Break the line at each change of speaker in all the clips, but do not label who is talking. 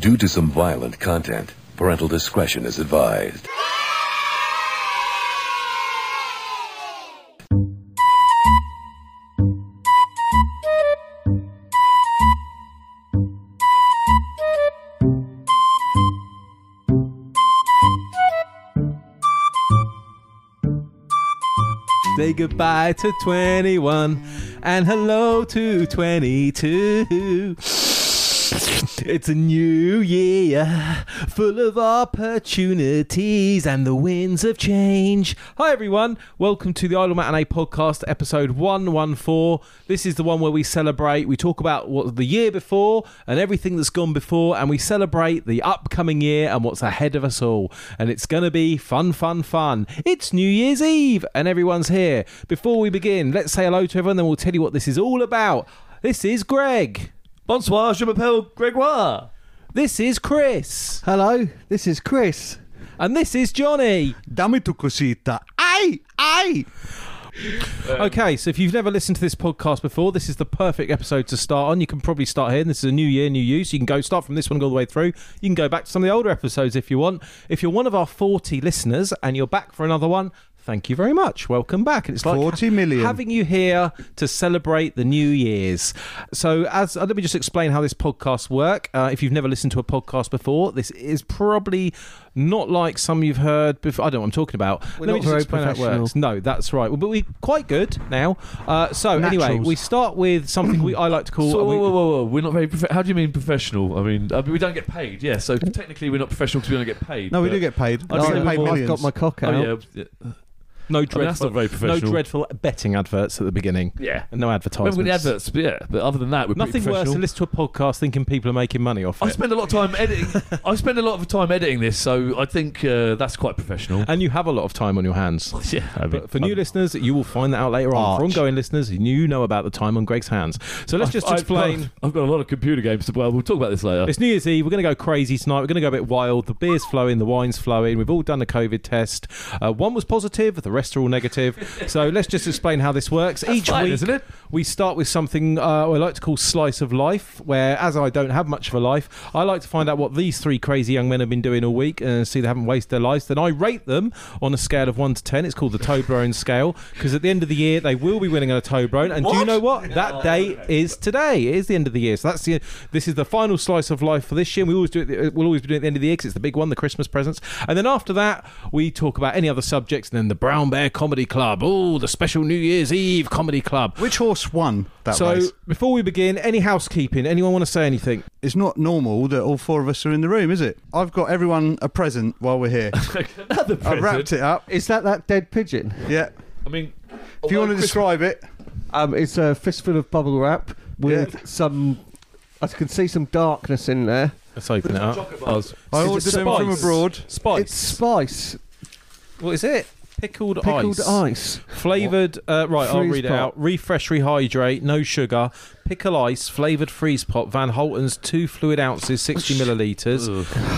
Due to some violent content, parental discretion is advised.
Say goodbye to 21 and hello to 22. It's a new year full of opportunities and the winds of change. Hi, everyone. Welcome to the Idle Matinee podcast, episode 114. This is the one where we celebrate, we talk about what the year before and everything that's gone before, and we celebrate the upcoming year and what's ahead of us all. And it's going to be fun, fun, fun. It's New Year's Eve, and everyone's here. Before we begin, let's say hello to everyone, then we'll tell you what this is all about. This is Greg.
Bonsoir, je m'appelle Gregoire.
This is Chris.
Hello, this is Chris.
And this is Johnny.
Dammi tu cosita. Aye, aye.
Okay, so if you've never listened to this podcast before, this is the perfect episode to start on. You can probably start here. and This is a new year, new you. So you can go start from this one and go all the way through. You can go back to some of the older episodes if you want. If you're one of our 40 listeners and you're back for another one, thank you very much. Welcome back. And it's like
40 million.
having you here to celebrate the new year's. So as uh, let me just explain how this podcast work. Uh, if you've never listened to a podcast before, this is probably not like some you've heard before. I don't know what I'm talking about. let me
not
just
very
explain how it works.
professional.
No, that's right. Well, but we're quite good now. Uh, so anyway,
Naturals.
we start with something we I like to call.
So,
we-
whoa, whoa, whoa, whoa, we're not very. Prof- How do you mean professional? I mean, I mean, we don't get paid. Yeah, so
Mm-hmm.
technically we're not professional because we don't get paid.
No, we
but-
do get paid.
I'd
We get
say
paid
more. I've
millions.
got my cock out.
Oh yeah, yeah.
no
I mean, Oh, that's
dreadful.
not very
no
professional.
dreadful betting adverts at the beginning.
Yeah.
And no
I mean,
advertisements.
with the adverts, but yeah. But other than that, we're pretty
Nothing worse
professional.
than listen to a podcast thinking people are making money off
I
it.
spend a lot of time editing. I spend a lot of time editing this, so I think uh, that's quite professional.
and you have a lot of time on your hands.
yeah, I mean,
But for new
I'm-
listeners, you will find that out later on. For
Arch.
ongoing listeners, you know about the time on Greg's hands. So let's just
I've-
explain.
I've, got a lot of computer games. To, well, we'll talk about this later.
It's New Year's Eve. We're going to go crazy tonight. We're going to go a bit wild. The beer's flowing, the wine's flowing. We've all done a COVID test. Uh, one was positive, the rest are all negative. So let's just explain how this works. Each
fine,
week,
isn't it?
we start with something uh, I like to call slice of life, where as I don't have much of a life, I like to find out what these three crazy young men have been doing all week and see they haven't wasted their lives. Then I rate them on a scale of one to ten. It's called the Toblerone scale because at the end of the year they will be winning on a Toblerone. And do you know what? That day is today. It is the end of the year. So that's the this is the final slice of life for this year. And we always do it. uh, We'll always be doing it at the end of the year 'cause it's the big one, the Christmas presents. And then after that, we talk about any other subjects. And then the Brown Bear Comedy Club. Oh, the special New Year's Eve Comedy Club.
Which horse won that
So
race?
before we begin, any housekeeping? Anyone want to say anything?
It's not normal that all four of us are in the room, is it? I've got everyone a present while we're here.
Another
I've
present.
wrapped it up.
Is that that dead pigeon?
Yeah.
I mean,
If you want to describe it,
Um, it's a fistful of bubble wrap with
Yeah.
some. I can see some darkness in there.
Let's open it up.
bars.
I
It's
ordered
a
them from
spice.
abroad.
Spice.
It's spice,
what is it? Pickled,
pickled
ice.
ice.
Flavored. Uh, right, I'll
Freeze
read it
pop.
out. Refresh, rehydrate, no sugar. Pickle ice, flavored freeze pop. Van Holten's two fluid ounces, sixty milliliters.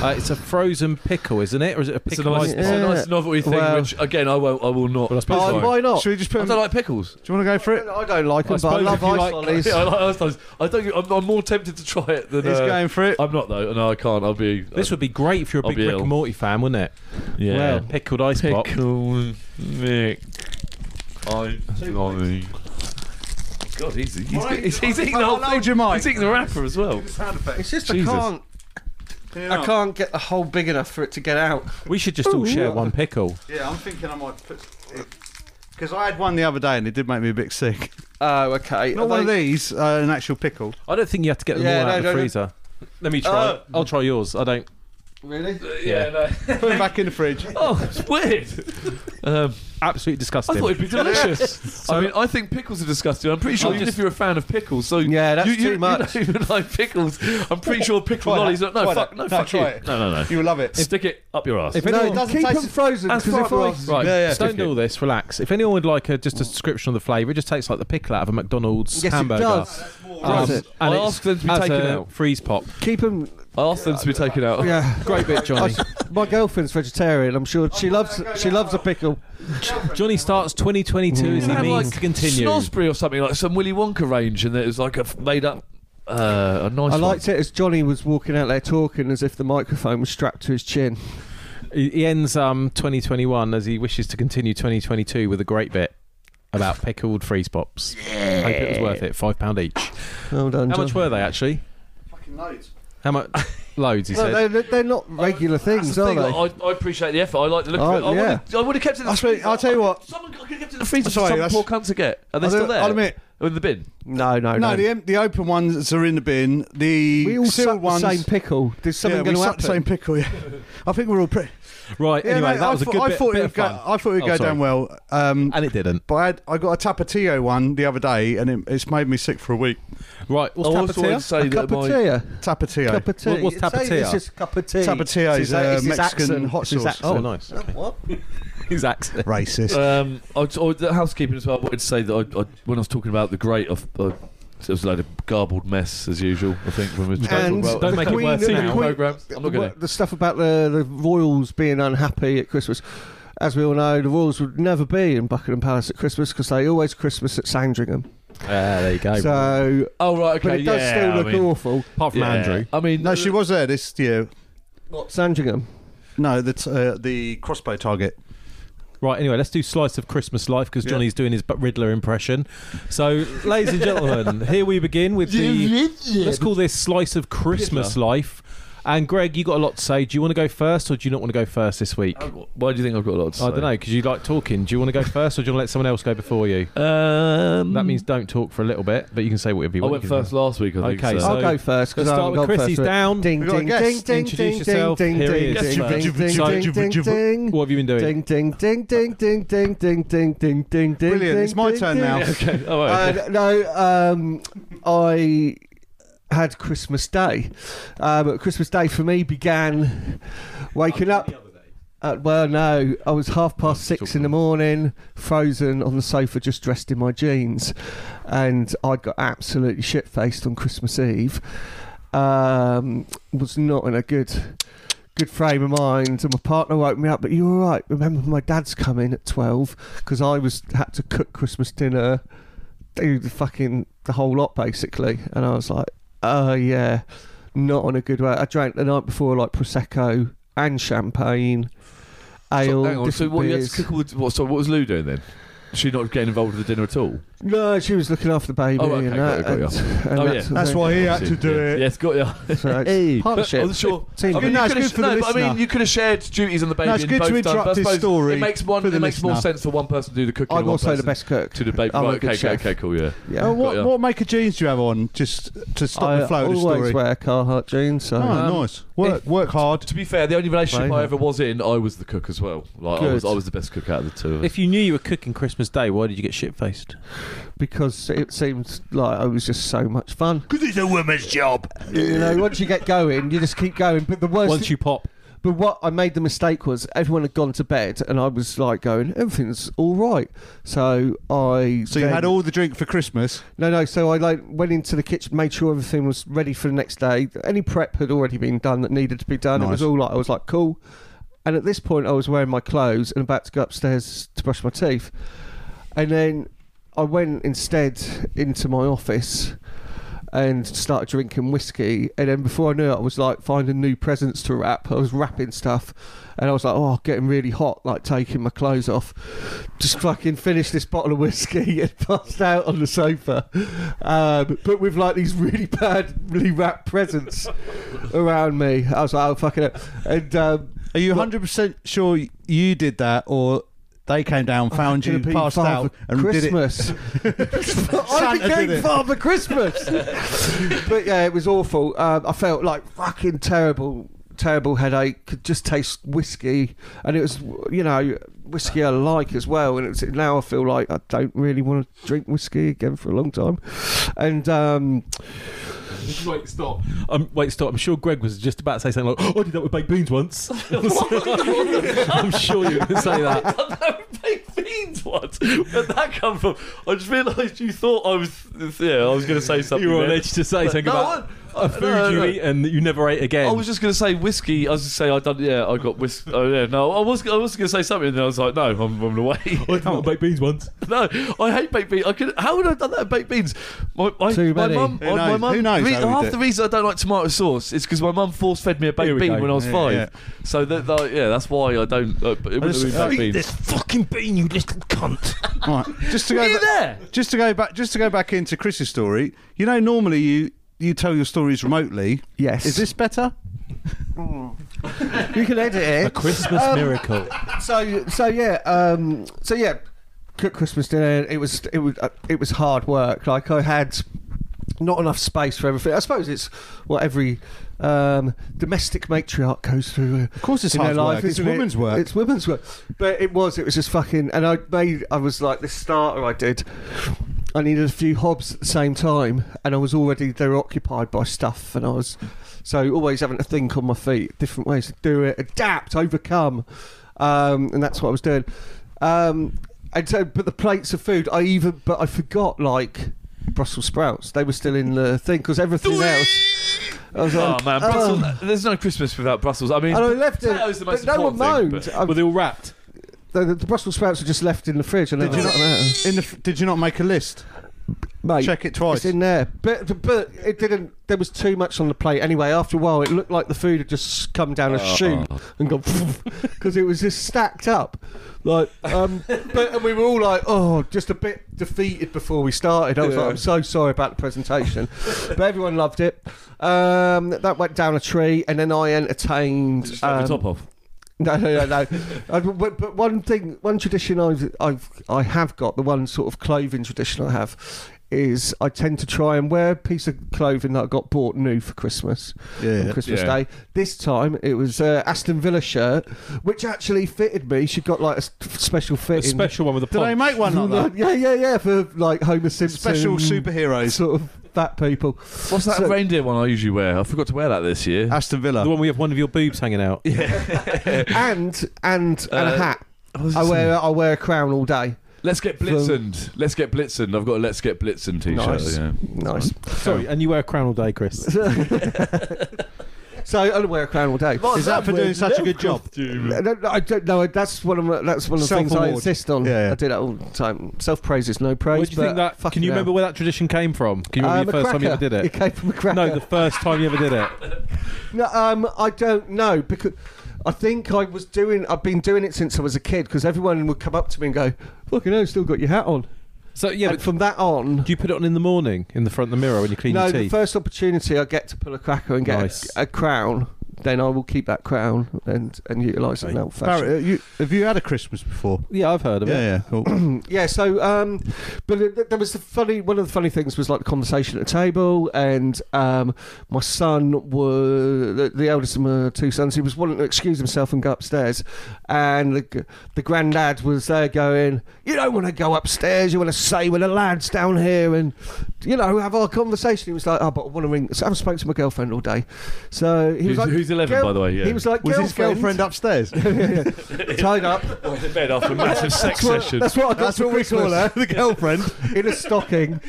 Uh, it's a frozen pickle, isn't it? Or is it a
It's a
pickle
nice,
ice
it's a
pop?
Yeah.
nice novelty thing,
Well-
which again I won't. I will not.
Well, I um, suppose
I
Fine.
Why not?
Should we just put
I
'em-
don't like pickles.
Do you want to go for it?
I don't like
I
them, but I
suppose if
love
you
ice
like-
lollies.
Yeah, I like ice lollies. I don't. I'm, I'm more tempted to try it than.
He's
uh,
going for it.
I'm not though. No, I can't. I'll be.
This would be great if you're a
I'll
big
be
Rick
ill.
and Morty fan, wouldn't it?
yeah.
Well, pickled ice pop.
Pickle Nick. I. Blimey. God, he's, he's, he's, he's eating the whole
Hello,
thing.
Jamai.
He's eating the wrapper as well.
It's just
Jesus.
I can't. I can't get the hole big enough for it to get out.
We should just all share one pickle.
Yeah, I'm thinking I might put it. Because I had one the other day and it did make me a bit sick.
Oh, okay.
Not
Are
one of
they-
these, uh, an actual pickle.
I don't think you have to get them
Yeah,
all out
no,
of the
no, no.
freezer. Let me try.
Oh.
I'll try yours. I don't.
Really?
Yeah. no.
Put 'em back in the fridge.
oh, it's weird. Um,
Absolutely
I
disgusting.
thought it'd be delicious. I mean, I think pickles are disgusting. I'm pretty sure,
I'll
even
just-
if you're a fan of pickles, so
Yeah, that's
you, you,
too much.
You don't even like pickles. I'm pretty sure pickle
Try that.
lollies. Are, no,
Try
fuck,
that.
no,
No,
fuck
try
you.
it.
No, no, no.
You will love it.
Stick it up your ass.
If
No,
anyone,
does- doesn't
keep
taste-
them frozen
That's
because if
fine,
I
right.
right,
Yeah, Mm. yeah.
just don't do all this. Relax. If anyone would like a, just a description of the flavour, it just takes like the pickle out of a McDonald's
yes,
hamburger.
it does.
Um,
Does it?
Um, and
I
it's
asked them to be
as
taken
a
out.
Freeze pop.
Keep them.
I asked them to be taken out.
Yeah.
Great bit, Johnny.
My girlfriend's vegetarian. I'm sure she loves she loves a pickle.
Johnny starts 2022 as he
They had,
means
like,
to continue.
Snosbury or something like some Willy Wonka range, and it was like a f- made up uh, a nice
I
one.
liked it as Johnny was walking out there talking as if the microphone was strapped to his chin.
He, he ends um 2021 as he wishes to continue 2022 with a great bit about pickled freeze pops. Hope it was worth it. Five pound each.
Well done,
How
John.
much were they actually?
Fucking loads.
How much? Loads. He
No,
said.
they're, they're not regular
That's
things,
the
are
thing,
they?
I, I appreciate the effort. I like the look
Oh,
of it. I
yeah.
would've- I would have kept it in the
I swear,
freezer.
I'll tell you what.
Someone could kept it in the freezer
Sorry,
for some
that's-
poor cunt to get. Are they
I'll
still
do-
there?
I'll admit.
In the bin.
No, no, no.
No, the, em- the open ones are in the bin. The
we all
sealed
suck
ones.
the same pickle. There's something
yeah,
going
we
to
suck
happen.
the same pickle. Yeah, I think we're all pretty.
right.
Yeah,
anyway,
no,
that
I
was a
thought-
good
I
bit,
thought
bit
it
of
would go,
fun.
I thought it would
Oh,
go
sorry.
down well. Um,
And it didn't.
but I, had, I got a tapatio one the other day, and it, it's made me sick for a week.
Right. What's
I also wanted to
tapatia?
say
A cup
that
of
my,
tea. A
Tapatio.
Cup of tea.
What- what's
It's- hey,
tapatio?
It's just a cup of tea.
Tapatio
It's
is,
his-
uh,
it's his
Mexican
accent.
hot
It's his
sauce.
Oh,
accent.
nice.
What?
His accent.
Racist.
Um, I, I, the housekeeping as well. I wanted to say that I, I, when I was talking about the great, I, I, it was a load of garbled mess as usual. I think when we were talking
And
about
Don't make it
Queen-
worse
the
now.
Queen-
programs. I'm not going
the stuff about the, the royals being unhappy at Christmas. As we all know, the royals would never be in Buckingham Palace at Christmas because they always Christmas at Sandringham.
Ah, there you go.
So,
Oh right, okay.
but it does
yeah,
still look
I mean,
awful.
Apart from
yeah.
Andrew.
I mean,
no, she was there this year.
Sandringham.
No, the t- uh, the crossbow target.
Right, anyway, let's do Slice of Christmas Life because
Yeah.
Johnny's doing his Bu- Riddler impression. So, ladies and gentlemen, here we begin with the. Let's call this Slice of Christmas Life. And Greg, you got a lot to say. Do you want to go first or do you not want to go first this week? I
Why do you think I've got a lot to say?
don't know because you like talking. Do you want to go first or do you want to let someone else go before you?
Um,
That means don't talk for a little bit, but you can say whatever you
I
want.
went
You can-
first last week. I think
Okay,
so.
so-
I'll go first because
Let's start
I haven't
with
gone
Chris.
first.
He's down.
Ding,
We've got a
ding,
guest.
ding, ding,
Introduce
ding,
yourself.
ding,
Here he
ding,
is.
ding, ding, ding,
So-
ding, ding, ding.
What have you been doing?
Ding ding ding ding ding ding ding ding ding ding ding.
Brilliant.
ding,
It's my
ding,
turn
ding.
now.
Okay. Oh,
Uh,
right.
no, um, I had Christmas Day. Um, Christmas Day for me began waking up. Uh, well, no, I was half past six in the morning, frozen on the sofa, just dressed in my jeans, and I got absolutely shit faced on Christmas Eve. Um, was not in a good good frame of mind, and my partner woke me up. But you were right. Remember, my dad's coming at twelve because I was had to cook Christmas dinner, do the fucking the whole lot basically, and I was like, oh yeah, not on a good way. I drank the night before like prosecco and champagne,
so,
ale.
hang on. So
different
what you had
beers.
to cook all the, what, so what was Lou doing then? She not getting involved with the dinner at all.
No, she was looking after the baby.
Oh, okay,
and
got
that,
you, got you.
and- and
Oh,
that
yeah.
sort of
That's
thing.
why he had to do
Yeah.
it.
Yes, got ya.
So it's
Hey.
partnership.
But I'm sure.
Team-
I mean,
No,
you
it's
could've-
good for
no,
the
but I mean,
listener.
you could have shared duties on the baby.
No, it's
and
good
both
to
done,
interrupt
but I
his
suppose
story
It makes one.
for the
It makes more
listener.
sense for one person to do the cooking. and
I'm
one
also the
person
best cook.
to the baby.
I'm a
right,
good
okay, okay,
chef.
okay, cool. Yeah.
Yeah.
Oh,
Got
what,
ya.
what make of jeans do you have on? Just to stop
I
the flow of the
always
story.
wear Carhartt jeans. So.
Oh,
Um,
nice. Work, work hard.
To be fair, the only relationship
Right.
I ever was in, I was the cook as well. Like I was,
Good.
I was the best cook out of the two. Of us.
If you knew you were cooking Christmas Day, why did you get shit faced?
Oh.
because it seemed like it was just so much fun. Because it's a woman's job. You know, once you get going, you just keep going. But the worst,
Once you pop.
but what I made the mistake was everyone had gone to bed, and I was like going, everything's all right. So I
So you
then-
had all the drink for Christmas.
no, no. So I like went into the kitchen, made sure everything was ready for the next day. Any prep had already been done that needed to be done. It was
Nice.
all like I was like cool. And at this point, I was wearing my clothes and about to go upstairs to brush my teeth, and then I went instead into my office and started drinking whiskey. And then before I knew it, I was like finding new presents to wrap. I was wrapping stuff, and I was like, oh, getting really hot, like taking my clothes off. Just fucking finished this bottle of whiskey and passed out on the sofa, um, but with like these really badly wrapped presents around me. I was like, oh fucking it, and. Um,
Are you
What-
100% sure you did that or they came down, found you,
gonna be
passed
Father
out, and did it?
Christmas. I
Santa did
became
it.
Father Christmas. but yeah, it was awful. Um, I felt like fucking terrible, terrible headache. Could just taste whiskey, and it was you know whiskey I like as well. And it's now I feel like I don't really want to drink whiskey again for a long time. And um,
Wait, stop. Um, wait, stop. I'm sure Greg was just about to say something like, oh, I did that with baked beans once. I'm sure you were going to say that.
baked beans once. Where'd that come from? I just realised you thought I was. Yeah, I was going to say something.
You were on
then.
edge to say
But
something
no,
about
I-
a food
No,
you
no.
eat and that you never ate again.
I was just gonna say whiskey. I was just say I done. Yeah, I got whiskey. Oh yeah, no. I was I was gonna say something, and I was like, no, I'm I'm away.
I did baked beans once.
No, I hate baked beans. I could. How would I have done that at baked beans? My, my,
Too
my
many.
mum.
Who
my- my
knows?
mum-
Who knows
re-
how we
half
did-
the reason I don't like tomato sauce is because my mum force fed me a
Here
baked
we
bean
go.
when I was
Yeah,
five.
yeah.
So that, that- yeah, that's why I don't. Uh, but it wouldn't have been baked beans.
fucking bean, you little cunt.
Right. Just to go
Were you
back,
there?
Just to go back. Just to go back into Chris's story. You know, normally you you tell your stories remotely.
Yes.
Is this better?
You can edit it. Um,
Christmas miracle.
so so yeah um so yeah cook christmas dinner it was it was uh, it was hard work like i had not enough space for everything i suppose it's what every um, domestic matriarch goes through uh, of
course it's hard work. It's women's work.
it's women's work but it was it was just fucking and i made i was like this starter i did i needed a few hobs at the same time and i was already they were occupied by stuff and i was so always having to think on my feet different ways to do it adapt overcome um, and that's what I was doing. Um, and so, but the plates of food, I even, but I forgot like Brussels sprouts. They were still in the thing because everything else. I was
Oh
like,
man, Brussels. there's no Christmas without Brussels. I mean,
And I left it,
potatoes are the most
but no one
important
moaned.
thing,
I-
Were they all wrapped?
the, the Brussels sprouts were just left in the fridge, and they
Did you
didn't
not?
matter.
In the, f- did you not make a list?
Mate,
Check it twice.
It's in there, but but it didn't. There was too much on the plate anyway. After a while, it looked like the food had just come down a chute and gone because it was just stacked up. Like, um, but and we were all like, oh, just a bit defeated before we started. I was like, I'm so sorry about the presentation, but everyone loved it. Um, that went down a tree, and then I entertained.
Just shut
um,
the top off.
no, no, no, no. Uh, but, but one thing, one tradition I've, I've, I have got, the one sort of clothing tradition I have, is I tend to try and wear a piece of clothing that I got bought new for Christmas
Yeah.
on Christmas
Yeah.
Day. This time it was a Aston Villa shirt, which actually fitted me. She got like a s- special
A
fitting.
special one with a
Did I
pop.
make one like that?
Yeah, yeah, yeah, for like Homer Simpson.
Special superheroes.
Sort of fat people.
What's that
So-
reindeer one I usually wear? I forgot to wear that this year.
Aston
The
Villa.
one where you have one of your boobs hanging out.
And, and, and
Uh,
a hat.
What was it
I
saying?
wear, I wear a crown all day.
Let's get blitzened. Let's get blitzened. I've got a Let's Get Blitzen t-shirt.
Nice.
Yeah.
Nice.
Sorry, and you wear a crown all day, Chris.
So I wear a crown all day.
Is that for doing such a good job?
No, no, I don't know. That's one of my, that's one of the things I
Self-award.
insist on.
Yeah, yeah.
I do that all the time. Self praise is no praise.
Where do you
but
think that?
fucking
Can you
hell.
remember where that tradition came from? Can you remember
Um,
the
a
first time you ever
cracker.
did it?
came from a cracker.
No, the first time you ever did it.
No, um, I don't know because I think I was doing. I've been doing it since I was a kid because everyone would come up to me and go, "Fucking hell, you still got your hat on."
So yeah,
and
but
from that on,
do you put it on in the morning in the front of the mirror when you clean
no,
your
the
teeth?
first opportunity I get to pull a cracker and get a-
Nice.
a, crown, then I will keep that crown and and utilise it in that fashion.
Barrett, uh, you, have you had a Christmas before?
yeah, I've heard of it.
Yeah, yeah. Cool.
Yeah, so um, but it- there was the funny one of the funny things was like the conversation at the table, and um, my son was the, the eldest of my two sons. He was wanting to excuse himself and go upstairs, and the g- the granddad was there going, "You don't want to go upstairs. You want to stay with the lads down here, and you know have our conversation." He was like, "Oh, but I want to ring. So I haven't spoken to my girlfriend all day." So he
Who's,
was like,
who's 11,
"Girl-"
by the way? Yeah.
He was like,
Was his
girlfriend,
girlfriend upstairs?
tied up.
in bed after Oh, a massive sex
That's what-
session.
That's what I got
That's
for
what we
Christmas.
call her, the girlfriend.
in a stocking.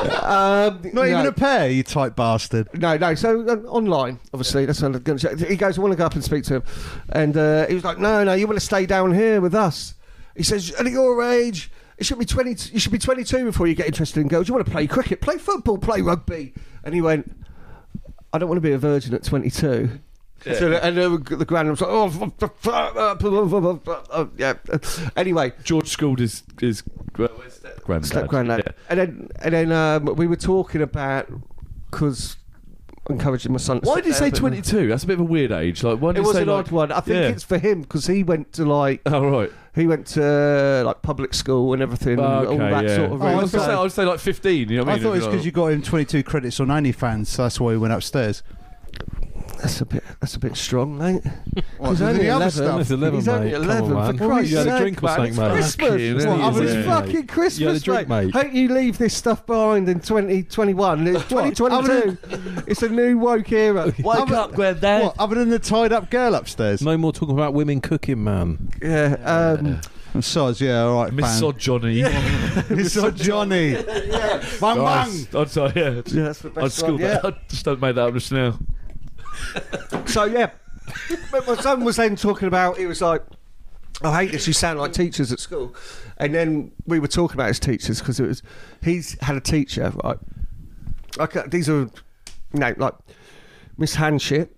um,
Not even
no.
a pair, you type bastard.
No, no. So uh, online, obviously, that's what I'm going to say. He goes, I want to go up and speak to him. And uh, he was like, No, no, you want to stay down here with us. He says, At your age, it should be 20, you should be 22 before you get interested in girls. You want to play cricket, play football, play rugby. And he went, I don't want to be a virgin at 22. So, and uh, the grand was like, oh, f- f- f- uh, blah, blah, blah, blah, uh, yeah. Anyway,
George Schooled is is granddad.
step granddad. And then and then um, we were talking about because encouraging my son. to
Why
sit
did you
down
say
a bit
twenty two? That's a bit of a weird age. Like why did
It
you
was
say
an
like,
odd one. I think
Yeah.
it's for him because he went to like
Oh right.
he went to like public school and everything, and all
okay,
that
yeah.
sort of.
Oh, I
route.
was gonna
So-
say I would say like fifteen. You know what I
I
mean?
thought it was because you got him 22 credits on OnlyFans, so that's why he went upstairs.
that's a bit that's a bit strong, mate.
What, there's any other stuff?
It's 11,
He's only
mate.
11,
Come
for
on, man.
Christ's
You had a
sake,
drink or
man.
something,
It's
mate?
Fucking
Christmas. What, I
hell,
was
yeah.
fucking Christmas,
You had a drink,
mate.
mate.
Hope you leave this stuff behind in 2021. It's 2022. it's a new woke era.
Wake up, granddad.
What, other than the tied up girl upstairs?
No more talking about women cooking, man.
Yeah. Um,
And Sods, yeah, all right,
Missod Johnny.
Missod Johnny. Bang, bang.
Nice. I'm sorry, yeah.
Yeah, that's the best
I'd school
one, yeah.
that. I just don't make that up just now.
So yeah, but my son was then talking about. He was like, "I hate this. You sound like teachers at school." And then we were talking about his teachers because it was he's had a teacher right. Like uh, these are, you know, like Miss Handshit.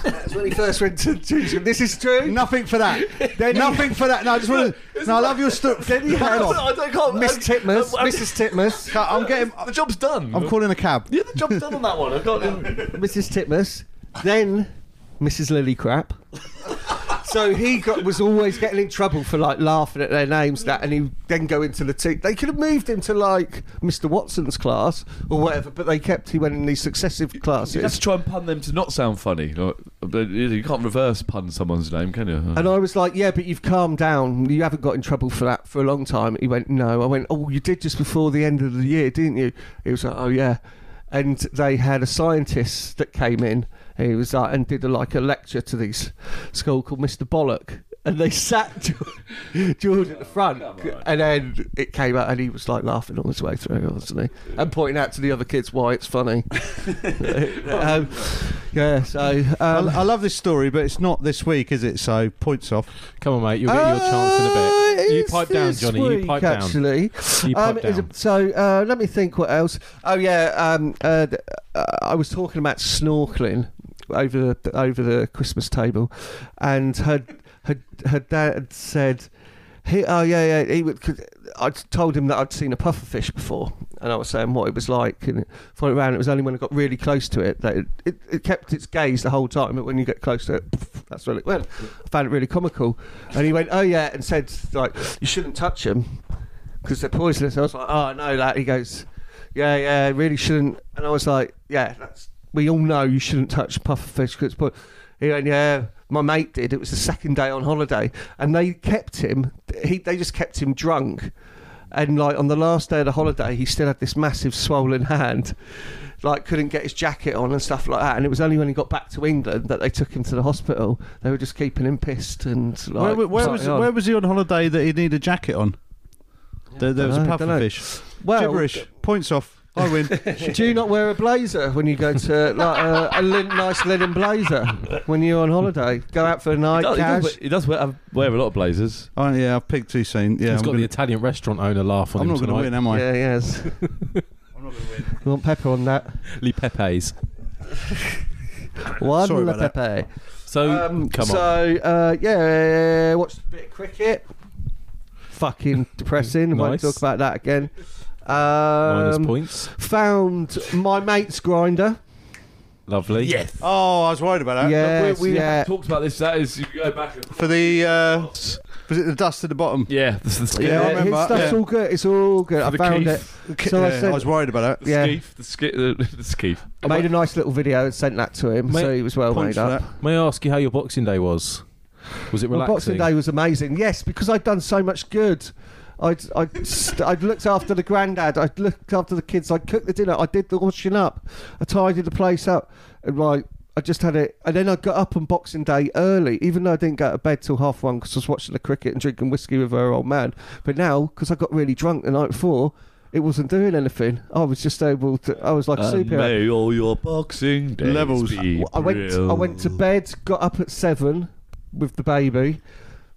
That's when he first went to tuition. This is true.
Nothing for that. Nothing for that. No, I just want to. No, I love your story.
Then he had
I don't- I can't-
Miss
I-
Titmus,
I- I-
Mrs. Titmus,
I'm getting.
The job's done.
I'm calling a cab.
yeah, the job's done on that one. I can't.
Mrs. Titmus, then Mrs. Lillycrap. So he got, was always getting in trouble for like laughing at their names, that, and he then go into the team. They could have moved him to like Mr. Watson's class or whatever, but they kept he went in these successive
You have to
classes.
try and pun them to not sound funny. Like, You can't reverse pun someone's name, can you?
And I was like, "Yeah, but you've calmed down. You haven't got in trouble for that for a long time." He went, "No." I went, "Oh, you did just before the end of the year, didn't you?" He was like, "Oh yeah." And they had a scientist that came in. And he was like, and did a, like a lecture to these school called Mr. Bollock. And they sat Ge- George at the front, and then it came out, and he was like laughing all his way through, wasn't he? And pointing out to the other kids why it's funny. um, yeah, so
I,
um,
I love this story, but it's not this week, is it? So points off.
Come on, mate. You'll get your chance in a
Uh,
bit. You
it's
pipe down,
this
Johnny. You
week,
pipe down.
actually.
You
Um,
pipe
is
down.
it- so uh, let me think what else. Oh yeah, um, uh, th- uh, I was talking about snorkeling over the over the Christmas table, and her her her dad had said, he, "Oh yeah, yeah." He would. 'cause I told him that I'd seen a pufferfish before, and I was saying what it was like, and followed around. It was only when I got really close to it that it, it, it kept its gaze the whole time, but when you get close to it, that's when it went. I found it really comical, and he went, "Oh yeah," and said like, "You shouldn't touch them." because they're poisonous. I was like, oh, I know that. He goes, yeah, yeah, really shouldn't. And I was like, yeah, that's, we all know you shouldn't touch pufferfish because it's poisonous. He went, yeah, my mate did. It was the second day on holiday, and they kept him. He, they just kept him drunk, and like on the last day of the holiday, he still had this massive swollen hand. Like couldn't get his jacket on and stuff like that, and it was only when he got back to England that they took him to the hospital. They were just keeping him pissed and like.
where, where, was,
something on.
where was he on holiday that he'd need a jacket on? There, there was a
Dunno, dunno.
pufferfish.
Well,
Gibberish. Points off. I win.
Do you not wear a blazer when you go to like a, a lin- nice linen blazer when you're on holiday? Go out for a night,
He does, he does
cash.
wear- he does wear, have- wear a lot of blazers.
oh, yeah, I've picked too soon. Yeah,
He's
I'm,
got the
gonna,
Italian restaurant owner laugh on
I'm
him
not going to
tonight.
win, am I?
yeah, yes. I'm not gonna win. Want pepper on that?
Li Pepe's.
One
Sorry
la
about that.
pepe.
So
Um,
Oh, come
so,
on.
uh, yeah, watched a bit of cricket. Fucking depressing. Won't
Nice.
talk about that again.
Minus
Um,
points.
found my mate's grinder.
Lovely.
Oh, I was worried about that.
yes,
we we
yeah.
talked about this. That is, you go back. And,
For the. Uh, was it the dust at the bottom?
yeah, this is the
Yeah, I
his
remember,
stuff's
yeah.
all good. It's all good. I
the
found
keef.
it. So I
Yeah,
said-
was worried about that.
The
Yeah.
skeef, the, ske- the, the skeef.
I made a nice little video and sent that to him,
Mate,
so he was well
Points
made
for
up.
that.
May I ask you how your Boxing Day was? Was it
Well,
relaxing?
Boxing Day was amazing. Yes, because I'd done so much good. I'd, I'd, st- I'd looked after the granddad. I'd looked after the kids. I cooked the dinner. I did the washing up. I tidied the place up. And like, I just had it. And then I got up on Boxing Day early, even though I didn't go to bed till half one because I was watching the cricket and drinking whiskey with her old man. But now, because I got really drunk the night before, it wasn't doing anything. I was just able to. I was like a superhero.
Uh, may all your boxing days
Levels.
be
Well, I went. I went to
brill.
bed. Got up at seven with the baby.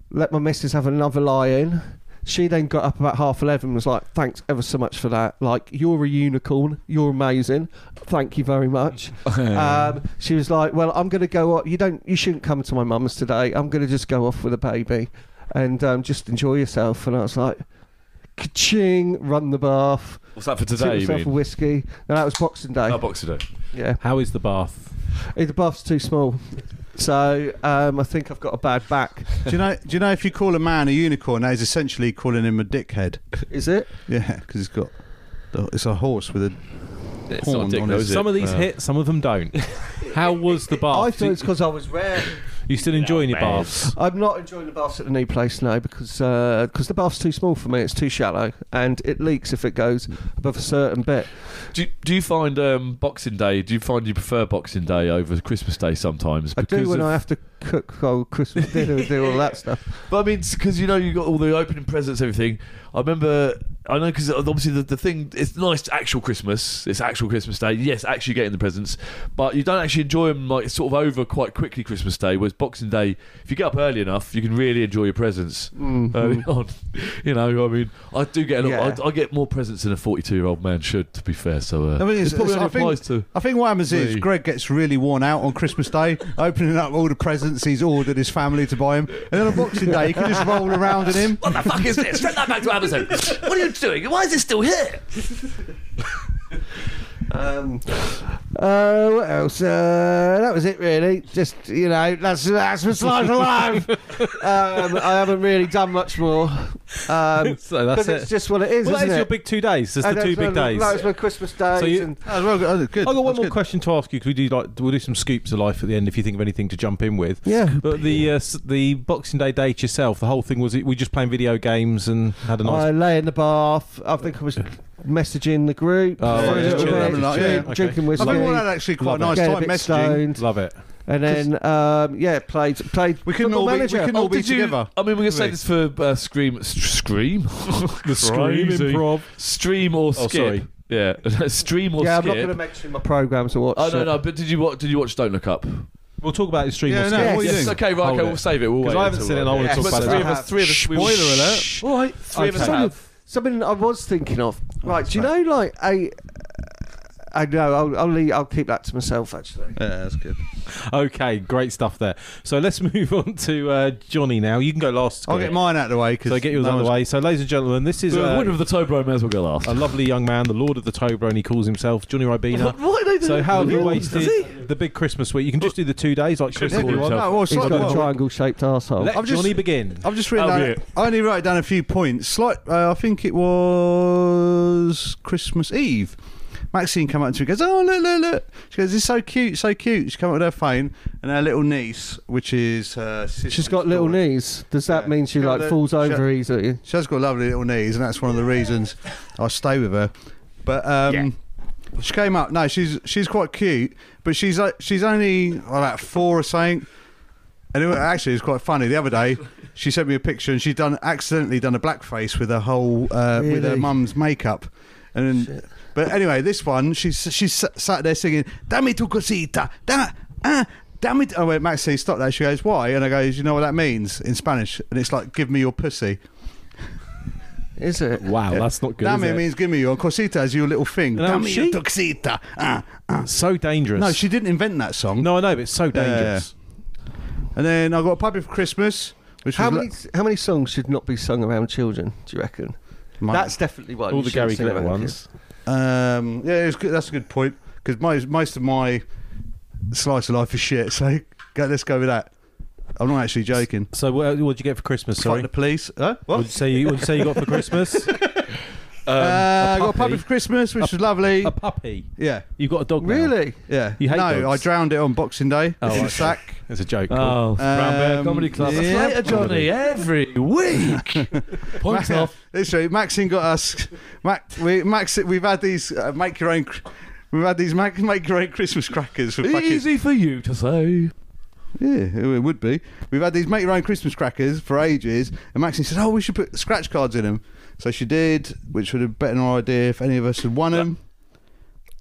Let my missus have another lie in. She then got up about half eleven. and Was like, "Thanks ever so much for that. Like, you're a unicorn. You're amazing. Thank you very much." um, she was like, "Well, I'm going to go. off You don't. You shouldn't come to my mum's today. I'm going to just go off with the baby, and um, just enjoy yourself." And I was like, "Ka-ching! Run the bath.
What's that for
Took
today? You
myself a
mean?
whiskey. No, that was Boxing Day.
Oh, boxing day.
yeah."
How is the bath?
Hey, The bath's too small. So um, I think I've got a bad back.
do you know? Do you know if you call a man a unicorn, that is essentially calling him a dickhead.
Is it?
Yeah, because he's got. It's a horse with a.
It's
Horn
not a dick,
on
though,
his-
is it?
Some of these
Uh,
hit, some of them don't. How was the bath?
I thought it's because I was rare.
you still enjoying your baths?
I'm not enjoying the baths at the new place now because because the bath's too small for me. It's too shallow and it leaks if it goes above a certain bit.
Do, do you find um, Boxing Day? Do you find you prefer Boxing Day over Christmas Day sometimes?
I do when
of-
I have to cook whole Christmas dinner and do all that stuff.
But I mean, because you know you got all the opening presents, everything. I remember, I know because obviously the, the thing it's nice to actual Christmas. It's actual Christmas Day. Yes, actually getting the presents, but you don't actually enjoy them like sort of over quite quickly. Christmas Day, whereas Boxing Day, if you get up early enough, you can really enjoy your presents
Mm-hmm.
early on. You know, I mean, I do get a lot,
Yeah.
I, I get more presents than a forty-two-year-old man should. To be fair, so uh,
I mean,
it's,
it's,
probably
it's-
only
I think,
applies to.
I think what happens is
me.
Greg gets really worn out on Christmas Day, opening up all the presents he's ordered his family to buy him, and then on Boxing Day he can just roll around in him.
What the fuck is this? Send that back to Amazon. What are you doing? Why is this still here?
Um, uh, what else? Uh, that was it, really. Just you know, that's that's what's life alive. um, I haven't really done much more. Um,
So that's
but
it.
it's just what it is,
well, that
isn't
is
it?
your big two days. There's
And
the two
that's
big
my-
days.
That was my Christmas days.
So you-
and,
Oh, well, oh, good.
I've got one
That's
more
good.
question to ask you because we do like we'll do some scoops of life at the end if you think of anything to jump in with.
yeah.
But the uh, s- the Boxing Day date yourself, the whole thing was it, we just playing video games and had a
I
nice.
lay in the bath. I think I was messaging the group,
Oh,
phoning
yeah,
the
yeah,
group,
yeah, yeah.
drink- drinking
I
whiskey,
think we had actually quite a
Love
nice
getting a
time
bit
messaging.
stoned,
Love it.
and then um, yeah, played played.
We couldn't
Football
all be, we
manager.
couldn't all be
Oh, Did you-
together.
I mean, we're gonna say
Really?
this for uh, Scream, s- Scream, the
improv.
stream or skip.
Oh, sorry.
Yeah, stream or
Oh, yeah, I'm
skip.
not going to mention my programs to watch.
Oh no
uh,
no! But did you watch? Did you watch Don't Look Up?
We'll talk about it in stream.
Yeah,
or
no,
skip.
what are you
Yes.
doing?
Okay, right. Okay,
Hold
we'll
it.
save it. We'll wait.
Because I haven't
until-
seen it, and I want
Yes,
to talk
but
about
But three
it.
of us. Three of us. we-
Spoiler alert.
Shh. All right. Three of us
Okay.
have.
Something I was thinking of.
Oh,
Right, do you know like a. I know. I'll I'll, leave, I'll keep that to myself. Actually,
Yeah, that's good.
Okay, great stuff there. So let's move on to uh, Johnny now. You can go last.
I'll
Greg.
get mine out of the way because
So get yours out of the way. So, ladies and gentlemen, this is
The
uh,
winner of the Tobro may as well go last.
a lovely young man, the Lord of the Toblerone, he calls himself Johnny Ribena. So how have you wasted the big Christmas week? You can just do the two days like Chris
Christmas
Paul
week.
himself.
No, well,
he's
slight-
got a
well,
triangle-shaped asshole.
Let
I've just-
Johnny begin.
I've just written
That'll
down,
be it.
I only wrote down a few points. Slight, uh, I think it was Christmas Eve. Maxine came up to me and goes, Oh, look, look, look. She goes, This is so cute, so cute. She came up with her phone and her little niece, which is uh, her sister's
She's got little
daughter.
knees. Does that
Yeah.
mean she
She's got
like
the-
falls
she-
over easily?
She has got lovely little knees, and that's one of the reasons I stay with her. But um, she came up. No, she's she's quite cute, but she's like she's only about four or something. And it wa- actually, it's quite funny. The other day, she sent me a picture, and she'd done accidentally done a blackface with her whole uh, with her
Really?
mum's makeup, and. Then, but anyway, this one, she's she's sa- sat there singing, "Dammi tu cosita, da, ah, dammi." tu-" I went, Maxie, stop that. She goes, "Why?" And I goes, "You know what that means in Spanish?" And it's like, "Give me your pussy."
Is it?
Wow, that's not good.
Dame
is it?
means give me your cosita is your little thing.
No,
Dame
she-
your cosita. Ah, ah.
so dangerous.
No, she didn't invent that song.
No, I know, but it's so dangerous.
And then I got a puppy for Christmas, which
How
was
many
like-
how many songs should not be sung around children? Do you reckon?
Mine.
That's definitely one.
All
you
the
shouldn't
Gary
sing
Glitter
around
ones.
um, yeah, it was good. that's a good point because most most of my slice of life is shit. So go, let's go with that. I'm not actually joking.
So what what did you get for Christmas? Sorry,
Fuck the police. Huh? What?
what did you say? You, what did you say you got for Christmas? Um,
Uh, I got a
puppy?
puppy for Christmas, which was lovely.
a puppy.
yeah,
You got a dog? now?
Really?
yeah.
You hate
no,
dogs.
I drowned it on Boxing Day
Oh,
in
okay.
the sack.
It's a joke. cool.
Oh, Brown Bear
Um,
Comedy Club.
yeah.
That's later, Johnny, every week. Point off.
Literally, Maxine got us. Mac, we, Max, we've had these uh, make your own. cr- We've had these make, make your own Christmas crackers for fucking.
Easy for you to say.
Yeah, it would be. We've had these make your own Christmas crackers for ages, and Maxine said, "Oh, we should put scratch cards in them." So she did, which would have been an idea if any of us had won them.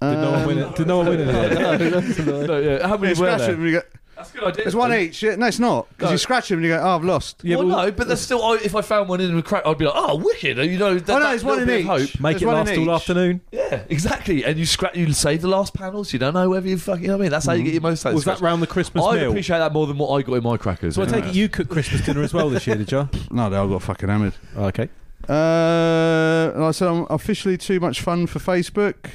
Did no one win it? Did no one win it?
No, yeah. How many
You
were
scratch
there?
them and you go,
That's a good idea.
it's one each. Yeah, no, it's not because
No.
you scratch them and you go, "Oh, I've lost."
Yeah,
well,
but-
no, but that's still. I, if I found one in a crack, I'd be like, "Oh, wicked!" You know, that,
Oh no,
that
it's one
little
in
bit
each.
of hope.
Make
There's
it
one in
last all
each.
afternoon.
Yeah, exactly. And you scratch, you save the last panels. You don't know whether you fucking. You know what I mean, that's how you get your most.
Mm. Was that
satisfaction.
round the Christmas
I
meal?
appreciate that more than what I got in my crackers.
So I take it you cooked Christmas dinner as well this year, did you?
No, they all got fucking hammered.
Okay.
Uh, and I said I'm officially too much fun for Facebook.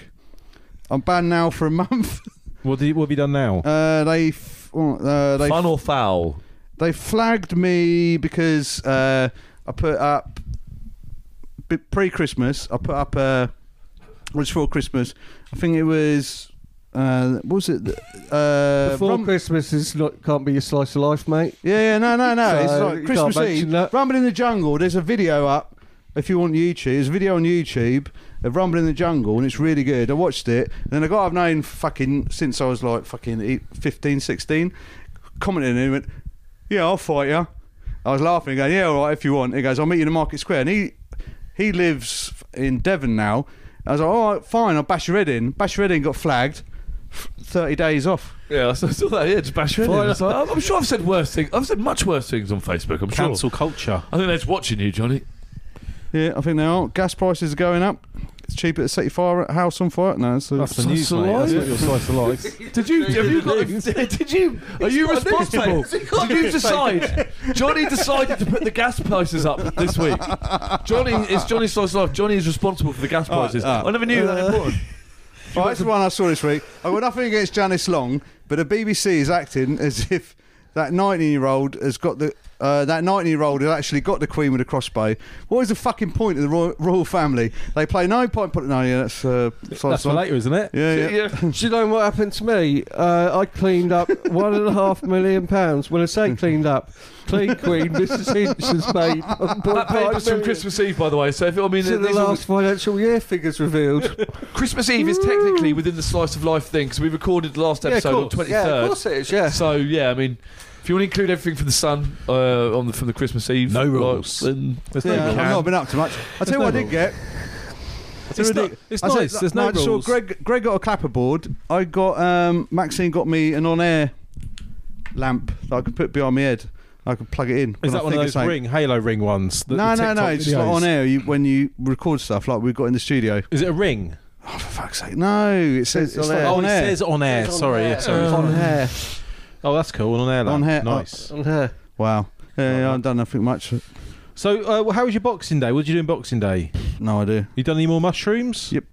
I'm banned now for a month.
What, did, what have you done now?
Uh, they f- uh, they
Fun or foul?
they flagged me because uh, I put up pre Christmas. I put up uh, it was for Christmas. I think it was uh, what was it? Uh,
Before
Rum-
Um, Christmas is not can't be your slice of life, mate.
yeah, yeah, no, no, no. it's
So,
like
you
Christmas
can't mention
Eve.
that.
Rumble in the Jungle. There's a video up if you want YouTube. There's a video on YouTube of Rumble in the Jungle, and it's really good. I watched it, and then a guy I've known fucking since I was like fucking eight- 15, 16 commented and he went, yeah, I'll fight you. I was laughing, going, yeah, all right, if you want. He goes, I'll meet you in the market square. And he he lives in Devon now. I was like, all right, fine, I'll bash your head in. Bash your head in, got flagged. F- 30 days off.
Yeah, I saw, saw that. Yeah, just bash your head in.
Fine.
It's like, I'm I'm sure I've said worse things. I've said much worse things on Facebook. I'm sure.
Cancel culture.
I think they're just watching you, Johnny.
Yeah, I think they are. Gas prices are going up. It's cheaper to set your fire, house on fire now. So
That's the news, mate. That's what your slice of life.
Did you? Have you got? Did you? Are you responsible? Did you decide? Johnny decided to put the gas prices up this week. Johnny is Johnny's slice of life. Johnny is responsible for the gas prices.
uh,
I never knew that important.
Right, that's Oh, the one I saw this week. I've got nothing against Janice Long, but the BBC is acting as if that 19-year-old has got the uh, that 19-year-old has actually got the Queen with a crossbow. What is the fucking point of the royal, royal family? They play no point. Put no, yeah, that's uh, so-
That's
so-
for later, isn't it?
Yeah, yeah.
Do you know what happened to me? Uh, I cleaned up one and a half million pounds. When I say cleaned up, clean queen Mrs. Hinch has made.
That paper's from Christmas Eve, by the way. So if I mean,
To the
these are-
last financial year figures revealed.
Christmas Eve is technically
Mm.
within the slice of life thing because we recorded the last episode on twenty
Yeah, of
third.
course it is. Yeah.
So yeah, I mean, if you want to include everything from the sun uh, on the, from the Christmas Eve,
No
like,
rules.
then
There's
Yeah,
no
I've
can.
not been up to much. I tell you
no
what I did
rules.
get.
It's,
Really-
not, it's
I said-
nice. There's no,
I just saw
rules.
Greg. Greg got a clapperboard. I got um, Maxine got me an on-air lamp that I could put behind my head. I could plug it in. when
Is
I
that one of
think
those
something.
ring Halo ring ones? that
No,
the
no, no.
TikTok
It's just like
videos?
on air you, when you record stuff, like we've got in the studio.
Is it a ring?
Oh, for fuck's sake! No, it says it's,
on
like
air.
oh,
on
it
air.
says on air. Sorry, yeah, sorry.
on air.
Oh, that's cool. On air.
On
lad.
air. Oh.
Nice.
on her.
Wow. Yeah, yeah, I've done nothing much.
So, uh, well, how was your Boxing Day? What did you do in Boxing Day?
No idea.
You done any more mushrooms?
Yep.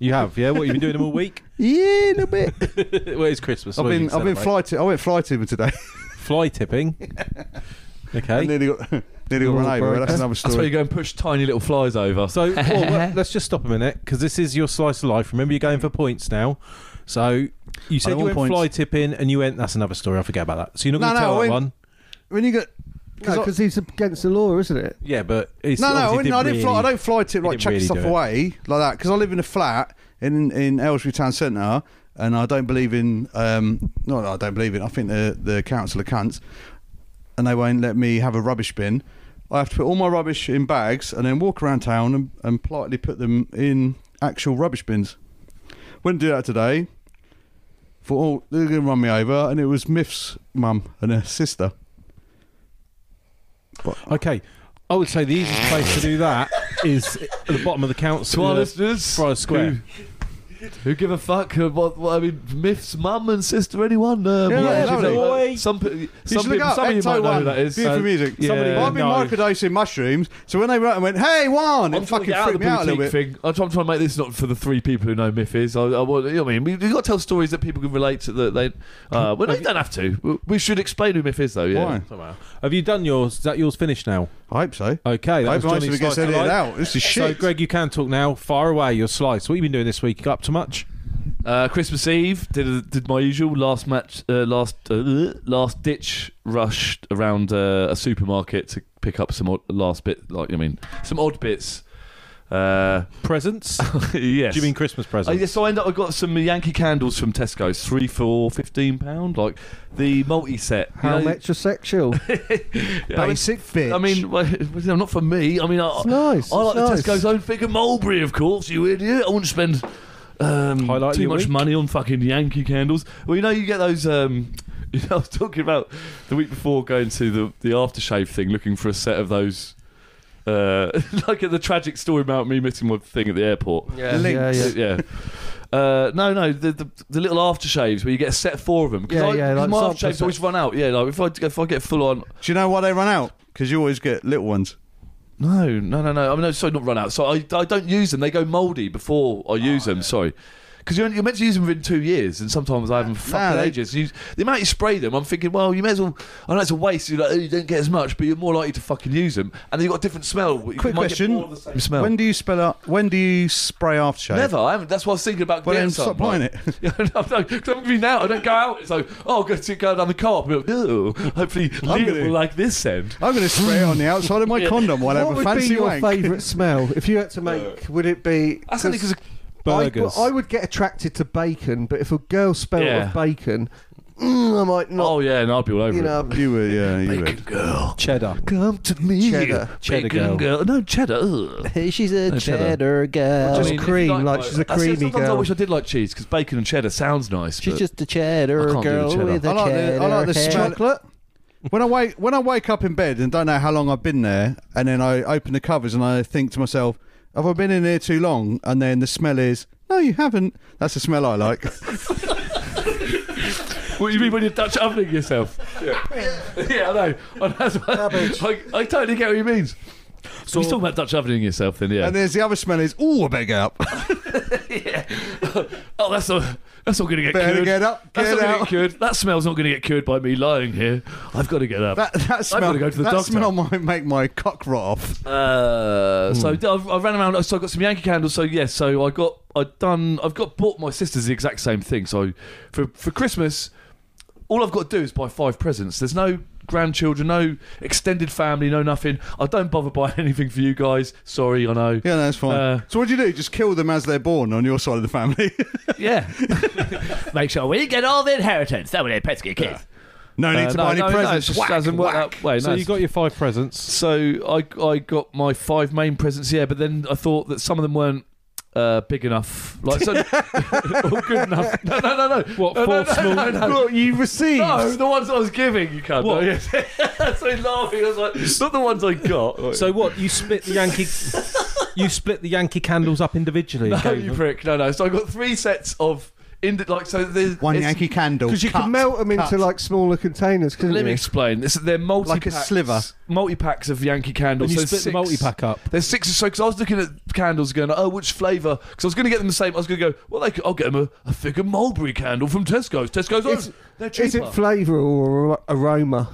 You have, yeah. What you been doing them all week?
Yeah, a little bit.
well, it's Christmas.
I've
what
been
you
I've been
celebrate.
fly t- I went fly tipping today.
fly tipping.
I
Okay.
nearly got nearly got run over. but That's another
that's where
story.
you go and push tiny little flies over.
So well, well, let's just stop a minute because this is your slice of life. Remember, you're going for points now. So you said
don't
you
want
went
points.
fly tipping, and you went. That's another story. I forget about that. So
No,
you're not going to
no,
tell
I went-
that one.
When you go,
No, because he's against the law, isn't it?
Yeah, but it's
No, no, I,
obviously
wouldn't- I
didn't
didn't fly. I
really-
don't fly tip
you
like
didn't
chuck
really
stuff
do it.
away like that because I live in a flat in in Aylesbury Town Centre, and I don't believe in. Um, no, no, I don't believe in. I think the the council are cunts, and they won't let me have a rubbish bin. I have to put all my rubbish in bags and then walk around town and, and politely put them in actual rubbish bins. Wouldn't do that today. Thought, oh, they're going to run me over, and it was Miff's mum and her sister.
Okay, I would say the easiest place to do that is at the bottom of the
to our
council.
listeners,
Friar Square.
who, who give a fuck? uh, What, what I mean, Miff's mum and sister, anyone? Uh,
Yeah,
what-
lovely.
uh, some pe-
You
some
should look
people,
up
some of you
Ecto
might know
One.
who that is.
Beautiful
Uh,
music.
yeah.
Somebody
Well, I've
might
been
know.
microdosing mushrooms, so when they wrote and went, "Hey, Juan,"
I'm
it
trying to
fucking
get out
freaked
of the
me out a little
boutique
bit.
thing. I'm trying, to make this not for the three people who know Miff is. I, I, want- you know what I mean, we, have got to tell stories that people can relate to. That they, uh, well, they don't have to. We- We should explain who Miff is, though. Yeah.
Why?
Somehow. Have you done yours? Is that yours finished now?
I hope so.
Okay, that
I hope most of
was Johnny's
it gets
slice of
edited
life.
out. This is
So,
shit.
Greg, you can talk now. Fire away your slice. What have you been doing this week? You got up to much?
Uh, Christmas Eve did did my usual last match, uh, last uh, last ditch rush around uh, a supermarket to pick up some odd, last bit, like I mean, some odd bits. Uh,
Presents? Oh,
yes.
Do you mean Christmas
Uh,
presents?
yeah, so I end up. I got some Yankee candles from Tesco's, three for fifteen pound, like the multi set.
How metrosexual.
Basic bitch.
I mean, well, no, not for me. I mean, I,
It's nice,
I like
it's
the
nice.
Tesco's own figure mulberry, of course. You idiot! I wouldn't spend um,
Highlight of
too
your
much
week.
money on fucking Yankee candles. Well, you know, you get those. Um, you know, I was talking about the week before going to the the aftershave thing, looking for a set of those. Uh, like at the tragic story about me missing my thing at the airport.
yeah, yeah, yeah.
Yeah. Uh, no, no, the, the the little aftershaves where you get a set of four of them. 'Cause
Yeah,
I,
yeah,
'cause
like
my
sample
aftershaves always
sets.
run out. Yeah, like if I if I get full on,
do you know why they run out? Because you always get little ones.
no, no, no, no. I mean, no, sorry, not run out. So I, I don't use them. They go mouldy before
Oh,
I use them. Sorry. Because you're, you're meant to use them within two years, and sometimes I haven't fucking
they-
ages. You, the amount you spray them, I'm thinking, well, you may as well. I know it's a waste. You're like, oh, you don't get as much, but you're more likely to fucking use them, and they've got a different smell. You
Quick
might get
question.
more of the same smell.
When do you spell out? When do you spray aftershave?
Never. I haven't. That's what I was thinking about.
Well, then
getting some,
stop
like-
buying it.
Yeah, no, no, 'cause I'm be now. I don't go out. It's like, oh, I'm going to go down the co-op. and be like, "Ew, Hopefully, Liam
gonna-
will like this end.
I'm going to spray it on the outside of my condom while I have
What
a
would be
fancy
your
wank.
favourite smell? If you had to make, would it be?
That's only 'cause
Burgers.
I, I would get attracted to bacon, but if a girl smelled
Yeah.
of bacon, mm, mm, I might not.
Oh yeah, and I'd be all over
you
it.
know,
You were, yeah, you were.
Bacon girl,
Cheddar.
come to me.
Cheddar.
Cheddar
Bacon
girl.
No cheddar. ugh.
she's a
No, cheddar.
cheddar girl.
I
Just
mean, if you
cream,
like
like,
my-
she's a
I see,
creamy
sometimes I
girl.
wish I did like cheese because bacon and cheddar sounds nice.
she's
but
just a
I
cheddar
can't do the
girl
cheddar.
with a
I like
cheddar
the, I like the
hair.
smell. When I wake when I wake up in bed and don't know how long I've been there, and then I open the covers and I think to myself, "Have I been in here too long?" And then the smell is, "No, you haven't." That's the smell I like.
What do you mean when you're Dutch ovening yourself? Yeah, yeah I know. I, know. That's what- I, I totally get what he means. So he's talking about Dutch ovening yourself, then yeah.
And there's the other smell is, "Oh, I better get up,
oh, that's all. That's all going to get
better
cured.
get up,
that's
get
not gonna
out."
get cured. That smell's not going to get cured by me lying here. I've got to get up.
That that smell,
gotta go to the
that
doctor.
smell might make my cock rot off.
Uh,
Hmm.
so I, I ran around. So I got some Yankee candles. So yes, so I got I done. I've got bought my sisters the exact same thing. So for for Christmas, all I've got to do is buy five presents. There's no grandchildren, no extended family, no nothing. I don't bother buying anything for you guys. Sorry, I know.
Yeah, no, that's fine.
Uh,
so what do you do? Just kill them as they're born on your side of the family.
Yeah. Make sure we get all the inheritance. That way, pesky kids.
no need
Uh,
to
no,
buy any
no, no, it's
presents.
just
Whack,
doesn't work
whack.
that way.
So
no,
you
it's-
got your five presents.
So I I got my five main presents here, but then I thought that some of them weren't uh, big enough, like so, or good enough. No, no, no, no.
What,
no, no,
four small-
No, no, no.
What you received?
No, the ones I was giving, you can't.
What?
No, yes. so laughing, I was like, not the ones I got.
So what? You split the Yankee. you split the Yankee candles up individually. and
no,
gave
you
them-
prick. No, no. So I got three sets of. Indi- like so, there's
One
it's-
Yankee candle.
Because you
cut.
can melt them into
cut.
like smaller containers, couldn't
Let me
you?
explain. This, they're multi
sliver.
multi packs of Yankee
And
candles.
you
so
split the
six-
multi pack up.
There's six or so because I was looking at candles going, oh, which flavour? Because I was going to get them the same. I was going to go, well, they could, I'll get them a, a figure mulberry candle from Tesco's. Tesco's,
Is-
oh, they're cheaper.
Is it flavour or ar- aroma?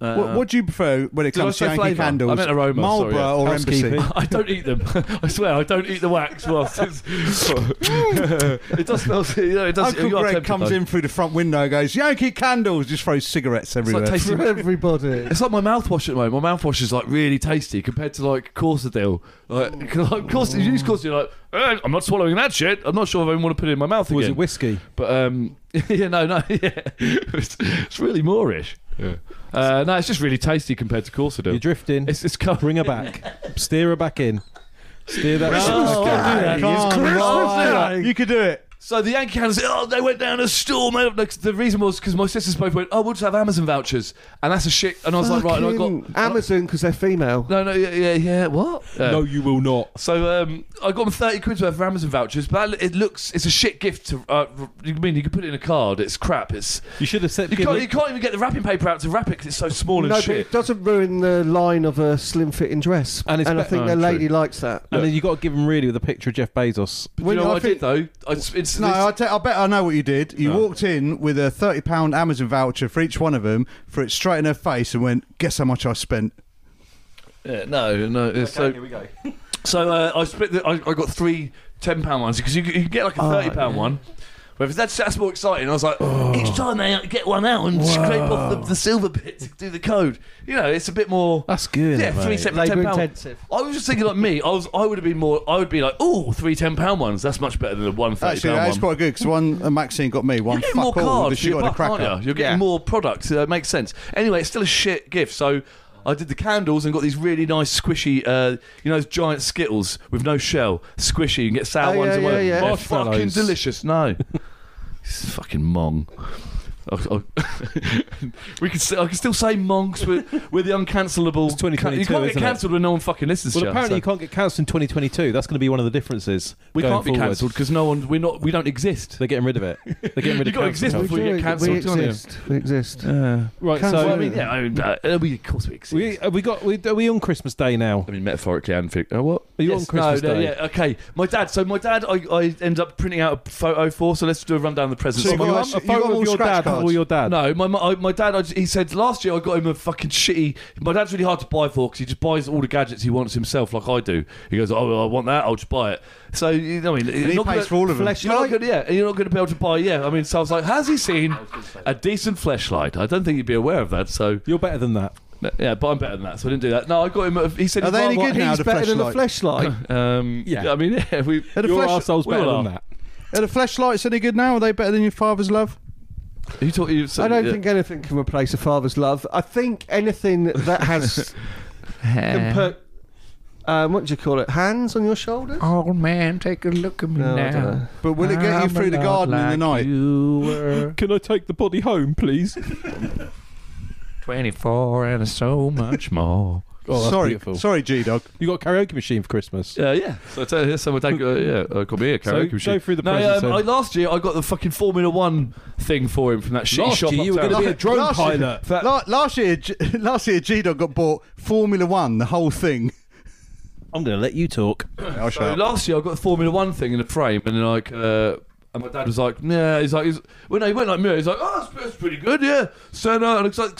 Uh,
What, what do you prefer when it
Did I
comes
say
to Yankee
flavour?
candles?
I meant aroma,
Marlboro
sorry, yeah.
or
Housekeeping.
Embassy?
I don't eat them. I swear, I don't eat the wax. Whilst it's, it does smell. You know, it does.
Uncle
you are
Greg
tempted,
comes
though.
in through the front window, and goes Yankee candles, just throws cigarettes
It's
everywhere.
like tasting.
For everybody.
It's like my mouthwash at the moment. My mouthwash is like really tasty compared to like Corsadil. Like, 'cause, like Corsadil, you use Corsadil, you're like, eh, I'm not swallowing that shit. I'm not sure if I even want to put it in my mouth
Was
again.
it whiskey?
But um, yeah, no, no, yeah, it's, it's really Moorish. Uh, no, it's just really tasty compared to
You're
Corsadil.
drifting.
It's it's covered.
Bring her back. Steer her back in. Steer that.
Oh, I'll do that.
Come on. You could do it.
So the Yankee candles, oh, they went down a storm. And the- The reason was because my sisters both went, oh, we'll just have Amazon vouchers, and that's a shit. And I was like, right, and I
Fucking
got
Amazon because they're female.
No, no, yeah, yeah, yeah. What? Uh,
No, you will not.
So um, I got them thirty quid's worth of Amazon vouchers, but that, it looks—it's a shit gift. To, uh, you mean you can put it in a card? It's crap. It's
You should have said.
you can't, you can't even get the wrapping paper out to wrap it because it's so small and
No, but
shit.
it doesn't ruin the line of a slim fitting dress.
And
And,
it's
I
be-
think
oh,
their
true.
lady likes that.
and then you got to give him really with a picture of Jeff Bezos.
But
Well,
you know
no,
what I,
I
did though? I, it's, it's,
No, I, te- I bet I know what you did. You
No.
walked in with a thirty-pound Amazon voucher for each one of them, threw it straight in her face, and went, "Guess how much I spent."
yeah, no, no. it's so here we go. so uh, I split. The, I, I got three ten pound ones because you, c- you can get like a
Oh,
thirty pound one. But if that's, that's more exciting. I was like, each time they get one out and scrape off the, the silver bit to do the code. You know, it's a bit more.
That's good.
Yeah, three separate ten pound. I was just thinking, like me, I was, I would have been more. I would be like, oh, three ten pound ones. That's much better than the one thirty
Actually,
pound
that's
one.
quite good because one uh, Maxine got me one
You're getting
fuck
more
all
cards.
because she
for your
got a
buck, aren't
cracker.
you? You're getting
Yeah.
more products. So that makes sense. Anyway, it's still a shit gift. So I did the candles and got these really nice squishy, uh, you know, those giant Skittles with no shell, squishy, and get sour
Oh,
ones.
yeah,
and
yeah,
whatever.
yeah.
They're
Marshmallows.
fucking delicious. No, it's fucking mong. I- I- we can still, I can still say monks. We're, we're the uncancelable.
It's 2022,
You can't get
isn't it?
cancelled when no one fucking listens
Well,
to you,
apparently
so-
you can't get cancelled in 2022. That's going to be one of the differences.
we
going
can't be
forward.
cancelled because no one. We're not. We don't exist.
They're getting rid of it. They're getting rid
You
of
gotta
cancel
exist
culture.
before you get
we
cancelled, can't you?
exist. We exist.
Right,
Cancel
Well,
so
I mean, yeah. I mean, uh, we, of course we exist.
we, have we got? We, are we on Christmas Day now?
I mean, metaphorically and fic- Oh, what?
Are you on Christmas
no, no,
Day?
Yeah, okay. My dad. So my dad, I, I ended up printing out a photo for. So let's do a rundown of the presents.
So
Oh,
you
my
got
mum-
sh-
a
you got
photo
all
of your
scratch
dad
cards?
or your dad?
no, my mu- I, my dad. I, he said last year I got him a fucking shitty. My dad's really hard to buy for because he just buys all the gadgets he wants himself, like I do. He goes, "Oh, well, I want that. I'll just buy it." So you know, I mean,
And he
not
pays
gonna-
for all of them.
You're not gonna, yeah, and you're not going to be able to buy. Yeah, I mean, so I was like, "Has he seen a decent flashlight?" I don't think he'd be aware of that. So
You're better than that.
yeah, but I'm better than that. So I didn't do that. No, I got him. A, he said,
Are
he'd
they any
rather-
good now?
He's
the
better than a
fleshlight.
fleshlight.
Um, yeah,
Yeah.
I mean, yeah, we.
Are the
Your
flesh-
arsehole's
we
better
all
than
are.
that.
Are the flashlights any good now? Are they better than your father's love?
Who taught you? So,
I don't
yeah.
think anything can replace a father's love. I think anything that has can put um, what do you call it? Hands on your shoulders.
Oh man, take a look at me
No, I don't
now.
know.
But will it get you
I'm
through the
not
garden in the
like
night?
You were
Can I take the body home, please?
24 and so much more.
Oh, that's
sorry,
beautiful.
sorry, G Dog.
You got a karaoke machine for Christmas.
Yeah, Uh, yeah. So I tell you, someone take uh, yeah, uh, call me a
So
karaoke
go
machine.
through the
No,
presents.
um,
then.
I, last year I got the fucking Formula One thing for him from that shitty
Last
shop.
year you were
uptown.
gonna be a drone
last
pilot.
Year, la- last year, G- last year, G Dog got bought Formula One, the whole thing.
I'm going to let you talk.
I'll show
So
up.
last year I got the Formula One thing in a frame, and then like, uh, and my dad was like, "Nah," he's like, he's, "When he went like me, he's like, oh, that's, that's pretty good, yeah." So no, and it's like,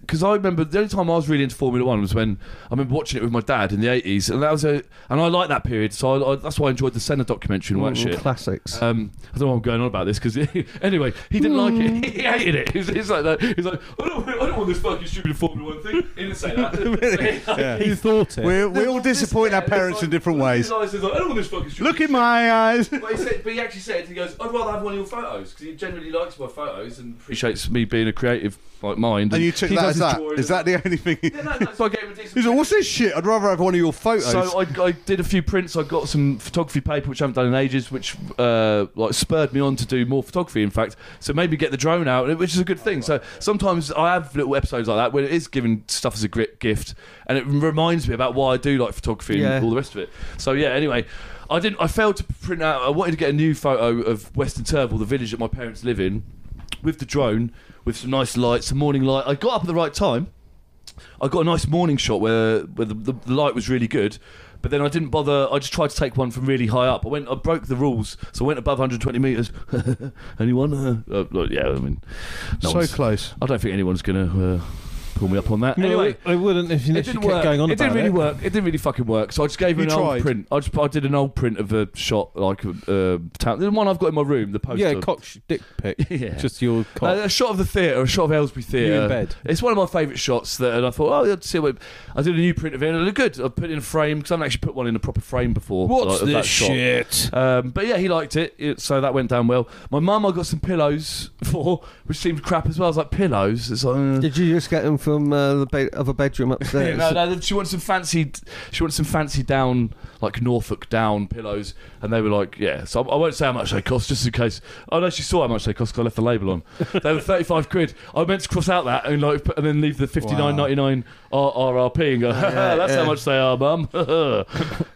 because I remember the only time I was really into Formula One was when I remember watching it with my dad in the eighties, and that was a, and I like that period, so I, I, that's why I enjoyed the Senna documentary and all that shit.
Classics.
Um, I don't know why I'm going on about this because anyway, he didn't
Hmm.
like it. He hated it. He's, he's like that. He's like, I don't, I don't want this fucking stupid Formula One thing. He didn't say that.
He thought it.
We're, we all
This-
disappoint our
yeah,
parents
it's
in
like-
different ways.
His eyes is like, I don't want this fucking stupid
Look in my eyes.
but he, said, but he actually said, he goes, I'd rather have one of your photos because he generally likes my photos and appreciates me being a creative like mind.
And you took
he
that
does
as
his
that?
drawing
Is that
and-
the only thing?
Yeah, no, no, so I gave him a decent
He's like, what's this shit? I'd rather have one of your photos.
so I, I did a few prints. I got some photography paper which I haven't done in ages, which uh, like spurred me on to do more photography. In fact, so maybe get the drone out, which is a good thing. So sometimes I have little episodes like that where it is giving stuff as a gri- gift, and it reminds me about why I do like photography
Yeah.
and all the rest of it. So yeah, anyway. I didn't. I failed to print out. I wanted to get a new photo of Western Turville, the village that my parents live in, with the drone, with some nice lights, some morning light. I got up at the right time, I got a nice morning shot where where the, the, the light was really good, but then I didn't bother. I just tried to take one from really high up. I went, I broke the rules, so I went above 120 meters. Anyone? Uh, uh, look, yeah, I mean, no one's-
close.
I don't think anyone's gonna uh, pull me up on that. Anyway.
I wouldn't if you
It
if you
didn't
kept
work.
going on
it didn't
about
really
it.
work. It didn't really fucking work. So I just gave him
You
an
tried.
old print. I just I did an old print of a shot like uh, town. The one I've got in my room. The poster.
Yeah, cock sh- dick pic.
Yeah.
Just your cock.
Uh, a shot of the theatre, a shot of Aylesbury Theatre.
You in bed?
It's one of my favourite shots that, and I thought, oh, I'd see what. I did a new print of it, and it looked good. I put it in a frame because I haven't actually put one in a proper frame before. like, of that shot. Um, but yeah, he liked it, it, so that went down well. My mum, I got some pillows for, which seemed crap as well. I was like, pillows? It's like, uh,
Did you just get them from uh, the be- other bedroom upstairs?
no, no, she wants some fancy, she wants some fancy down, like Norfolk down pillows, and they were like, yeah. So I, I won't say how much they cost, just in case. Oh no, she saw how much they cost because I left the label on. they were thirty-five quid. I meant to cross out that and like, put- and then leave the fifty-nine ninety-nine RRP and go. "Ha, ha, That's how much they are, mum. um, but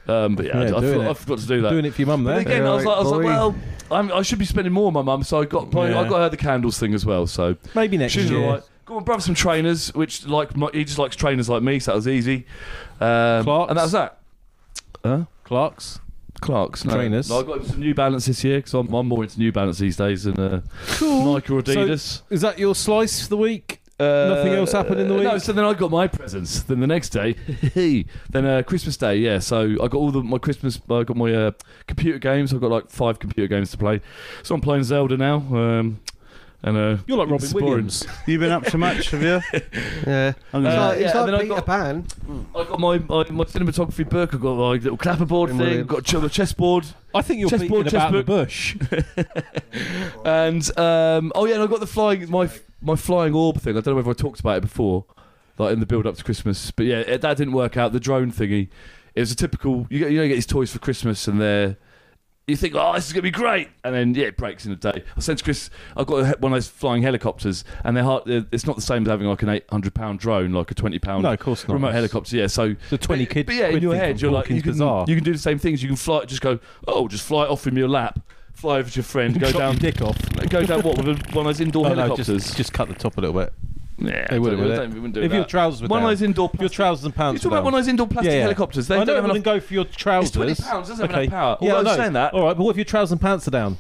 yeah, I,
Yeah,
I,
doing
forgot,
it.
I forgot to do that.
Doing it for your mum
But
there.
again, I was,
Right,
like, I was like,
boy.
well, I'm, I should be spending more on my mum, so I got probably, I
Yeah.
got her the candles thing as well. So
Maybe next
She's
year.
alright. Got my brother some trainers, which like my, he just likes trainers like me, so that was easy. Um,
Clarks?
and that was that. Huh?
Clark's.
Clark's no.
Trainers?
No, I got him some New Balance this year because I'm, I'm more into New Balance these days than uh, Nike or Adidas.
Is that your slice for the week?
Uh,
Nothing else happened in the
No,
week?
so then I got my presents. Then the next day, then uh, Christmas Day, yeah. So I got all the my Christmas. I got my uh, computer games. I've got like five computer games to play. So I'm playing Zelda now. Um, and uh,
You're like Robin
exploring.
Williams.
You've been up to much, have you?
Yeah.
I'm
It's
gonna-
like,
yeah,
it's
and then I
like Peter
got- Oh,
Pan.
I got my, my, my cinematography book. I got my little clapperboard thing.
Brilliant.
Got ch- the chessboard,
I think you're
Chessboard,
beating about the
chessbook.
bush.
and um, oh yeah, and I got the flying my my flying orb thing. I don't know whether I talked about it before, like in the build up to Christmas. But yeah, it, that didn't work out. The drone thingy. It was a typical. You get you know you get these toys for Christmas, and they're you think oh this is gonna be great, and then yeah it breaks in a day. I sent to Chris. I got a he- one of those flying helicopters, and they're hard. they're- It's not the same as having like an eight hundred pound drone, like a twenty pound
No, of course not.
remote helicopter. Yeah, so
The 20 kid.
But yeah, in
quid
your
thing
head,
from
you're like, you
Hawkins
can,
Bazaar.
you can do the same things. You can fly, just go, oh, just fly it off from your lap, fly over to your friend, go
Chop
down,
your dick off.
go down what with a, one of those indoor
Oh, no,
helicopters.
just, just cut the top a little bit.
yeah,
They wouldn't,
I
would
don't-
they?
I don't- we wouldn't do
If
that.
your trousers were
one
down.
of those indoor
Your
plastic.
trousers and
You
pants.
talk about one of
those.
those indoor plastic
Yeah, yeah.
helicopters. They
I know
don't
it
have
wouldn't
enough.
go for your trousers.
£20, doesn't have
okay.
enough power.
Yeah,
Although
I know.
saying that-
All right, but what if your trousers and pants are down?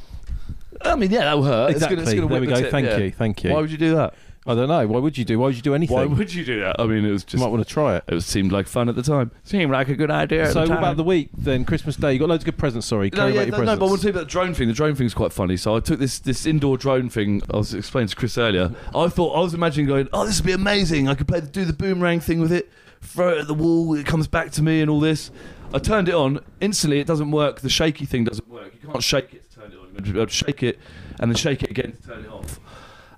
I mean, yeah, that will hurt.
Exactly.
It's gonna, it's gonna
there
whip
we
the
go.
tip,
Thank
yeah.
you. Thank you.
Why would you do that?
I don't know. Why would you do? Why would you do anything?
Why would you do that? I mean, it was
you
just
might want to try it.
it seemed like fun at the time. Seemed like a good idea.
So
at the
what
time.
about the week then? Christmas Day. You got loads of good presents. Sorry,
No,
Carry
yeah,
about your
no, no,
presents.
but I want to talk about the drone thing. The drone thing's quite funny. So I took this this indoor drone thing. I was explaining to Chris earlier. I thought I was imagining going, oh, this would be amazing. I could play do the boomerang thing with it, throw it at the wall, it comes back to me, and all this. I turned it on instantly. It doesn't work. The shaky thing doesn't work. You can't shake it to turn it on. You have to be able to shake it and then shake it again to turn it off.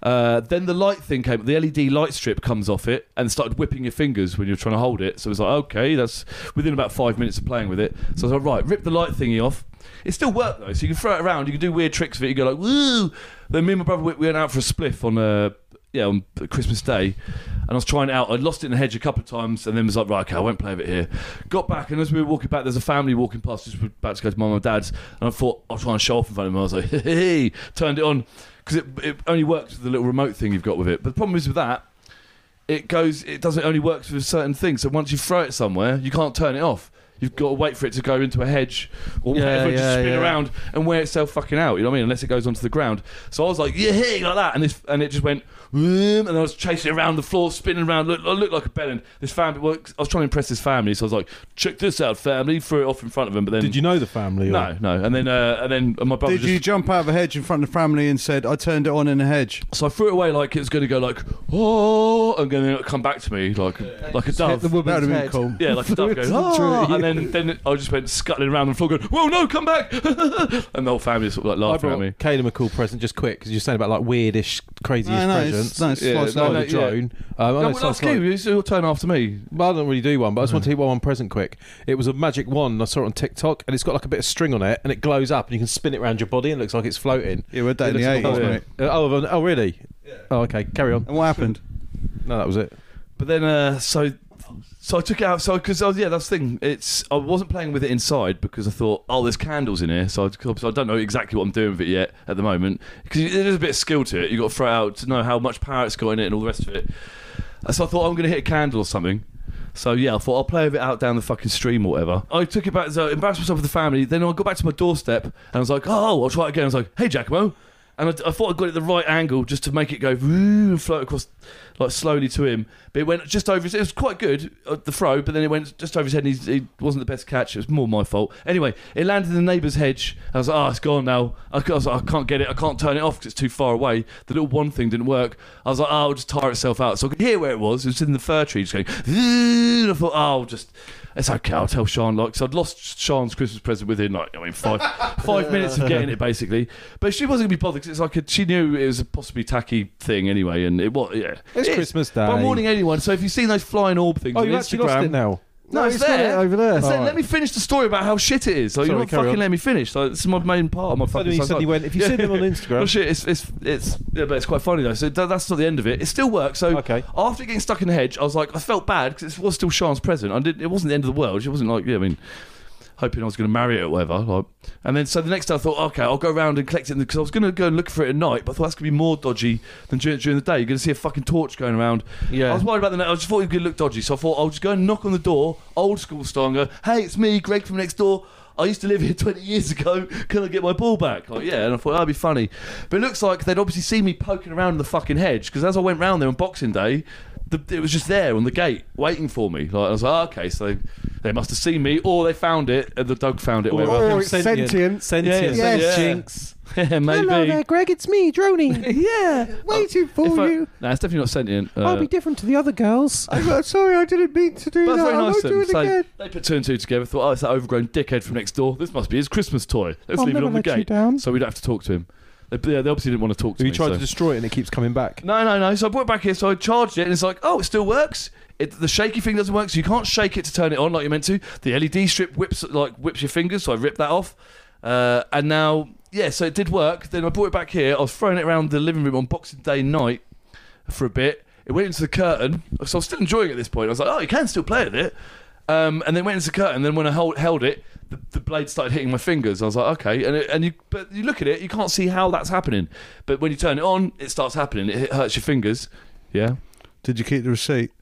Uh, then the light thing came, the LED light strip comes off it and started whipping your fingers when you're trying to hold it. So it's like, okay, that's within about five minutes of playing with it. So I was like, right, rip the light thingy off. It still worked though, so you can throw it around, you can do weird tricks with it. You go like, woo! Then me and my brother we we went out for a spliff on uh, yeah on Christmas Day, and I was trying it out. I lost it in the hedge a couple of times, and then was like, right, okay, I won't play with it here. Got back, and as we were walking back, there's a family walking past, just about to go to my mum and dad's, and I thought I'll try and show off in front of them. I was like, hey, hey, hey. turned it on because it, it only works with the little remote thing you've got with it. But the problem is with that, it goes, it doesn't it only works with certain things. So once you throw it somewhere, you can't turn it off. You've got to wait for it to go into a hedge or
Yeah,
whatever, just
yeah,
spin
yeah.
around and wear itself fucking out. You know what I mean? Unless it goes onto the ground. So I was like, yeah, hey, like that, and this, and it just went, "Vroom," and I was chasing it around the floor, spinning around. Look, I looked like a bellend. This family, well, I was trying to impress this family, so I was like, check this out, family. Threw it off in front of them, but then
Did you know the family? Or?
No, no, and then uh, and then my brother
Did
just
you jump out of a hedge in front of the family and said, I turned it on in a hedge?
So I threw it away like it was going to go like oh, and then it'll come back to me like like a
Hit the
That
dove.
woman's
would have been
head.
cool.
Yeah, like a dove goes, oh, and then, then I just went scuttling around the floor going, whoa, no, come back! and the whole family sort of like
I
laughing
brought
at me.
Caleb a cool present just quick because you're saying about like weirdish, craziest
No, no, it's-
presents.
no, it's
Yeah,
slice
no,
Like
of
no,
the
life.
yeah.
drone. Um, I know
No,
it
well,
sounds
ask you,
like-
it's your turn after me.
well, I don't really do one, but I just want to tell you about one present quick. It was a magic wand I saw it on TikTok, and it's got like a bit of string on it, and it glows up, and you can spin it around your body, and it looks like it's floating.
Yeah, we're
It
dating the
looks
80s,
cool.
yeah.
mate.
Uh, oh, oh, really? Oh, okay. Carry on.
And what happened?
No, that was it.
But then, uh, so so I took it out. So because I was yeah, that's the thing. It's I wasn't playing with it inside because I thought, oh, there's candles in here. So I, so I don't know exactly what I'm doing with it yet at the moment because there's a bit of skill to it. You have got to throw it out to know how much power it's got in it and all the rest of it. And so I thought I'm going to hit a candle or something. So yeah, I thought I'll play with it out down the fucking stream or whatever. I took it back, so I embarrassed myself with the family. Then I got back to my doorstep and I was like, oh, I'll try it again. I was like, hey, Giacomo. And I, I thought I got it at the right angle just to make it go "Woo," and float across like slowly to him. But it went just over his. It was quite good uh, the throw, but then it went just over his head. and he's, It wasn't the best catch. It was more my fault. Anyway, it landed in the neighbour's hedge. I was like, oh, it's gone now. I, c- I was like, I can't get it. I can't turn it off because it's too far away. The little one thing didn't work. I was like, oh, it'll just tire itself out. So I could hear where it was. It was in the fir tree, just going. "Vroom." I thought, oh, I'll just. It's okay. I'll tell Sean. Like, so I'd lost Sean's Christmas present within like I mean five five minutes of getting it basically. But she wasn't gonna be bothered 'cause it's like a, she knew it was a possibly tacky thing anyway, and it was yeah.
It's Christmas Day.
But I'm warning anyone. So if you've seen those flying orb things
Oh,
on
you actually lost
Instagram,
it now.
no, it's,
not
there.
over there.
It's there.
Alright.
Let me finish the story about how shit it is. Like,
Sorry,
you're not
carry
fucking
on.
letting me finish. So this is my main part of my fucking.
Suddenly,
so I was
suddenly
like-
went. If you see them on
Oh
Instagram,
shit! It's it's it's yeah, but it's quite funny though. So tha- that's not the end of it. It still works. So
Okay.
after getting stuck in the hedge, I was like, I felt bad because it was still Sean's present. I did. It wasn't the end of the world. It wasn't like yeah, I mean, hoping I was going to marry it or whatever. Like, and then so the next day I thought, okay, I'll go around and collect it because I was going to go and look for it at night, but I thought that's going to be more dodgy than during, during the day. You're going to see a fucking torch going around.
Yeah.
I was worried about the night. I just thought it would look dodgy, so I thought I'll just go and knock on the door, old school style, and go, hey, it's me, Greg from next door. I used to live here 20 years ago. Can I get my ball back? Like, yeah, and I thought that'd be funny. But it looks like they'd obviously seen me poking around the fucking hedge because as I went round there on Boxing Day, the, it was just there on the gate waiting for me. Like, I was like, oh, okay, so they, they must have seen me or they found it and the dog found it. Or, whatever.
Or it's sentient.
Sentient.
Yeah,
yeah.
Oh, Jinx.
Yeah, maybe.
Greg. It's me, Droney.
Yeah.
Waiting for
If I-
you.
No, it's definitely not sentient.
I'll
Uh,
be different to the other girls. I'm not- sorry, I didn't mean to do
But
that.
that's very
I
nice
won't
of
do
them.
it
So
again.
they put two and two together. Thought, oh, it's that overgrown dickhead from next door. This must be his Christmas toy. Let's
I'll
leave it
never
on the
let you
gate
down.
so we don't have to talk to him. They, yeah, they obviously didn't want to talk to
Who you
me.
tried
so-
to destroy it and it keeps coming back.
No, no, no. So I brought it back here. So I charged it, and it's like, oh, it still works. It, the shaky thing doesn't work, so you can't shake it to turn it on like you're meant to. The LED strip whips like whips your fingers, so I ripped that off. Uh, and now, yeah, so it did work. Then I brought it back here. I was throwing it around the living room on Boxing Day night for a bit. It went into the curtain, so I was still enjoying it at this point. I was like, oh, you can still play with it. Um, and then went into the curtain. Then when I hold, held it, the, the blade started hitting my fingers. I was like, okay. And it, and you, but you look at it, you can't see how that's happening. But when you turn it on, it starts happening. It, it hurts your fingers. Yeah.
Did you keep the receipt?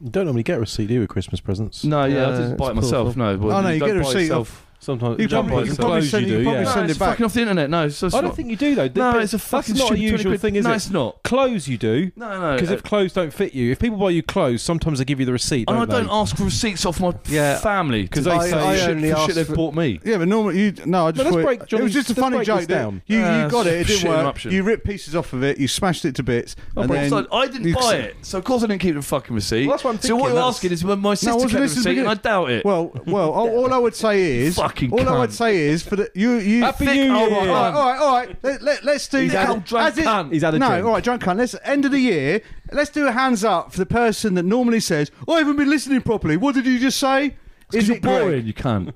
You don't normally get a receipt, do you, with Christmas presents?
No, yeah, I
Yeah,
didn't
it's
buy it Uh, myself. No, well,
Oh, no, you
don't
get a
buy
receipt
yourself.
Sometimes
You
you don't
probably-
buy
you
it.
probably
Clothes
send- you
do,
probably
yeah.
No,
send
it's
it back.
fucking off the internet. No, so it's
I
not-
don't think you do though.
No,
They-
it's a fucking
that's not a
stupid 20
usual
quid.
thing, is
no,
it?
it's not.
Clothes you do
No, no.
because
uh,
if clothes don't fit you, if people buy you clothes, sometimes they give you the receipt.
Oh,
and
Don't
I don't ask for receipts off my
Yeah.
family because
they
they
I-
say
I
shit,
only
for
ask
shit they've
for-
bought me.
Yeah, but normally you no. I just
let's
thought-
break
it
Johnny's-
was just a
let's
funny
break
joke.
this
that
down.
You, you
Uh,
got it. It
shit
didn't work.
interruption.
You ripped pieces off of it. You smashed it to bits.
Oh,
and
but
then
also, I didn't
you-
buy it, so of course I didn't keep the fucking receipt.
Well, that's what I'm
So what
thinking,
you're
that's-
asking is when my sister
wasn't
kept the
this the
receipt, and I
beginning?
doubt it.
Well, well. all, all I would say is,
Fuck fucking
All I
cunt.
would say is for the you you
Happy
thick-
New
all right,
Year.
all right, all right, all right. Let, let, let's do
He's
that.
had a drunk
it-
cunt. He's had a
no,
drink.
all right, drunk cunt. Let's end of the year. Let's do a hands up for the person that normally says, "I haven't been listening properly." What did you just say?
Because you're
it Greg?
boring, you can't.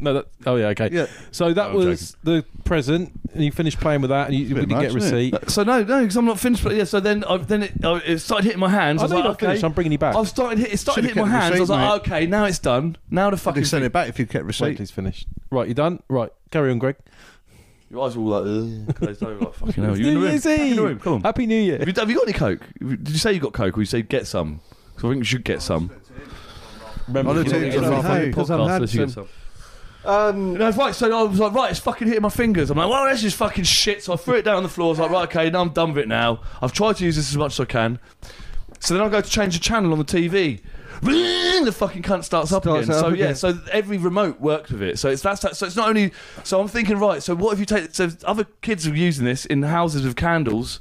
No, that. Oh yeah, okay.
Yeah.
So that
I'm
was the present, and you finished playing with that, and you, you
bit
didn't get a
much, isn't it?
receipt.
so no, no, because I'm not finished. But yeah, so then I've then it, I, it started hitting my hands.
I
I was
know you're
like,
not
okay,
finished. I'm bringing you back.
I've started hit, it started
Should've
hitting my
kept the
hands. I was
receipt,
like, okay, now it's done. Now the
I'd
fucking
have sent it back if you kept
Wait,
receipt.
till he's finished. Right, you done? Right, carry on, Greg.
Your eyes were all like, ugh, closed over, like fucking hell.
It's
You're in
New
the room.
Year's
Back in the
Eve.
room. Come on.
Happy New Year.
Have you, have you got any coke? Have you- Did you say you got coke, or you said get some? 'Cause I think you should get some.
Remember,
I'll
you're
do
not
it
gonna
for
get
half
any
an hour.
podcast unless you get some.
Um,
No, right. So I was like, right, it's fucking hitting my fingers. I'm like, well, that's just fucking shit. So I threw it down on the floor. I was like, right, okay, now I'm done with it. Now I've tried to use this as much as I can. So then I go to change the channel on the TV. The fucking cunt starts up
Starts
again.
up
so yeah,
again.
so every remote worked with it. So it's that's that. So it's not only. So I'm thinking, right. So what if you take? So other kids are using this in houses with candles,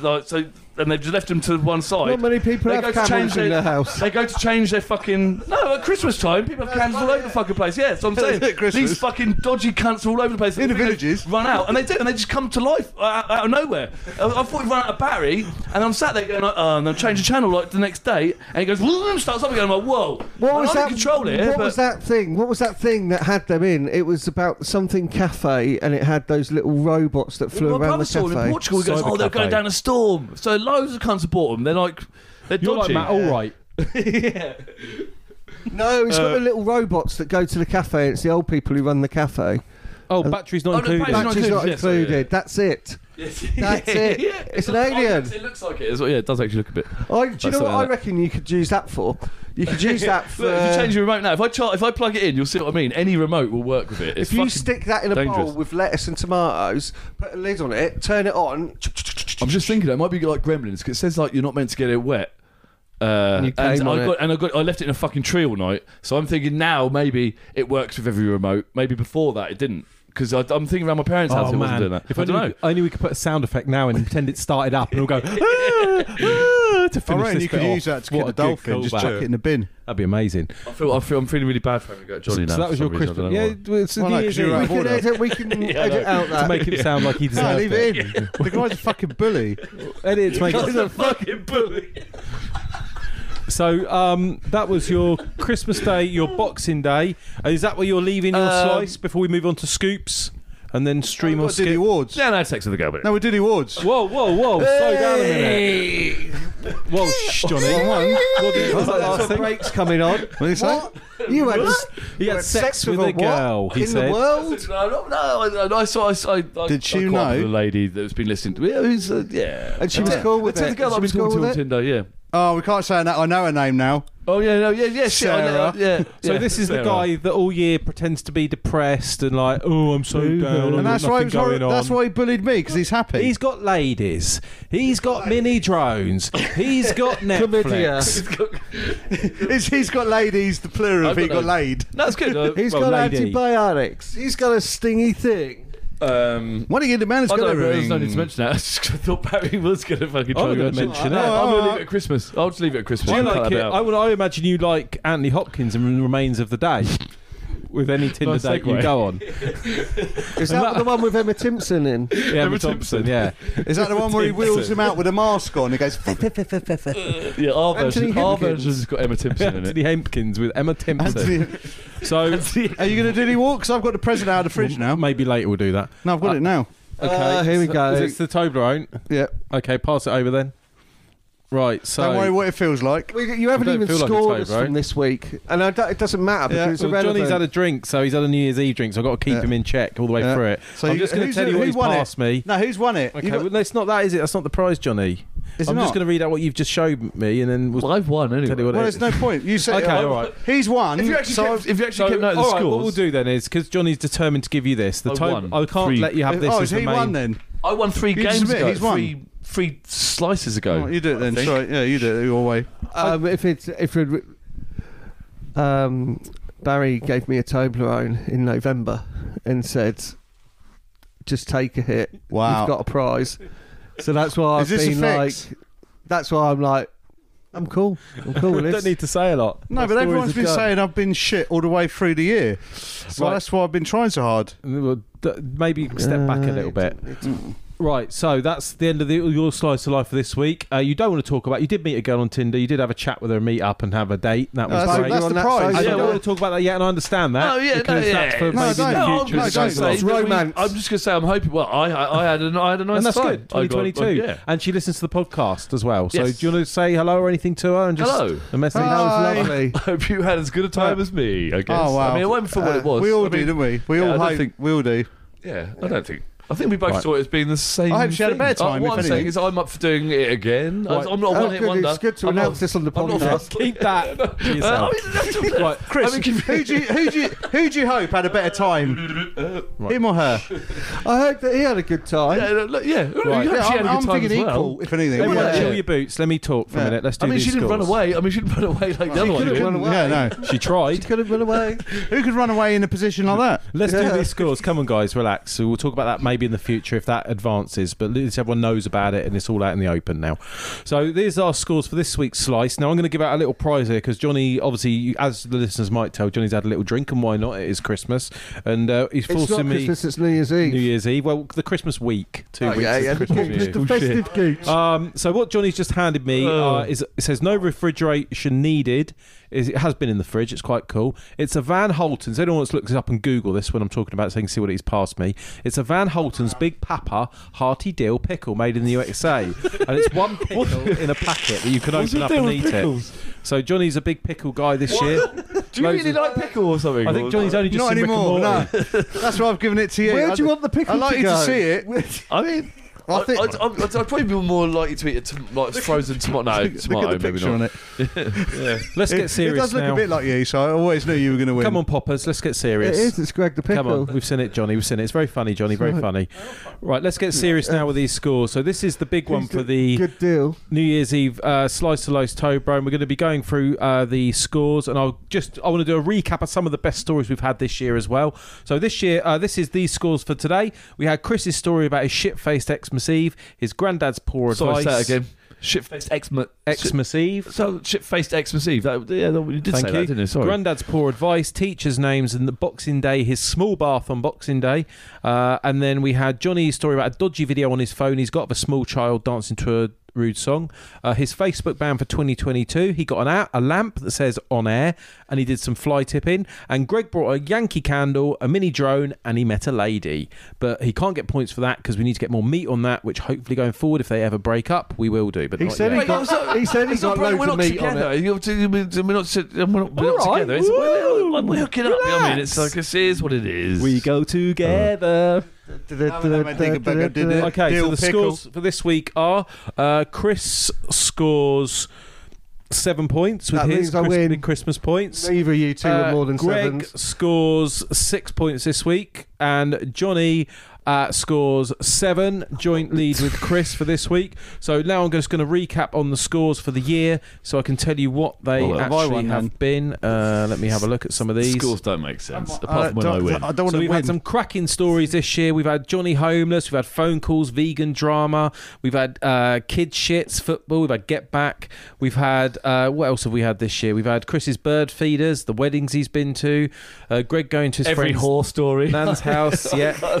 like so, and they've just left them to one side.
not many people
They
have
go to
cameras
change
in
their-
their house.
They go to change their fucking no at Christmas time. People have candles all over the fucking place. Yeah, so I'm saying
At Christmas.
these fucking dodgy cunts are all over the place.
In the
They
villages.
run out, and they do, and they just come to life uh, out out of nowhere. I, I thought we run out of battery, and I'm sat there going, like, oh, and I change the channel like the next day, and it goes, "Vroom," starts up again. I'm like, whoa,
What was
I'm
that?
Control it,
what
but
was that thing? What was that thing that had them in? It was about something cafe, and it had those little robots that flew
my
around
brother
the
saw them
cafe.
in Portugal. He goes,
Cyber
oh, they're
cafe.
going down a storm. So loads of cunts have bought them. They're like, they're
You're like
dodgy.
Matt, all right.
yeah.
no, it's got
Uh,
the little robots that go to the cafe. And it's the old people who run the cafe.
Oh, battery's
Oh, no,
not
battery's
included.
not-
Batteries not
included, yes, sorry,
included.
yeah.
That's it.
Yes.
That's it.
Yeah.
It's an
does- oh,
alien. Oh,
It looks like it. as well. Yeah, it does actually look a bit.
I, do you know
something
what I
like that.
reckon you could use that for? You could use that for.
Look, if you change your remote now, if I char- if I plug it in, you'll see what I mean. Any remote will work with it. It's
if you
fucking-
stick that in a bowl
dangerous.
with lettuce and tomatoes, put a lid on it, turn it on.
I'm just thinking it might be like Gremlins because it says like you're not meant to get it wet. Uh,
You
and
came on
I
it.
got and I got I left it in a fucking tree all night. So I'm thinking now maybe it works with every remote. Maybe before that it didn't because I'm thinking around my parents' house. it wasn't doing that.
Oh, If
I
only,
don't know.
we, only we could put a sound effect now and pretend it started up, and we'll go "Ah, ah,"
I
to finish
reckon
this
you could
bit
use
off.
that to get
What
the
a good
dolphin. Just
callback.
chuck it in the bin.
That'd be amazing.
I feel, I feel I'm feeling really bad for having got Johnny
So, that
now. for
was
some
your
reason. I
Christmas.
don't know
Yeah,
why.
well, it's
Why not?
the New
'Cause
Year's
you're
Eve.
out
We
of
can
order.
edit, we can edit out
to
that.
make him sound like he
No,
deserved
leave
it.
it in. The guy's a fucking bully.
Edit to make it.
a fucking bully.
So um, that was your Christmas Day, your Boxing Day. Uh, Is that where you're leaving your
Um,
slice before we move on to scoops and then stream or
What did he
skip?
awards?
Yeah, no, sex with the girl. but-
No, we did awards.
Whoa, whoa, whoa! Slow down a minute. Whoa, shh, Johnny. What did- was that last thing?
breaks coming on.
What did he say?
You had,
He had sex, with, a, girl.
What?
He
in
said.
the world?
No, no, no, I, I saw. I, I,
Did she
I caught up
know?
with The lady that's been listening to me. Who's, uh, yeah.
And she was cool with
That's
it.
the girl
She
I've been
was cool
talking to on
with it.
Tinder, yeah.
Oh, we can't say that. I know her name now.
Oh, yeah, no, yeah, yeah, shit. I
Sarah.
know, yeah,
So
yeah,
this is
Sarah.
the guy that all year pretends to be depressed and like, oh, I'm so down. I've
And
got
that's why, he
nothing
was
going
hor-
on.
that's why he bullied me, because he's happy.
He's got ladies. He's got mini drones. He's got
Chlamydia.
Netflix.
It's- he's got ladies, the plural of
I've
he
got
got
no-
laid.
No, it's good. Uh,
He's
Well,
got
lady.
antibiotics. He's got a stingy thing.
um,
What do you get the man has
I
got
don't know, there's
everything?
no need to mention that. I just thought Barry was going to fucking
I'm
try
not
to
going to mention
No,
that.
Oh,
I'm going to leave
oh,
it at Christmas. I'll just leave it at Christmas.
I
Cut
like
that
it.
out.
I would. I imagine you like Anthony Hopkins and Remains of the Day. With any Tinder
Nice
date
segue.
you go on,
Is that
that-
the one with Emma Timpson in?
yeah, Emma Thompson, yeah,
Is that the one where he wheels him out with a mask on? He goes, "Fuck."
yeah, our
Anthony
version, our
Hopkins.
version's got Emma Timpson in it.
Anthony Hopkins with Emma Timpson.
Anthony-
So
Are you going to do any walks? I've got the present out of the fridge now.
maybe later we'll do that.
No, I've got it now.
Okay,
Uh,
Ah, here we
so-
go.
Is it the Toblerone?
Yeah.
Okay, pass it over then. Right, so
Don't worry what it feels like.
We, you haven't
don't
even
feel like a
scored
type,
us
right?
from this week, and I don't, it doesn't matter because
Yeah.
it's
Well,
irrelevant.
Johnny's had a drink, so he's had a New Year's Eve drink, so I've got to keep
Yeah.
him in check all the way
Yeah.
through it.
So
I'm
you-
just going to
who's
tell
it-
you what
who
he's
won it?
passed me.
No, who's won it?
Okay,
You got-
well, that's not that, is it? That's not the prize, Johnny.
Is it
I'm
not?
just going to read out what you've just showed me, and then we'll
Well, I've won
tell you
anyway.
what
well,
it
there's
is.
no point. You said
Okay, all right.
he's won.
If you actually
so
kept, if you actually
So,
kept note of the
all right, what
scores,
we'll do then is because Johnny's determined to give you this. The
I
Tob-
won.
I can't
Three.
let you have this
oh,
as
is
the
he
main.
won then?
I won three
You
games
admit
ago.
he's won.
Three, three slices ago.
Oh, you do it then.
think.
Sorry. Yeah, you do it your way.
um, if it's if it, um, Barry gave me a Toblerone in November and said, "Just take a hit.
Wow.
You've got a prize." So that's why
Is
I've
this a
been
fix?
like, that's why I'm like, I'm cool. I'm cool with this.
Don't need to say a lot.
No,
My
but
stories
everyone's
are
been
done.
saying I've been shit all the way through the year. So
Right.
that's why I've been trying so hard.
Well, d- Maybe you can step back a little bit. mm. Right, so that's the end of the, your slice of life for this week. Uh, you don't want to talk about. You did meet a girl on Tinder. You did have a chat with her, meet up, and have a date. That
No,
was
that's
great.
that's Oh,
You're
the
on that
prize.
I
side.
you
Yeah,
don't
know.
want to talk about that yet, and I understand that.
No, yeah, no,
because that's
yeah.
for
No,
maybe
don't.
the
No,
future.
no,
as
don't.
well.
It's
romance.
I'm just gonna say I'm hoping. Well, I I, I had a, I had a nice
and that's
time.
good.
I got-
2022,
I- yeah.
and she listens to the podcast as well. So,
Yes.
do you want to say hello or anything to her and just
Hello.
a message?
Hi.
That was lovely.
I hope you had as good a time as me. I guess.
Oh, wow.
I mean, it wasn't for what it was.
We all
I
do,
mean,
didn't we? We
yeah, I
all
don't
hope.
think-
We all do.
Yeah, I don't think. I think we both saw it as being the same.
I hope she had a
thing.
better time,
Uh,
if
what I'm saying
anything.
is, I'm up for doing it again. I-
Right.
I'm not a
Oh,
one-hit
good,
wonder.
It's good to
I'm not-
announce this on the
I'm not
podcast.
fussed.
Keep that to
Uh, I
yourself.
mean, that's all-
Right,
Chris, I mean, can-
who do you, who do you, who do you hope had a better time? Him or her?
I hope that he had a good time.
yeah, look, yeah.
Right.
You
Yeah,
actually had
I'm,
a good
I'm
time
thinking
as well.
equal, if anything.
Everyone,
Yeah.
chill your boots. Let me talk for a
Yeah.
minute. Let's do
I mean,
these
she didn't run
scores.
away. I mean, she didn't run away like the other one
could've
did.
run away.
Yeah, no.
She tried.
Could have been away.
Who could run away in a position like that?
Let's
Yeah.
do these scores. Come on, guys, relax. So we'll talk about that maybe in the future if that advances. But at least everyone knows about it and it's all out in the open now. So these are scores for this week's slice. Now I'm going to give out a little prize here because Johnny, obviously, you- as the listeners might tell, Johnny's had a little drink and why not? It is Christmas, and uh, he's
It's not
forcing me
Christmas. It's New Year's Eve.
New Year's Eve. Well, the Christmas week, two
Oh,
weeks.
yeah,
is
yeah.
Christmas New
It's
Year.
the festive gooch.
Um, so what Johnny's just handed me uh, is it says no refrigeration needed. Is it has been in the fridge. It's quite cool. It's a Van Holtons. Anyone wants to look this up and Google this when I'm talking about it, so they can see what it is past me. It's a Van Holtons Big Papa Hearty Dill pickle made in the USA, and it's one pickle in a packet that you can open up and eat it. So Johnny's a big pickle guy this year.
Do you
Loads
really
of-
like pickle or something?
I think Johnny's only just
Not
seen Rick and
anymore.
Morty.
No. That's why I've given it to you.
Where
I'd-
do you want the pickle
I'd like
to
you
go?
to see it.
I mean,
I
I
think-
think I'd, I'd, I'd, I'd probably be more likely to eat a tom- like frozen tomato. No,
Look
tomato,
at the
maybe
picture
not.
on it.
Let's
It-
get serious
It does look
now.
a bit like you, so I always knew you were going to win.
Come on, poppers. Let's get
It
serious.
is. It's Greg the
Come on,
pickle.
we've seen it, Johnny. We've seen it. It's very funny, Johnny. Very funny. Right, let's get serious now with these scores. So this is the big one
He's
for
doing
the
good deal.
New Year's Eve uh, slice to loaves toe bro. And we're going to be going through uh, the scores, and I'll just I want to do a recap of some of the best stories we've had this year as well. So this year, uh, this is these scores for today. We had Chris's story about his shit-faced Xmas Eve, his granddad's poor
Sorry,
advice.
say that again. Shit-faced Xmas.
Xmas Eve.
So shit-faced Xmas Eve. That, yeah, that, you did
Thank
say
you.
that, didn't you? Sorry.
Granddad's poor advice, teachers' names, and the Boxing Day, his small bath on Boxing Day. Uh, and then we had Johnny's story about a dodgy video on his phone he's got of a small child dancing to a rude song. Uh, his Facebook ban for 2022, he got an a, a lamp that says on air, and he did some fly tipping. And Greg brought a Yankee candle, a mini drone, and he met a lady. But he can't get points for that because we need to get more meat on that, which hopefully going forward, if they ever break up, we will do. But
He
not
said
yet.
he got. he said he
It's not
got
right, we're
loads
not
of meat on it.
together. You're- We're not, we're not, we're not, we're not
All right.
together. It's, we're, we're, we're hooking up. you know what I mean, it's
Relax.
like it is what it is.
We go together.
Uh,
Okay,
Dill
so the
pickle.
scores for this week are uh, Chris scores seven points with
That
his
means I
Chris-
win.
big Christmas points.
Neither of you two
Uh,
were more than
Greg
sevens.
scores six points this week, and Johnny uh, scores seven, joint lead with Chris for this week. So now I'm just going to recap on the scores for the year, so I can tell you what they
Well,
have I
actually
won
have been. Uh, let me have a look at some of these.
Scores don't make sense
Uh,
apart from when I
don't-
win.
I don't want
So
to
we've
win.
had some cracking stories this year. We've had Johnny homeless. We've had phone calls, vegan drama. We've had uh, kid shits, football. We've had get back. We've had uh, what else have we had this year? We've had Chris's bird feeders, the weddings he's been to, uh, Greg going to his
Every
friend's
whore story.
Nan's house. Yeah,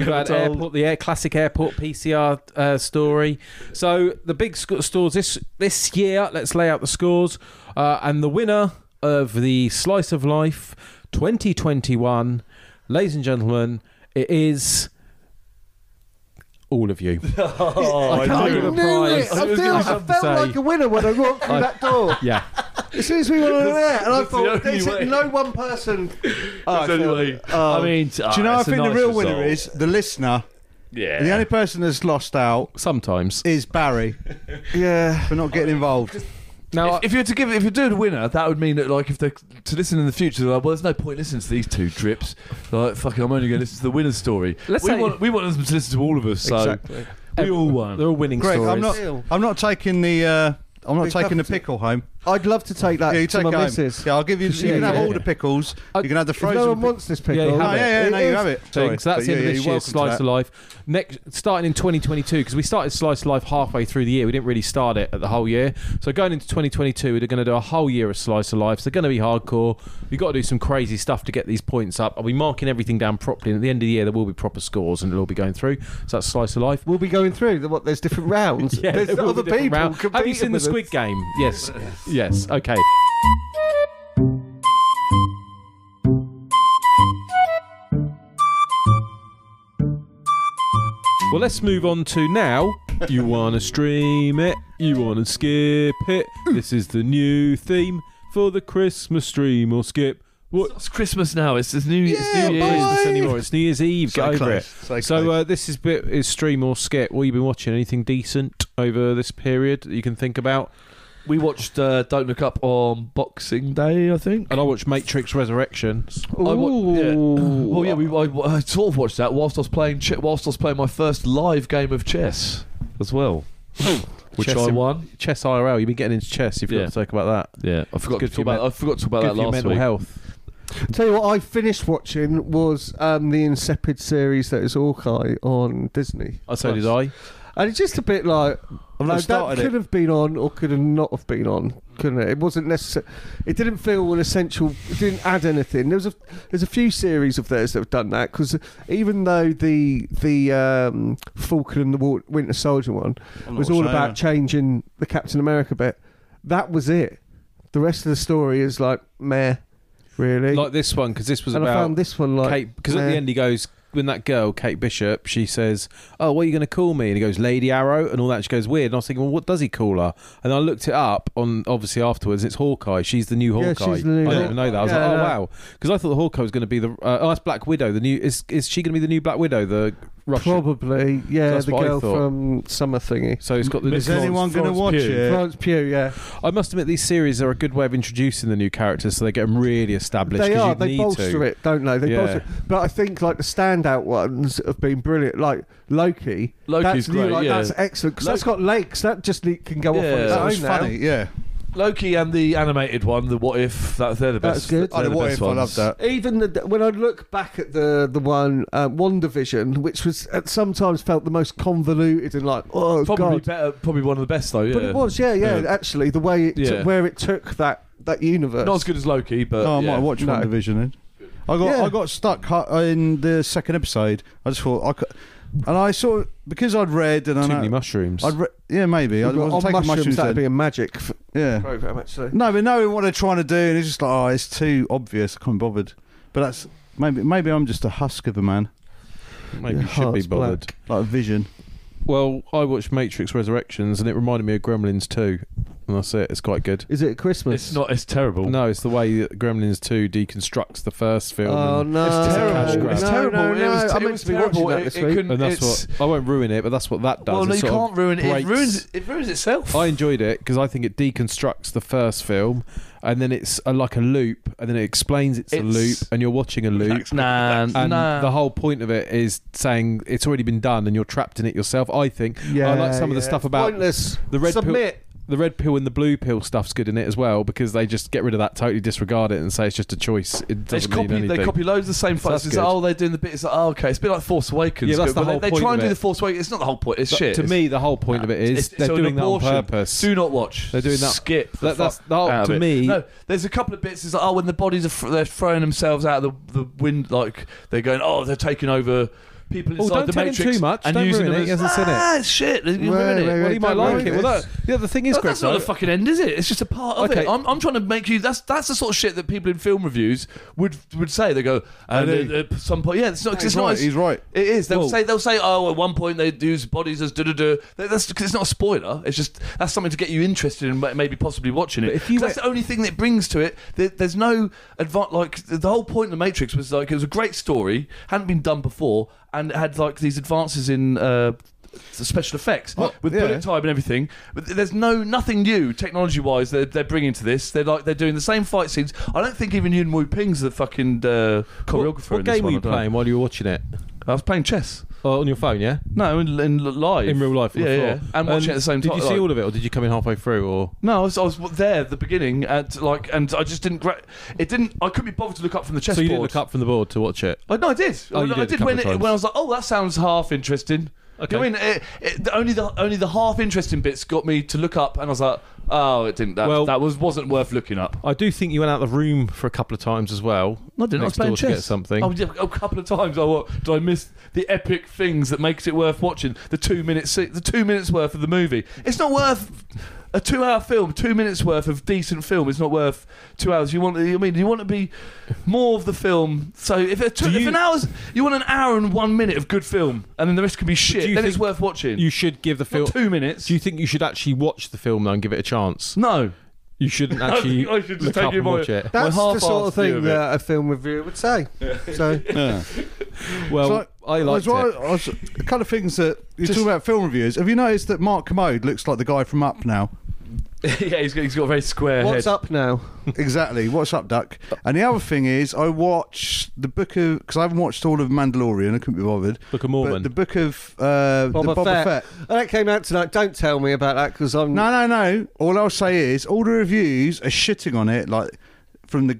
we've had
told.
airport, the air classic airport PCR uh, story. So the big sc- scores this this year. Let's lay out the scores uh, and the winner of the slice of life 2021, ladies and gentlemen, it is. All of you. I can't give a
Knew
prize.
it. I, feel, I felt like a winner when I walked through
I-
that door.
yeah.
As soon as we went over there, and I
That's the
thought,
only
there's
way.
no one person. Oh,
That's
I felt-
anyway.
um,
I mean, uh,
Do you know? I think the real winner is the listener.
Yeah.
The only person that's lost out
Sometimes.
is Barry
yeah.
for not getting involved.
Now,
if, if you were to give, if you're doing a winner, that would mean that like if they to listen in the future, they're like, well, there's no point listening to these two drips. Like, fucking, I'm only going to listen to the winner's story.
Let's
we
say-
want, we want them to listen to all of us. So
Exactly.
we all won.
they're all winning
Greg,
stories.
I'm not. I'm not taking the. Uh, I'm not
Big
taking the
Pepperton.
pickle home.
I'd love to take that
Yeah, you
to
take
my
it home.
missus.
Yeah, I'll give you. You
Yeah,
can have
yeah,
all
yeah.
the pickles.
I-
you can have the
If
frozen.
no one
pic-
wants this pickle.
Yeah, you
Oh,
have
yeah,
it.
yeah,
It
no, you
is-
have it. Sorry.
things. That's
But
the end
yeah,
of
yeah,
this
you're
year's
welcome to
Slice
that.
of Life. Next, starting in 2022, because we started Slice of Life halfway through the year. We didn't really start it at the whole year. So going into 2022, we're going to do a whole year of Slice of Life. So going to be hardcore. You've got to do some crazy stuff to get these points up. I'll be marking everything down properly. And at the end of the year, there will be proper scores and it'll all be going through. So that's Slice of Life.
We'll be going through. the- What? There's different rounds. there's
there will
other
be different
people.
round- Have you
competing
seen the
with us.
Squid Game? Yes. yes. Okay. Well, let's move on to now. You want to stream it? You want to skip it? This is the new theme for the Christmas stream or skip. What?
It's Christmas now. It's, it's New, it's
It's
new
not
Year's.
Christmas anymore. It's New Year's Eve. Get
So
over
close,
it.
so
So
close.
uh, this is bit is stream or skip. What you been watching? Anything decent over this period that you can think about?
We watched uh, Don't Look Up on Boxing Day, I think.
And I watched Matrix Resurrections.
I wa- yeah.
Ooh.
Well, yeah, we, I, I sort of watched that whilst I was playing che- whilst I was playing my first live game of chess as well, which
Chess
I
in-
won.
Chess IRL. You've been getting into chess. You forgot
Yeah.
to talk about that.
Yeah, I forgot
good
to
for
talk
your men-
about. I forgot to talk about
Good
that
for your
last
mental
week.
health.
Tell you what, I finished watching was um, the Insipid series that is Hawkeye on Disney.
Oh,
I so did I.
And it's just a bit like
I've not
like, that
started
could
it.
have been on or could have not have been on, couldn't it? It wasn't necessary. It didn't feel an essential. It didn't add anything. There was a there's a few series of theirs that have done that because even though the the um, Falcon and the Wa- Winter Soldier one
I'm not
was all
saying
about
it.
changing the Captain America bit, that was it. The rest of the story is like meh, really.
Like this one because this was
and I
about
found this one like uh,
Kate because at
meh.
the end he goes when that girl Kate Bishop she says oh what are you going to call me and he goes Lady Arrow and all that she goes weird and I was thinking well what does he call her and I looked it up on obviously afterwards it's Hawkeye she's the new
Yeah,
Hawkeye
she's the new
I didn't
Haw-
even know that I was
Yeah,
like oh
no.
wow because I thought the Hawkeye was going to be the uh, oh that's Black Widow the new is is she going to be the new Black Widow the Russian
Probably, yeah,
That's
the
what I
girl
thought.
from Summer Thingy.
so it's got the
Is
Florence-
anyone going to
Florence
watch
Pugh.
it?
Florence Pugh, yeah.
I must admit these series are a good way of introducing the new characters so they get them really established
They
'cause
are.
you
They
need
bolster
to.
it, don't they? They
Yeah.
bolster it. But I think like the standout ones have been brilliant. Like Loki.
Loki's
that's new,
great,
like,
yeah.
That's excellent because that's
Lo-
got legs. That just le- can go
Yeah.
off
That
on
was
its own now.
funny. Yeah.
Loki and the animated one, the What If, that, they're the
That's
best.
good.
I
they're the
what
best
if I
ones.
loved that.
Even the, when I look back at the the one uh, WandaVision, which was at sometimes felt the most convoluted and like oh
Probably
god,
better. Probably one of the best though. Yeah.
but it was yeah yeah,
Yeah.
actually the way it
Yeah.
took, where it took that that universe.
not as good as Loki, but
No, I
Uh, yeah.
might watch
No.
one division then. I got
Yeah.
I got stuck hu- in the second episode. I just thought I could, and I sort of because I'd read and I
too
know-
many mushrooms
I'd re- yeah maybe I
Well,
wasn't
on
taking
mushrooms
mushrooms,
that'd be
then.
a magic f-
yeah.
program actually.
No, but knowing what they're trying to do, and it's just like oh, it's too obvious. I can't be bothered. But that's maybe maybe I'm just a husk of a man,
maybe
Your
you should be
heart's black.
bothered
like a vision.
Well, I watched Matrix Resurrections and it reminded me of Gremlins 2. And that's it, it's quite good.
Is it Christmas?
It's not. It's terrible.
No, it's the way that Gremlins 2 deconstructs the first film.
Oh
and,
no!
It's
cash
terrible.
grab.
It's
No,
terrible.
No,
It
no,
was,
I
it
meant
was
to be watching
terrible.
that
It-
this
it
week.
couldn't-
and that's
it's-
what. I won't ruin it, but that's what that does.
Well, no,
It
you
sort of
can't ruin it. It
breaks-
ruins. It ruins itself.
I enjoyed it because I think it deconstructs the first film and then it's a, like a loop and then it explains it's, a
It's-
loop and you're watching a loop.
Nah,
And the whole point of it is saying it's already been done and you're trapped in it yourself. I think I like some of the
yeah.
stuff about
Pointless.
the red pill-
submit.
the red pill and the blue pill stuff's good in it as well because they just get rid of that, totally disregard it, and say it's just a choice. It
They
doesn't
just
mean
copy,
anything.
they copy loads of the same
So that's
functions. It's like,
good.
oh, they're doing the bit. It's like, oh, okay. It's a bit like Force Awakens.
Yeah, that's the
but when they-
whole
they,
point
try and
of
do
it.
the Force Awakens. It's not the whole point. It's
But
shit.
to
It's-
me, the whole point of it is
it's-
they're
it's an
doing that on
abortion.
purpose.
Do not watch.
They're doing that-
Skip. the
That- that's-
fuck
that-
out
to
of it.
me-
No, there's a couple of bits. It's like, oh, when the bodies are fr- they're throwing themselves out of the the wind, like they're going, oh, they're taking over people
Oh,
inside
don't
the
tell him
Matrix
too much.
and
Don't
using
ruin
them
it. He
as
hasn't seen it.
ah, it's shit. You're
Wait,
ruining
wait,
it.
wait.
well, he might
don't
like
ruin
it. Well,
this.
look, yeah, the thing is,
That-
Chris,
that's not
though,
the fucking end, is it? It's just a part of
Okay.
it. I'm, I'm trying to make you. That's that's the sort of shit that people in film reviews would would say. They go and
do.
uh,
at, at some point, yeah, it's not. 'cause
He's
it's not
right.
as-
He's right.
It is. They'll
Well-
say they'll say, oh, at one point they use bodies as da da da. That's because it's not a spoiler. It's just that's something to get you interested in, ma- maybe possibly watching it.
But if you
'Cause that's
went-
the only thing that brings to it. There, there's no advan Like the whole point of the Matrix was like it was a great story, hadn't been done before, and it had like these advances in. Uh, special effects
Well,
with
yeah.
bullet time and everything but th- there's no nothing new technology wise they're, they're bringing to this they're like they're doing the same fight scenes I don't think even Yuen Wu Ping's the fucking uh, choreographer
What
in this
game were you
one, Uh, I don't know.
playing while you were watching it?
I was playing chess
Oh, on your phone, yeah,
No, in, in live.
in real life. on
Yeah,
the floor.
yeah. And watching it at the same
Did
time.
you see all of it, or did you come in halfway through, or
No, I was, I was there at the beginning, and like, and I just didn't. Gra- it didn't. I couldn't be bothered to look up from the chessboard.
so you didn't look up from the board to watch it?
I, no, I did.
Oh,
I,
you
I
did a
did
couple
when
of
it,
times.
when I was like, oh, that sounds half interesting.
Okay.
I mean, it, it, the- only the only the half interesting bits got me to look up, and I was like, oh, it didn't. That,
Well-
that was wasn't worth looking up.
I do think you went out of the room for a couple of times as well.
I didn't. I was
next
playing
door to get
chess.
something.
Oh, yeah, a couple of times. I wa- did. I miss the epic things that makes it worth watching. The two minutes. The two minutes worth of the movie. It's not worth a two-hour film. Two minutes worth of decent film is not worth two hours. You want. I mean, you want to be more of the film. So if, a two,
Do
if
you-
an hour's, you want an hour and one minute of good film, and then the rest can be shit.
you
Then it's
think
worth watching.
You should give the film.
Not two minutes.
Do you think you should actually watch the film though and give it a chance?
no.
You shouldn't
I
actually
think I should just
look
take
up
you
and
by-
watch it.
That's
My
the sort
half-assed
of
view
thing
of it.
that a film reviewer would say. So
Yeah.
Well,
So,
Oh, I liked
That's why
it.
I was, a couple of things that you talk about film reviews. Have you noticed that Mark Commode looks like the guy from Up now?
yeah, he's got, he's got a very square
what's
head.
up now?
exactly. What's up, Duck? And the other thing is, I watch the book of because I haven't watched all of Mandalorian. I couldn't be bothered.
Book of
But
Mormon.
the book of uh,
Boba,
the Boba
Fett.
Fett.
And that came out tonight. Don't tell me about that because I'm.
No, no, no. All I'll say is all the reviews are shitting on it, like from the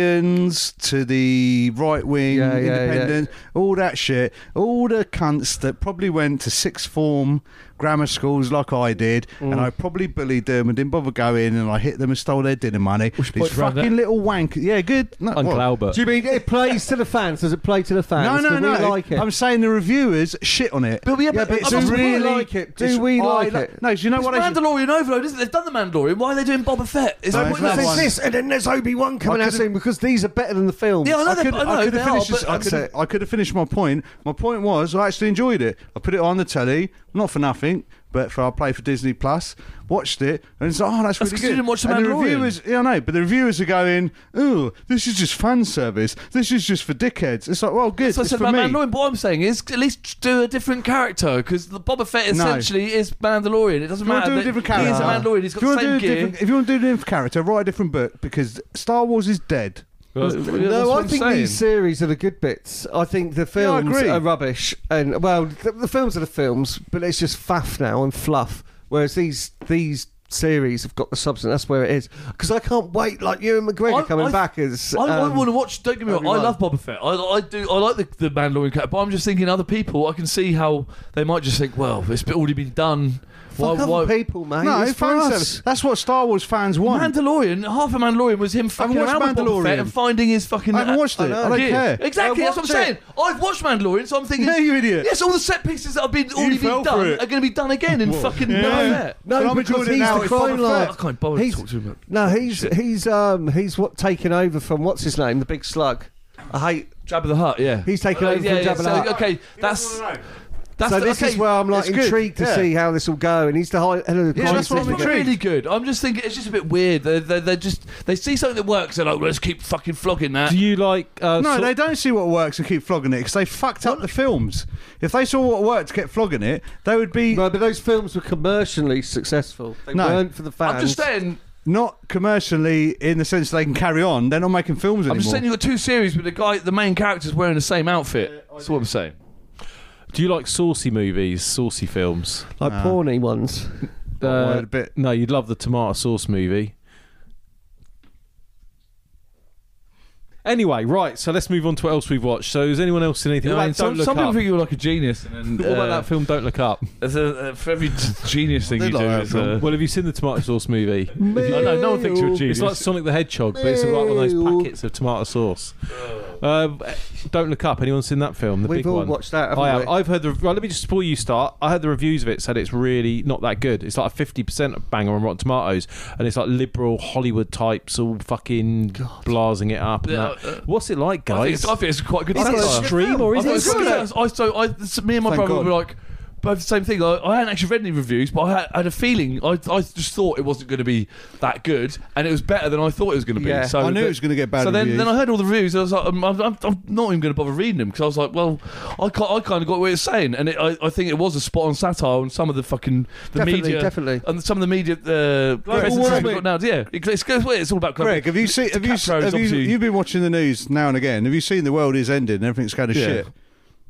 Guardians to the right wing,
Yeah, yeah, yeah.
independent, all that shit. All the cunts that probably went to sixth form grammar schools like I did,
Mm.
and I probably bullied them and didn't bother going, and I hit them and stole their dinner money. These
point around
fucking little wank. Yeah, good. No,
Uncle
what?
Albert.
Do you mean it plays to the fans? Does it play to the
No,
fans?
no,
Do
no.
We like it.
I'm saying the reviewers shit on it.
But yeah, but
it's
I
a
must-
really
we like it. Do
it's-
we
I
like
lo-
it?
No, do you know
It's
what? I
Mandalorian overload, isn't it? They've done the Mandalorian. Why are they doing Boba Fett? Is
No,
that
it's
what
not
it
there's
one.
is?
this, and then there's Obi Wan coming
I
out
could've-
soon because these are better than the films.
Yeah, I know
I
they're-
could,
I know
I could
they
have
are,
finished. this-
but-
I
That's
could
it.
I could have finished my point. My point was, I actually enjoyed it. I put it on the telly, not for nothing, but for I play for Disney Plus. Watched it, and it's like, oh, that's
That's
really
'cause
good.
you didn't watch The
and the
Mandalorian.
reviewers, yeah, I know, but the reviewers are going, oh, this is just fan service. This is just for dickheads. It's like, well, good.
So I
it's
said
for
about
me.
Mandalorian. but What I'm saying is, at least do a different character because the Boba Fett
No.
essentially is Mandalorian. It doesn't
If you want to
matter.
do a
that
different
He
character,
is a Mandalorian.
if
He's got
you
the
want to do
same
a
gear.
different, if you want to do a different character, write a different book because Star Wars is dead.
Yeah, that's
No,
what
I
I'm
think
saying.
these series are the good bits. I think
Yeah,
the
I
films
agree.
are rubbish, and well, the, the films are the films, but it's just faff now and fluff. Whereas these these series have got the substance. That's where it is. Because I can't wait. Like you and McGregor
I-
coming
I-
back as.
I, I
um,
want to watch. Don't get me wrong. I
Obi-Wan.
love Boba Fett. I, I do. I like the, the Mandalorian character, but I'm just thinking other people. I can see how they might just think, well, it's already been done.
fuck
why,
other
why?
people, mate.
no,
it's for
fan
us.
service. That's what Star Wars fans want.
Mandalorian, half of Mandalorian was him fucking
watched
around with Boba
Mandalorian.
Fett and finding his fucking.
I haven't watched it. I don't
gear.
care.
Oh, Exactly,
I
that's what I'm
watched it.
saying. I've watched Mandalorian, so I'm thinking.
Yeah, you idiot.
Yes, all the set pieces that have been already
fell
been
for
done
it.
are going to be done again in fucking
Yeah.
Boba Fett.
But
No,
I'm
because
enjoying it
he's
now,
the
it's Boba
crime lord.
Fett.
I can't bother to
He's-
talk to him. About.
No, he's he's um he's what taken over from what's his name, the big slug. I hate.
Jabba the Hutt, yeah.
He's taken
Uh,
over
yeah,
from
yeah,
Jabba the
so,
Hutt.
Okay, that's that's
So
the-
this
okay.
is where I'm like
it's good,
intrigued to
yeah.
see how this will go, and he's the high. Yeah,
Yeah, that's what
It's
I'm
not
intrigued.
really good. I'm just thinking it's just a bit weird. They they they just they see something that works. They're like, let's keep fucking flogging that.
Do you like? Uh,
No,
sort-
they don't see what works and keep flogging it because they fucked up the films. If they saw what worked, kept flogging it, they would be
No, but those films were commercially successful. They
No.
weren't for the fans.
I'm just saying.
not commercially in the sense they can carry on. They're not making films
I'm
anymore.
just saying you got two series with the guy, the main character's wearing the same outfit. That's what I'm saying.
Do you like saucy movies, saucy films?
like
Nah.
porny ones.
Well,
Uh,
a bit.
no, you'd love the tomato sauce movie. Anyway, right. So let's move on to what else we've watched. So has anyone else seen anything?
You know,
What about
like,
Don't
some
look
some people
up.
think you're like a genius, and
what
then
about
uh,
that film? Don't look up.
there's a- uh, for every genius thing
They
you do,
like that
is, uh,
Well, have you seen the tomato sauce movie?
no, no, no one thinks you're a genius.
It's like Sonic the Hedgehog, but it's like one of those packets of tomato sauce. Uh, don't look up. Anyone seen that film? The
We've
big
all
one.
watched that, haven't
I have.
we?
I've heard the. Right, let me just before you start. I heard the reviews of it said it's really not that good. It's like a fifty percent banger on Rotten Tomatoes, and it's like liberal Hollywood types all fucking blasing it up. And
Yeah,
that.
uh,
What's it like,
I think,
guys?
it's, I think it's quite a good.
Is it
satire.
extreme or
I
is
thought
it?
it was
good?
good. I, so I, so me and my
Thank
brother
God.
were like, both the same thing. I, I hadn't actually read any reviews, but I had, I had a feeling. I, I just thought it wasn't going to be that good, and it was better than I thought it was going to be.
Yeah.
So
I knew
the-
it was going to get bad.
so then,
reviews.
then I heard all the reviews. And I was like, um, I'm, I'm, I'm not even going to bother reading them because I was like, well, I, ca- I kind of got what it's saying, and it, I, I think it was a spot on satire on some of the fucking the
definitely,
media
definitely.
and some of the media uh, presences
warming.
we've got now. Yeah, it's, it's, it's all about global.
Greg, have you seen? Have you?
DiCaprio's
Have you
obviously-
you've been watching the news now and again. Have you seen the world is ending? and Everything's going to
Yeah.
shit.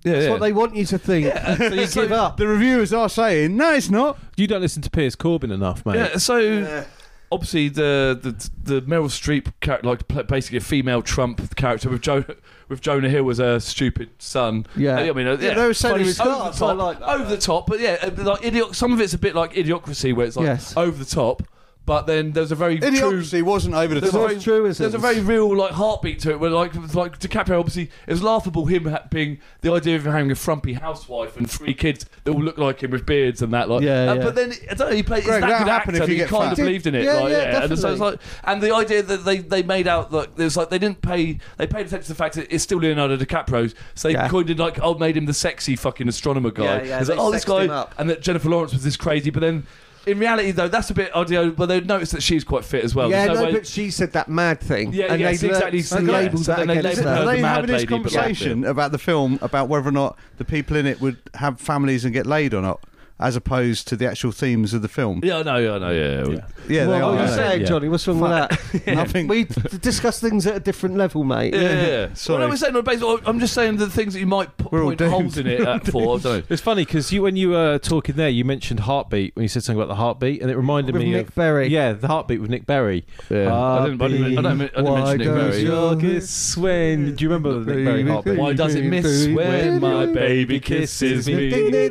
Yeah,
That's
yeah.
what they want you to think. so you give up.
The reviewers are saying, no, it's not.
you don't listen to Piers Corbin enough, mate.
Yeah, so obviously the, the the Meryl Streep character, like pl- basically a female Trump character with Joe with Jonah Hill as a stupid son.
Yeah.
I mean, uh, yeah,
they were saying
funny,
he
it's
was
over the
class, I
top,
like that.
over the top, but yeah, uh, like idiot. Some of it's a bit like idiocracy, where it's like
Yes.
over the top, but then there's a very true.
Idiocracy wasn't over the
There's
top.
a very,
true, isn't
there's a
it?
very real like heartbeat to it. Where like like DiCaprio, obviously, it was laughable him ha- being the idea of him having a frumpy housewife and three kids that all look like him with beards and that. Like,
Yeah,
Uh,
yeah.
But then I don't know, he played.
Greg,
it's
that'll
that good
happen
actor,
if you
and
get
he kind
fat.
of believed in it.
Yeah,
like,
yeah,
and so it's
definitely.
like, and the idea that they, they made out like there's like they didn't pay they paid attention to the fact that it's still Leonardo DiCaprio, so they
Yeah.
coined it like oh made him the sexy fucking astronomer guy.
Yeah, yeah,
It's
they
like, oh this
sexed him
guy,
up.
and that Jennifer Lawrence was this crazy, but then. In reality, though, that's a bit odd. But they noticed Oh, that she's quite fit as well.
yeah,
There's
no,
way-
but she said that mad thing.
Yeah,
and
yeah,
they
it's exactly-
learnt-
yeah,
labelled
so
that
then they
against
labelled
her.
Are
the
they
mad
having this
lady, but like-
conversation about the film about whether or not the people in it would have families and get laid or not, as opposed to the actual themes of the film?
Yeah, I know, yeah, I know, yeah. yeah.
Yeah,
What
they
are
are.
you
aren't they?
saying,
Yeah.
Johnny? What's wrong with that?
Nothing.
We d- discuss things at a different level, mate.
Yeah, yeah, yeah.
Sorry.
Well, no, we're saying on base, I'm just saying the things that you might p-
We're all
point
doomed.
holes in it at for. I don't know.
It's funny because you, when you were talking there, you mentioned heartbeat when you said something about the heartbeat, and it reminded
With
me
Nick
of
Berry.
yeah, the heartbeat with Nick Berry.
I didn't, I didn't, I don't, I didn't
Why
mention Nick
goes
Berry.
your-
August when do you remember the Nick Berry heartbeat?
Why does it miss when my baby kisses me?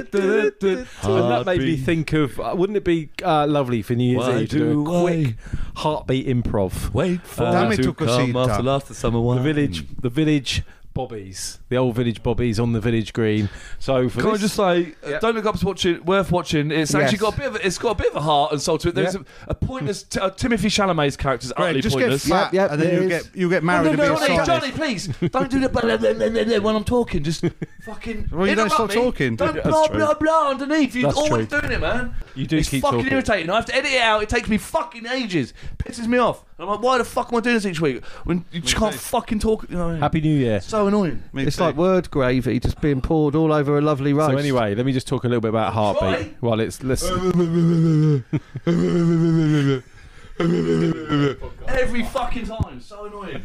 And that made me think of uh, wouldn't it be uh, lovely for New Year's
Why
Eve to do
do
a quick
I-
heartbeat improv?
Wait for
Damn
me
it,
Uh, to come
Tokushita.
after last the summer wine.
The village, the village bobbies, the old village bobbies on the village green. So for
Can I
this-
just say, uh Don't Look Up's watching, worth watching. It's actually
Yes.
got a bit of, it's got a bit of a heart and soul to it. There's a, a pointless. T- uh, Timothy Chalamet's character's utterly
Right, just get
pointless.
fat,
Yep, yep,
and then
there
you
is.
get you get
No,
married
no,
and be
no,
a
no,
scientist.
Johnny, please don't do the blah, blah, blah, blah, blah when I'm talking. Just fucking.
Well, you don't
interrupt
stop
me.
talking.
Don't
Yeah,
blah blah blah underneath. You're
That's
always doing it, man.
You do
it's
keep
fucking
talking.
irritating. I have to edit it out. It takes me fucking ages. Pisses me off. I'm like, why the fuck am I doing this each week when you just can't fucking talk? You know, what I mean?
Happy New Year.
so annoying.
Me
It's
too.
like word gravy just being poured all over a lovely roast.
So anyway, let me just talk a little bit about heartbeat.
Right.
Well, it's let's
Oh. Every fucking time. So annoying.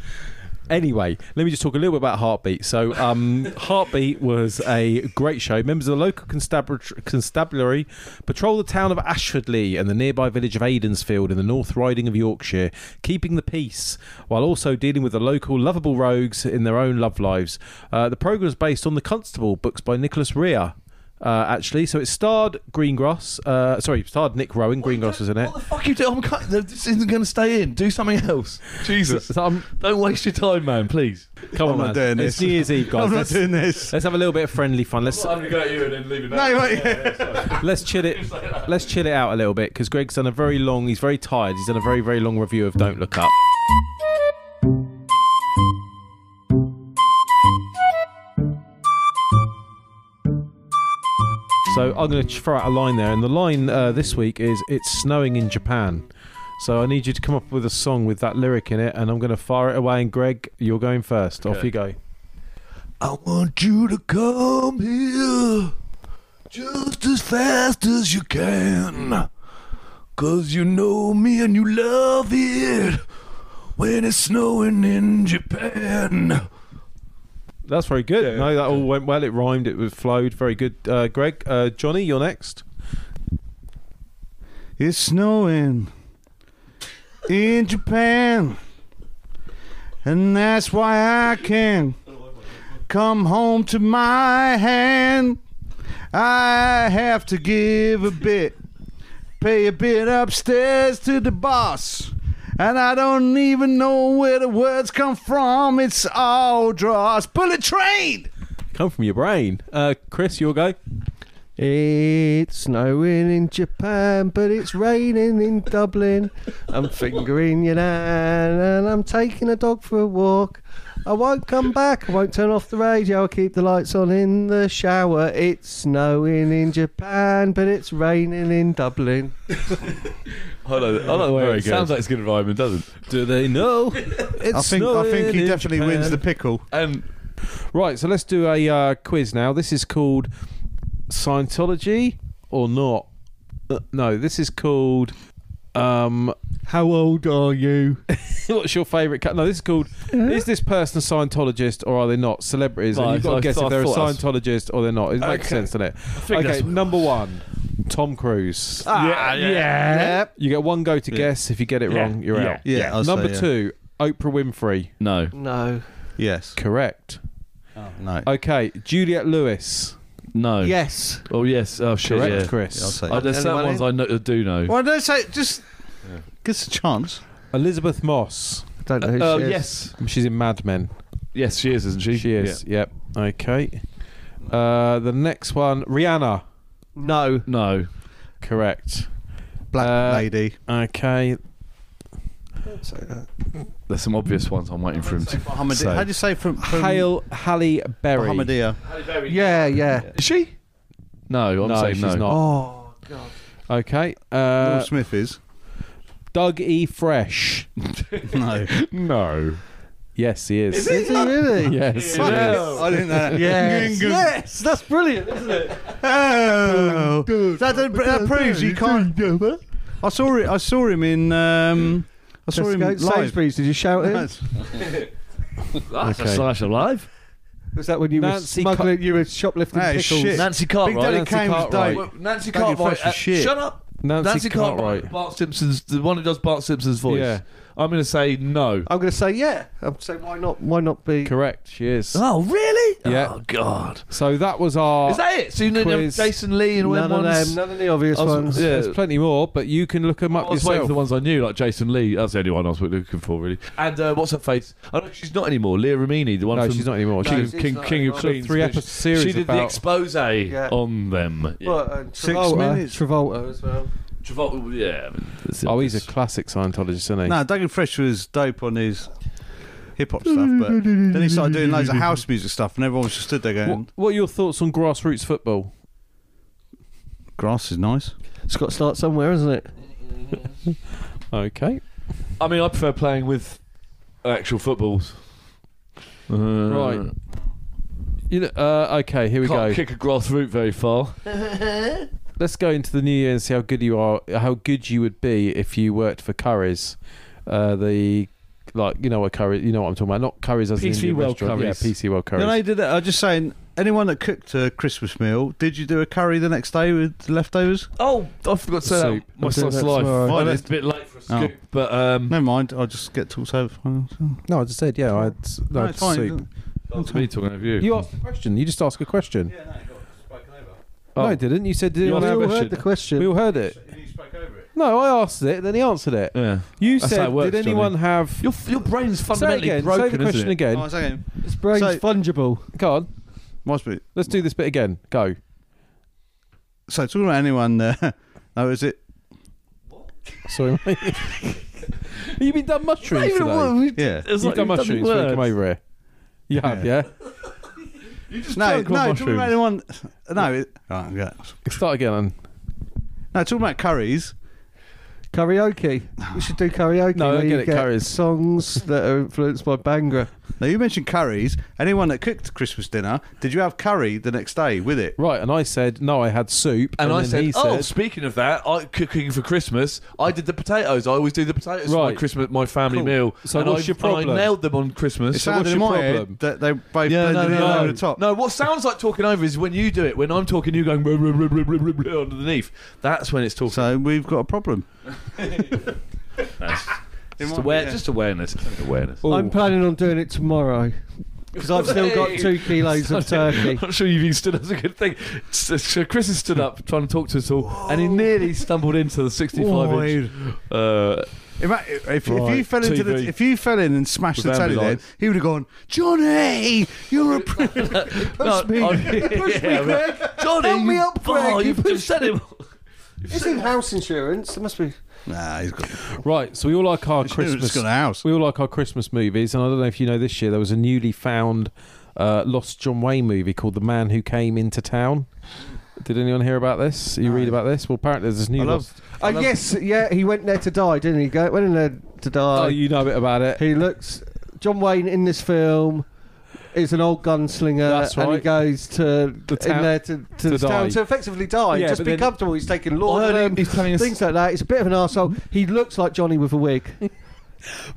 Anyway, let me just talk a little bit about Heartbeat. So, um, Heartbeat was a great show. Members of the local constabulary, constabulary patrol the town of Ashfordley and the nearby village of Aidensfield in the North Riding of Yorkshire, keeping the peace while also dealing with the local lovable rogues in their own love lives. Uh, the programme is based on The Constable, books by Nicholas Rea. Uh, actually, so it starred Greengrass. Uh, sorry, starred Nick Rowan. Greengrass was in it.
What the fuck you do? I'm cut. This isn't going to stay in. Do something else. Jesus.
So I'm-
Don't waste your time, man. Please.
come on,
not
man.
doing
it's
this.
New Year's Eve, guys.
I'm not
Let's-
doing this.
Let's have a little bit of friendly fun. Let's
I'm going to go at you and then leave it.
No, wait.
let's chill it. Let's chill it out a little bit because Greg's done a very long. He's very tired. He's done a very very long review of Don't Look Up. So I'm going to throw out a line there, and the line uh, this week is "It's snowing in Japan." So I need you to come up with a song with that lyric in it, and I'm going to fire it away. And Greg, you're going first. Off
Okay.
you go.
I want you to come here just as fast as you can. Cause you know me and you love it when it's snowing in Japan.
That's very good. no, that all went well. It rhymed. It was flowed. Very good, uh, Greg. Uh, Johnny, you're next.
It's snowing in Japan, and that's why I can come home to my hand. I have to give a bit, pay a bit upstairs to the boss, and I don't even know where the words come from. It's all dross. Bullet train!
Come from your brain, uh, Chris. Your go.
It's snowing in Japan, but it's raining in Dublin. I'm fingering your nan, and I'm taking a dog for a walk. I won't come back. I won't turn off the radio. I'll keep the lights on in the shower. It's snowing in Japan, but it's raining in Dublin.
I like, I like the way it sounds like it's good environment, doesn't it?
Do they know? It's
I think, I think he
snowing in
definitely wins the
Japan. Uh,
pickle.
And
Right. So let's do a uh, quiz now. This is called Scientology or not? Uh, no, this is called. Um,
How old are you?
What's your favourite? Cut? No, this is called. Is this person a Scientologist or are they not celebrities? and
Right,
you've got
I-
to guess
I
if they're a
thought that's-
Scientologist or they're not. It makes
Okay.
sense, doesn't it?
think
Okay,
that's- Ah,
number one, Tom Cruise.
yeah, yeah,
Yep.
You get one go to guess. If you get it
Yeah.
wrong, you're
Yeah.
out.
Yeah, I'll say,
number
yeah.
two, Oprah Winfrey.
No,
No.
Yes.
Correct.
No.
Okay, Juliet Lewis.
no.
Yes.
Oh yes. Oh shit.
Correct,
yeah.
Chris.
Yeah, I'll say
Oh, there's certain
Anybody?
ones I know, do know.
Well, don't say just. Give us a chance.
Elizabeth Moss.
I don't know who
Uh,
she is.
yes.
She's in Mad Men.
Yes, she is, isn't she?
She is. Yep. Okay. Uh, the next one, Rihanna.
No.
No.
Correct.
Black
Uh,
lady.
Okay.
There's some obvious ones I'm waiting for him to
Mohammed-
say.
How do you say from, from
Hail Halle Berry.
Mohammedia?
Yeah, yeah.
Is she? No, I'm
No,
saying
she's
no.
not.
Oh, God.
Okay.
Will
Uh,
Smith is.
Doug E. Fresh.
No.
No.
Yes, he is.
Is he really?
Yes.
Fuck it. I didn't know that.
Yes.
Gingham.
yes, that's brilliant, isn't it?
Oh. That, that, that proves you can't. I saw it. I saw him in. Um, I saw
Let's
him
go.
live.
Sainsbury's, did you shout it?
That's-
That's
Okay.
a slice of life.
Was that when you
Nancy
were
Car-
smuggling, you were shoplifting
That is
pickles?
shit.
Nancy
Big
Cartwright.
Daddy
Nancy
Kane's
Cartwright.
day.
Well, Nancy
Fucking
Cartwright.
fresh as
uh,
shit.
Shut up.
Nancy,
Nancy
Cartwright.
Cartwright. Bart Simpson's the one who does Bart Simpson's voice.
Yeah.
I'm going to say no.
I'm going to say yeah. I'm saying why not? Why not be?
Correct. She is.
Oh really?
Yeah.
Oh god.
So that was our.
Is that it? So you know
quiz.
Jason Lee and
None
when
of
ones.
them. None of the obvious
I was-
ones.
yeah.
There's plenty more, but you can look them
I
up
was waiting
yourself.
for the ones I knew, like Jason Lee. That's the only one I was looking for, really. And uh, what's her face? I know she's not anymore. Leah Ramini, the one
no,
from
she's not anymore.
King,
No,
of,
she's
King,
not
King of
anymore.
Queens.
three
but
episode
she-
series
She did the
about-
expose
Yeah.
on them. Yeah.
Well, and
Six
uh, Travolta-
minutes.
Travolta as well.
Travolta, yeah. that's it.
Oh, he's a classic Scientologist, isn't he?
No, Duncan Fresh was dope on his hip hop stuff, but then he started doing loads of house music stuff, and everyone was just stood there
What,
going,
what are your thoughts on grassroots football?
"Grass is nice."
It's got to start somewhere, isn't it?
Okay.
I mean, I prefer playing with actual footballs. Uh,
Right. You know, uh, okay, here we
Can't
go.
kick a grass root very far.
Let's go into the new year and see how good you are, how good you would be if you worked for Curry's. Uh, the like, you know what Curry, you know what I'm talking about. Not Curry's as in
PC
the
World
restaurant.
Curry's.
Yeah, PC World
No,
Curry's.
they did it. I'm just saying, anyone that cooked a Christmas meal, did you do a curry the next day with the leftovers?
Oh, I forgot to say
Soup.
that. My
I'll do
slice
that
of life.
tomorrow.
I know it's a bit late for a scoop, but um,
Never mind. I'll just get talked over. No,
No, I just said yeah. I had, no,
it's fine.
soup.
that's me talking of you.
You asked a question. You just asked a question.
Yeah, no, it got spoken over.
No, I didn't. You said did
Oh. You
anyone
asked
have
a
a
question.
Heard the question.
We all heard it.
You spoke over it.
No, I asked it. Then he answered it.
yeah.
You
That's how
said,
it works,
did anyone have?
Your, your brain's
Say
fundamentally
again.
broken,
say the question
isn't it?
again.
Oh, second.
His brain's
So-
fungible.
Go on.
Must be.
Let's do this bit again. Go.
So talking about anyone there. No, is it?
Sorry, mate. You've been done mushrooms today.
Yeah.
It's
You've
like
done
you've
mushrooms when you come over here. You have, yeah?
No,
Jungle
no. Talking
mushrooms.
about anyone. No. It, right. Okay.
Start again.
No, talking about curries.
Karaoke. We should do karaoke.
No, I
where
get
you
it, curries.
songs that are influenced by Bangra.
Now you mentioned curries. Anyone that cooked Christmas dinner, did you have curry the next day with it?
Right, and I said, no, I had soup.
And, I
then
said,
he
"Oh,
said,
speaking of that, I cooking for Christmas. I did the potatoes. I always do the potatoes for
Right.
my Christmas, my family
Cool.
meal.
So
and
what's
I,
your problem?
And I nailed them on Christmas.
It
So what's
sounded in
your
my
problem?
head that they both
Yeah, no,
blended in
no,
over
no.
the top.
No, what sounds like talking over is when you do it. When I'm talking, you going "Ruh, ruh, ruh, ruh, ruh, ruh, ruh," underneath. That's when it's talking.
So we've got a problem.
just, aware, just awareness. Awareness.
"Ooh."
I'm planning on doing it tomorrow because I've still got
Hey.
two kilos of turkey.
I'm sure you've even stood as a good thing. So so Chris has stood up trying to talk to us all, and he nearly stumbled into the 65 inch. Uh,
Ima- If, if, you
Right,
fell into the,
TV.
if you fell in and smashed the
With
telly, then
ambulance.
he would have gone, Johnny, you're a pr- push me,
I-
push me,
yeah,
Greg.
Johnny,
Help me up,
Oh,
Greg, you
you've just said him.
It's in house insurance. It must be.
Nah, he's got
right, so we all like our
Christmas
Christmas.
got a house.
We all like our Christmas movies, and I don't know if you know this year there was a newly found uh, lost John Wayne movie called The Man Who Came Into Town. Did anyone hear about this? You read about this? Well, apparently there's this new.
I love-
lost-
Oh yes, yeah. He went there to die, didn't he? Go went in there to die.
oh, you know a bit about it.
He looks. John Wayne in this film is an old gunslinger,
That's
and he
right.
goes to
The town-
in there to, to,
to
the
die.
town to effectively die,
Yeah,
just
but
be
then-
comfortable. He's taking law,
he's playing a
things like that. He's a bit of an asshole. He looks like Johnny with a wig.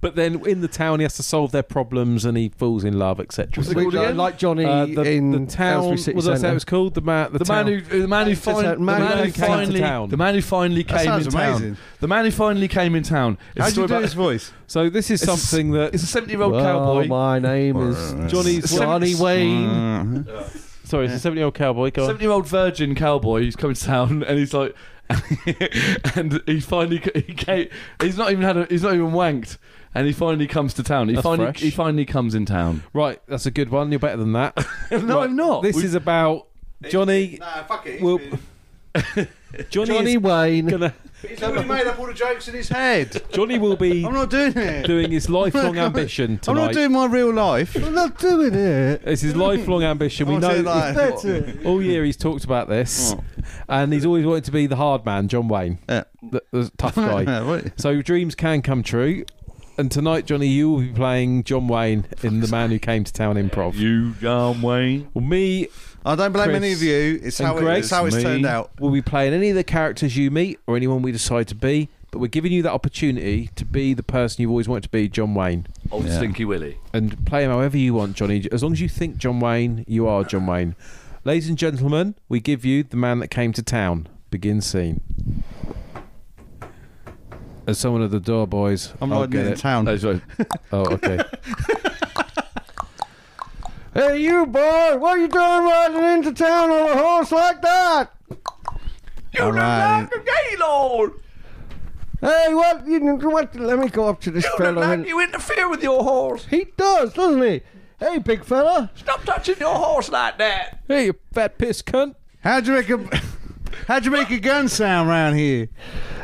But then in the town, he has to solve their problems and he falls in love, etc.
it called
Which I
again?
like Johnny
Uh, the,
in
the town.
Aylesbury
Was
City
that
Centre.
it was called? The man. The,
The man
town.
who, the man who, fin-
that
the man who
man who came to
finally,
town.
the man who finally
That
came
sounds
in
amazing.
town, the man who finally came in town. It's
How
a
do
story
you do
about-
his voice?
So this is
It's-
something that
It's a seventy-year-old
Well,
cowboy.
Oh, My name is
Johnny's
Johnny Wayne.
Mhm.
Sorry, it's a seventy-year-old cowboy. Go on.
Seventy-year-old virgin cowboy who's coming to town, and he's like, and he finally c- he came, he's not even had a, he's not even wanked, and he finally comes to town. He
That's
finally
fresh.
he finally comes in town.
Right, that's a good one. You're better than that.
no,
Right,
I'm not.
This
We-
is about Johnny.
Nah, fuck it.
Well-
He's
Johnny,
Johnny
is
Wayne.
gonna.
already made up all the jokes in his head.
Johnny will be
I'm not doing it.
doing his lifelong ambition
I'm
tonight.
not doing my real life.
I'm not doing it.
It's his lifelong ambition. We
I'll
know
do that.
he's- all year he's talked about this, and he's always wanted to be the hard man, John Wayne,
Oh. Yeah.
the, the tough guy.
Yeah, what-
so dreams can come true. And tonight, Johnny, you will be playing John Wayne in The Man Who Came to Town Improv.
you, John Wayne.
Well, me
I don't blame
Chris
any of you. It's
and
how, it,
Greg,
it's how it's
me.
turned out.
will be playing any of the characters you meet or anyone we decide to be, but we're giving you that opportunity to be the person you've always wanted to be, John Wayne.
Old Stinky Willie.
and play him however you want, Johnny. As long as you think John Wayne, you are John Wayne. Ladies and gentlemen, we give you the man that came to town. Begin scene. There's someone at the door, boys.
I'm
I'll
riding
get
in
it.
town.
That's right.
Oh, okay.
Hey, you boy, what are you doing riding into town on a horse like that?
all right.
Gaylord,
Hey, what? You, what? Let me go up to this fella. and-
you interfere with your horse.
he does, doesn't he? Hey, big fella.
Stop touching your horse like that.
hey, you fat piss cunt.
How do you make a How do you make a gun sound round here?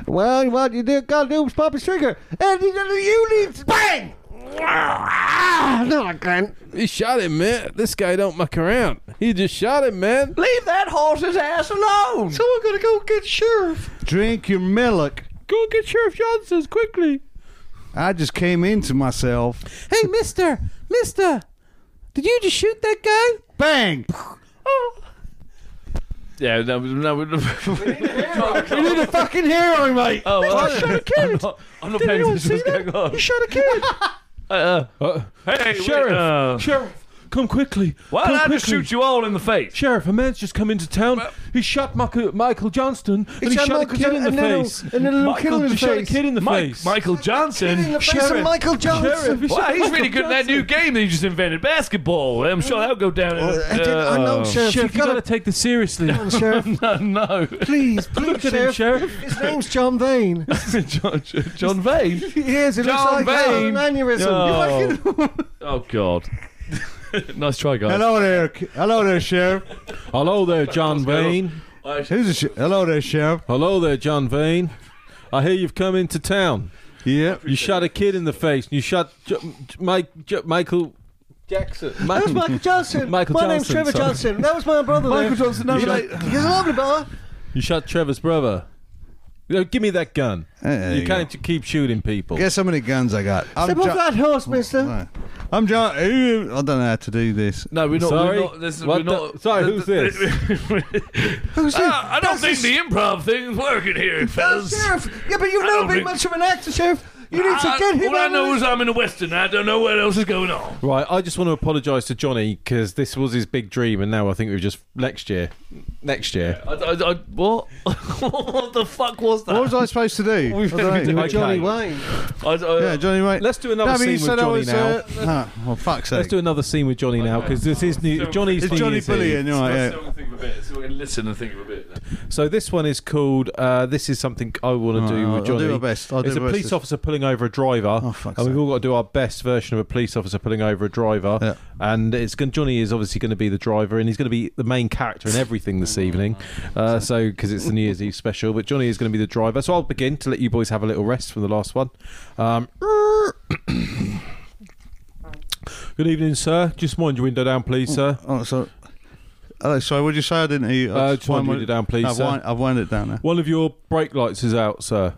Well, what you do, gotta do is pop his trigger. And you, you need to bang. Ah, no, I can't.
You shot him, man. This guy don't muck around. He just shot him, man.
Leave that horse's ass alone.
So we're gonna go get sheriff.
Drink your milk.
Go get Sheriff Johnson's quickly.
I just came into myself.
Hey, mister. Mister. Did you just shoot that guy?
Bang!
Yeah, no, no. we
We need a fucking hero, mate.
Oh, well,
shot a kid.
I'm not, I'm not paying attention to what's going on.
You shot a kid.
Uh,
Uh,
hey,
Sheriff.
Wait, uh,
Sheriff, come quickly.
why
come
don't I just
quickly.
shoot you all in the face?
Sheriff, a man's just come into town. He shot Michael, Michael Johnston and he shot,
Michael
a kid in the
and then
face.
a- and then a little kid in
Michael
the
shot a
face.
kid in the
Mike,
face.
Michael Johnson.
the face of Michael Johnson.
Sheriff.
Wow, he's really good at that new game that he just invented, basketball. I'm sure that'll go down. in
Oh, I didn't- I know,
uh,
Sheriff.
Sheriff,
you
you got
gotta-
to take this seriously.
Sheriff,
no,
please, please,
Look at him,
Sheriff.
Sheriff.
His name's John Vane.
John, John Vane.
He is. He looks
John
like he's got an
Vane.
aneurysm.
Oh. oh God. nice try, guys.
Hello there, K- hello there, sheriff.
Hello there, John Vane.
Who's the sh- hello there, sheriff?
Hello there, John Vane. I hear you've come into town.
Yeah.
You shot a kid in the face and you shot J- J- Mike, J- Michael Jackson.
That was Michael Johnson.
Michael
my name's
Johnson,
Trevor
sorry.
Johnson. That was my brother. Michael Johnson.
no,
he's,
but
like, he's a lovely boy.
You shot Trevor's brother. You know, give me that gun.
There
you
you
can't keep shooting people.
Guess how many guns I got? I'm
Step off
Jo-
that horse, mister.
Right. I'm John. I don't know how to do this.
No, we're not.
Sorry?
We're not, this,
What
we're not
the- sorry, who's this?
Who's this?
Ah, I don't
Oh,
think
That's
the improv thing's working here,
Oh,
fellas.
Sheriff. Yeah, but you've
I
never
don't
been
think-
much of an actor, Sheriff. You need to
I-
get him
all I
out of
know
this.
is I'm in a western. I don't know what else is going on.
Right, I just want to apologise to Johnny because this was his big dream, and now I think we've just next year, next year.
I, I, I, what? what the fuck was that?
What was I supposed to do? I don't know.
Okay.
Johnny Wayne.
I, uh, I,
Yeah, Johnny Wayne.
Let's do another
No, but
scene
you
with
said I
Johnny
was,
now.
uh, no, well, fuck's sake.
Let's do another scene with Johnny now because this is new. Johnny's
it's
New
Johnny
Year's Eve.
Bullion, right? Yeah.
Let's think of a bit. So we can listen and think of a bit.
So this one is called. Uh, this is something I want to do
Alright,
with
I'll- I'll
Johnny.
do my best. I'll
it's
do
a
my best.
police officer pulling over a driver,
Oh, fuck's
and we've
sake.
all got to do our best version of a police officer pulling over a driver.
Yeah.
And it's going, Johnny is obviously going to be the driver, and he's going to be the main character in everything this evening. Uh, so because it's the New Year's Eve special, but Johnny is going to be the driver. So I'll begin to let you boys have a little rest from the last one. Um, good evening, sir. Just mind your window down, please, sir.
Oh, so. Hello, Oh, sorry, what did you say? I didn't hear you.
Uh,
I
just wind it down, please,
I've
sir.
wind, I've wound it down now.
One of your brake lights is out, sir.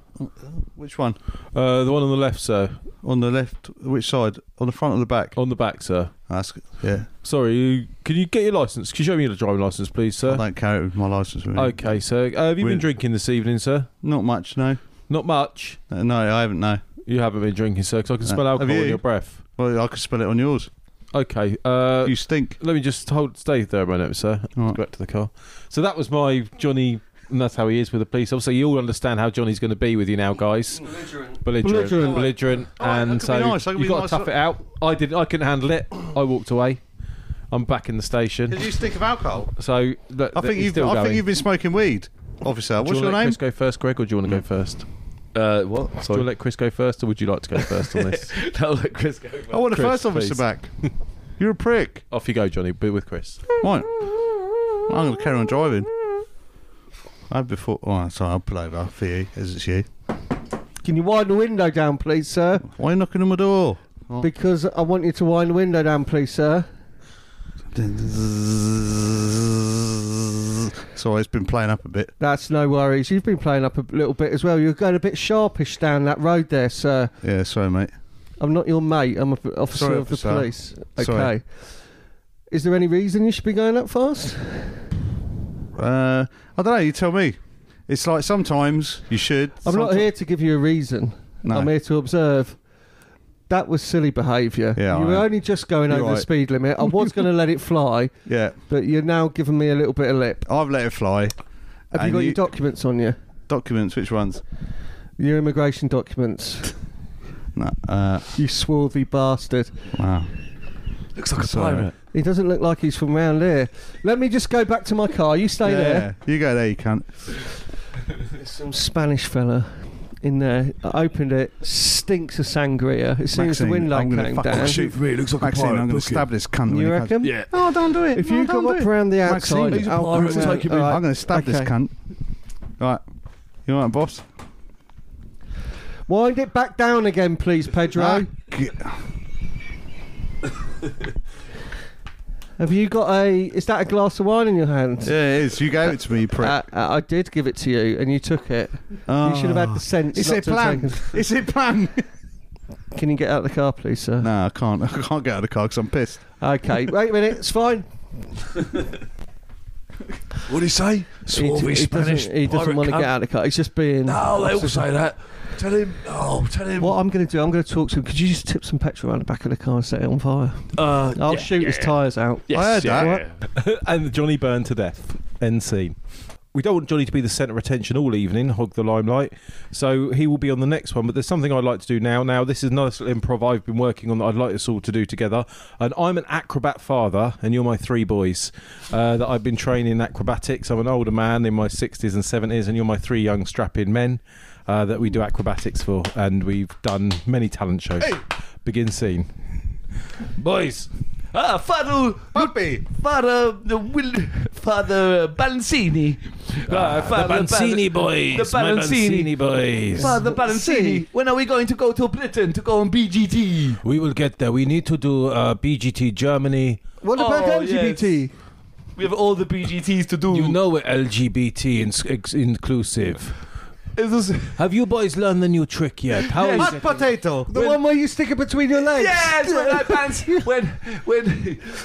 Which one?
Uh, the one on the left, sir.
On the left, which side? On the front or the back?
On the back, sir.
That's, yeah.
Sorry, you, can you get your license? Can you show me your driving license, please,
I
sir?
don't carry it with my license. Really.
Okay, sir. Uh, have you been
Really?
drinking this evening, sir?
Not much, no.
Not much.
Uh, No, I haven't, no.
You You haven't been drinking, sir, because I can
No.
smell
Uh, Have
alcohol in
you?
your breath.
Well, I could spell it on yours.
Okay. Uh,
you stink.
let me just hold stay there a minute, sir.
All right.
Go back to the car. So that was my Johnny. And that's how he is with the police. Obviously, you all understand how Johnny's going to be with you now, guys. Belligerent, belligerent,
Belligerent.
Alright, that could
and
be
so
nice, that could
you've
be
got
nice.
to tough it out. I did. not I couldn't handle it. I walked away. I'm back in the station.
Did you stink of alcohol?
So that,
I think
he's
you've.
Still
I
going.
think you've been smoking weed, officer.
Do you
What's
wanna
your
let
name?
Chris go first, Greg, or do you want to go first?
Mm.
Do you
Uh, what?
want to
Sorry.
let Chris go first, or would you like to go first on this?
That'll let Chris go.
I want the
Chris,
first officer
please.
back. You're a prick.
Off you go, Johnny. Be with Chris.
Right. I'm going to carry on driving. I before. Oh, sorry. I'll pull over for you, as it's you.
Can you wind the window down, please, sir?
Why are you knocking on my door?
Because I want you to wind the window down, please, sir.
Sorry, it's been playing up a bit.
That's no worries. You've been playing up a little bit as well. You're going a bit sharpish down that road there, sir.
Yeah, sorry, mate.
I'm not your mate. I'm an officer
Sorry,
of the
officer.
police. Okay.
Sorry.
Is there any reason you should be going that fast?
Uh, I don't know. You tell me. It's like sometimes you should.
I'm not
someti-
here to give you a reason.
No.
I'm here to observe. That was silly behaviour.
Yeah,
you
I
were
am.
only just going
You're
over the
right.
speed limit. I was going to let it fly,
Yeah,
but you're now giving me a little bit of lip.
I've let it fly.
Have you
And
got
you-
your documents on you?
Documents, which ones?
Your immigration documents.
No, uh,
you swarthy bastard.
wow.
Looks like a
Sorry.
pirate.
He doesn't look like he's from round here. Let me just go back to my car. You stay there.
You go there, you cunt.
There's some Spanish fella in there. I opened it. Stinks of sangria. As soon as the
Maxine,
window
I'm gonna
came
fucking
down.
shoot
for me. It looks like
Maxine, I'm going to stab this cunt. when he
You
comes-
reckon?
Yeah.
No, don't do it.
If
No,
you
don't
come
do
up
it.
around the
Maxine,
outside,
he's a
I'll
pirate.
come
Take him in.
All right.
I'm going to stab this
Okay.
cunt. Right. You all right, boss?
Wind it back down again, please, Pedro.
Ah, g-
Have you got a? Is that a glass of wine in your hand?
Yeah, it is. You gave it to me, you prick. Ah.
Uh, uh, I did give it to you, and you took it. You should have
Ah.
had the sense.
It's
not
a
to have
plan.
taken-
It's a plan.
Can you get out of the car, please, sir?
no, I can't. I can't get out of the car because I'm pissed.
Okay, wait a minute. It's fine.
What did he say?
He d-
Swarthy
he
Spanish.
doesn't, he doesn't
pirate
want to
cunt.
get out of the car. He's just being.
No, they all say that. Tell him. Oh, tell him.
What I'm going to do, I'm going to talk to him. Could you just tip some petrol around the back of the car and set it on fire?
Uh,
I'll
yeah,
shoot
yeah.
his tyres out.
Yes,
I heard
yeah.
that.
and Johnny burned to death. End scene. We don't want Johnny to be the centre of attention all evening, hog the limelight. So he will be on the next one. But there's something I'd like to do now. Now, this is another little improv I've been working on that I'd like us all to do together. And I'm an acrobat father, and you're my three boys uh, that I've been training in acrobatics. I'm an older man in my 60s and 70s, and you're my three young strapping men uh, that we do acrobatics for. And we've done many talent shows. Begin scene. Boys.
Ah, Father,
Puppy.
Father, the Will, Father Balancini. Ah, Father Bal-
boys.
the Balancini.
My Balancini boys.
Father Balancini.
See.
When are we going to go to Britain to go on BGT?
We will get there. We need to do uh, BGT Germany.
What about
Oh,
LGBT?
We have all the BGTs to do.
You know we're LGBT ins- ex- inclusive.
Is this-
Have you boys learned the new trick yet? How is
Hot
it?
potato. The one where you stick it between your legs.
yes, when I balance, when when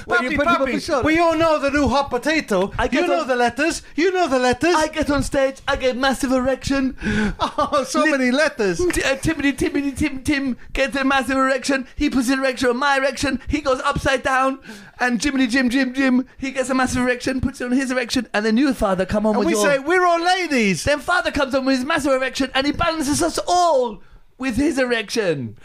when you
put him up
puppy,
his shoulder.
We all know the new hot potato.
I get
you know
on-
the letters. You know the letters.
I get on stage, I get massive erection.
oh, so
Lit-
many letters.
T- uh, Timothy, Timothy, Tim, Tim gets a massive erection. He puts an erection on my erection. He goes upside down, and Jiminy, Jim, Jim, Jim, he gets a massive erection, puts it on his erection, and then you, father, come on
And
with
we
your.
say we're all ladies.
then father comes on with his massive erection, and he balances us all with his erection.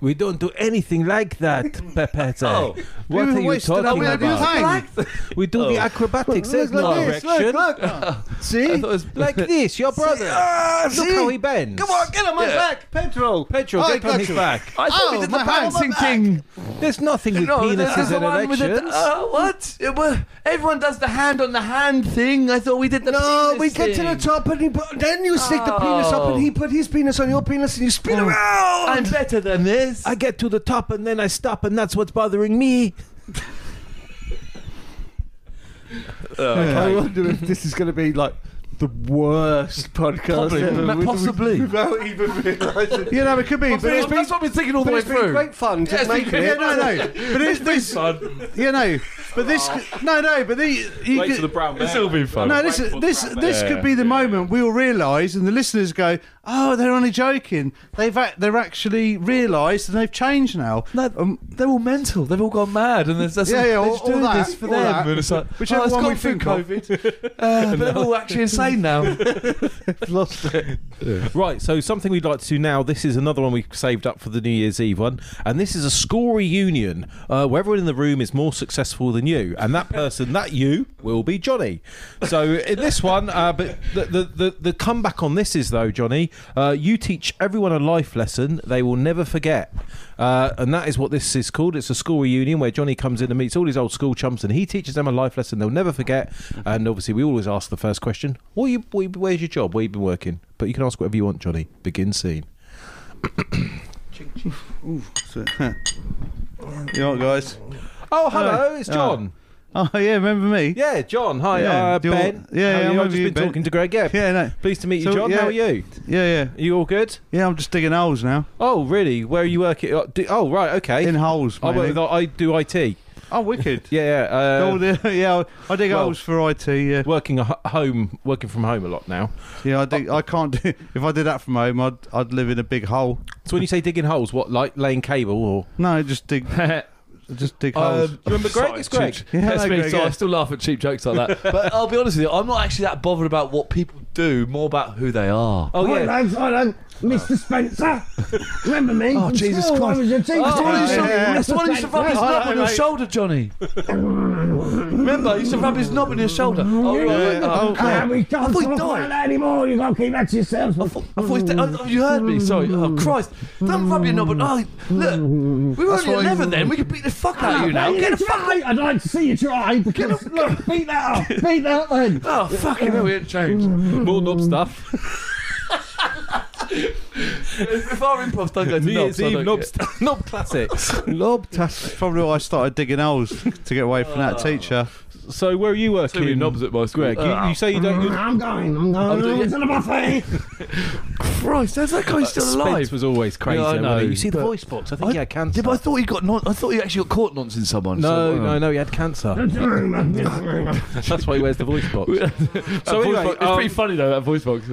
We don't do anything like that, Pepete.
Oh.
What
We
are you
wasted our
talking
valuable
about?
time.
Like th-
We do the acrobatics. There's
Look,
no
look this,
erection.
Look, look. See?
it was-
Like this, your brother. Look
see?
how he bends.
Come on, get on my
Yeah.
back, Pedro.
Pedro,
Oh,
get on
got
his
you.
back.
I thought we
Oh,
did
my
the
hand.
balancing thing.
There's nothing with
No, this is
penises
the
and
one with the.
erections.
Oh, what? It wa- everyone does the hand on the hand thing. I thought we did the.
No,
penis
we get to
thing.
the top and he put, then you stick the penis up
Oh.
and he put his penis on your penis and you spin around.
I'm better than this.
I get to the top and then I stop, and that's what's bothering me.
I wonder if this is going to be like the worst podcast ever. with-
Possibly.
Without even realising.
You know, it could be, but it's been,
That's what we're thinking all the
But
way
it's been
through.
great fun just
Yes, we
making
can.
it.
yeah, no, no, but it's been,
Fun. Ah.
you know, But this, could- no, no. But the, you
Wait
coait
till the brown bear.
It's all been fun.
no, this is this this could be the moment we'll realise, and the listeners go, "Oh, they're only joking. They've act, they're actually realised and they've changed now."
um, they're all mental. They've all gone mad, and there's, that's
Yeah, yeah,
they
all-
just
all
do
that,
this for
all
them.
that.
And it's like,
Whichever
oh, it's
one
gone
we
through
think of.
COVID, uh, but they're all actually insane now.
Lost it.
Right, so something we'd like to do now. This is another one we saved up for the New Year's Eve one, and this is a score reunion uh, where everyone in the room is more successful than you, and that person, that you, will be Johnny. So in this one, uh, but the, the the the comeback on this is though, Johnny, uh, you teach everyone a life lesson they will never forget, uh, and that is what this is called. It's a school reunion where Johnny comes in and meets all his old school chumps, and he teaches them a life lesson they'll never forget. And obviously, we always ask the first question: What you, what you where's your job? Where you been working? But you can ask whatever you want, Johnny. Begin scene.
You know what, guys?
Oh, hello, it's John.
Oh yeah, remember me?
Yeah, John. Hi,
Yeah,
uh,
do you
Ben.
want- yeah,
How
yeah,
are you?
I'm
I've
over
just
you,
been
Ben.
talking to Greg. Yeah.
Yeah, no,
Pleased to meet you,
So,
John.
yeah.
How are you?
yeah, yeah,
Are you all good?
yeah. I'm just digging holes now.
Oh, really? Where are you working? Oh, do- oh, right. Okay.
In holes,
I, work
mate.
with, I do IT. Yeah,
Oh, wicked.
yeah. Uh,
All the- yeah, I dig
well-
holes for IT. Yeah,
working a ho- home, working from home a lot now.
yeah. I dig, I can't do. If I did that from home, I'd I'd live in a big hole.
So when you say digging holes, what like laying cable or?
No, just dig, just dig holes.
Um,
Remember Greg?
sorry,
It's Greg.
cheap-
Yeah,
that's
no,
me.
Greg,
Sorry,
yeah.
I still laugh at cheap jokes like that. But I'll be honest with you, I'm not actually that bothered about what people do, more about who they are.
Oh yeah.
Hi, lads, hi, lads. Mr. Spencer. Remember me?
Oh,
From
Jesus
school,
Christ.
I was a teacher.
That's the one
yeah,
who used to-
yeah.
that's the one who used to rub his
Oh,
knob
no,
on your
mate.
shoulder, Johnny. Remember, he used to rub his knob on your shoulder. Oh, right.
Yeah, oh,
Ah, we
I
can't
thought
talk
he
about
died.
that anymore. You've got to keep that to yourself.
I thought he said- oh, you heard me. Sorry. Oh Christ! Don't rub your knob. on- Oh, look, we were only eleven then. We could beat the fuck out of you now. Get the fuck.
try. I'd like to see you try. Because, look, beat that up. Beat that up then.
Oh fucking hell! We ain't changed. More knob stuff. if our improvs don't go to
New
knobs,
Year's
I
Eve
don't
knob,
get-
st- knob classics.
Lob. That's probably why I started digging holes to get away from that
Ah.
teacher.
So where are you working?
Too many knobs at my school.
Greg, you, you say you don't. You,
I'm going. I'm going.
doing
to the buffet.
Christ, how's that guy still
Uh, Spence
alive?
was always crazy.
Yeah, I
though,
know,
wasn't he? You see the
but-
voice box. I think he had cancer.
Yeah, but I thought he got. Non- I thought he actually got caught noncing someone.
no,
so, oh.
no, no. He had cancer. That's why he wears the voice box. so
So
anyway,
it's
um,
pretty funny though. That voice box.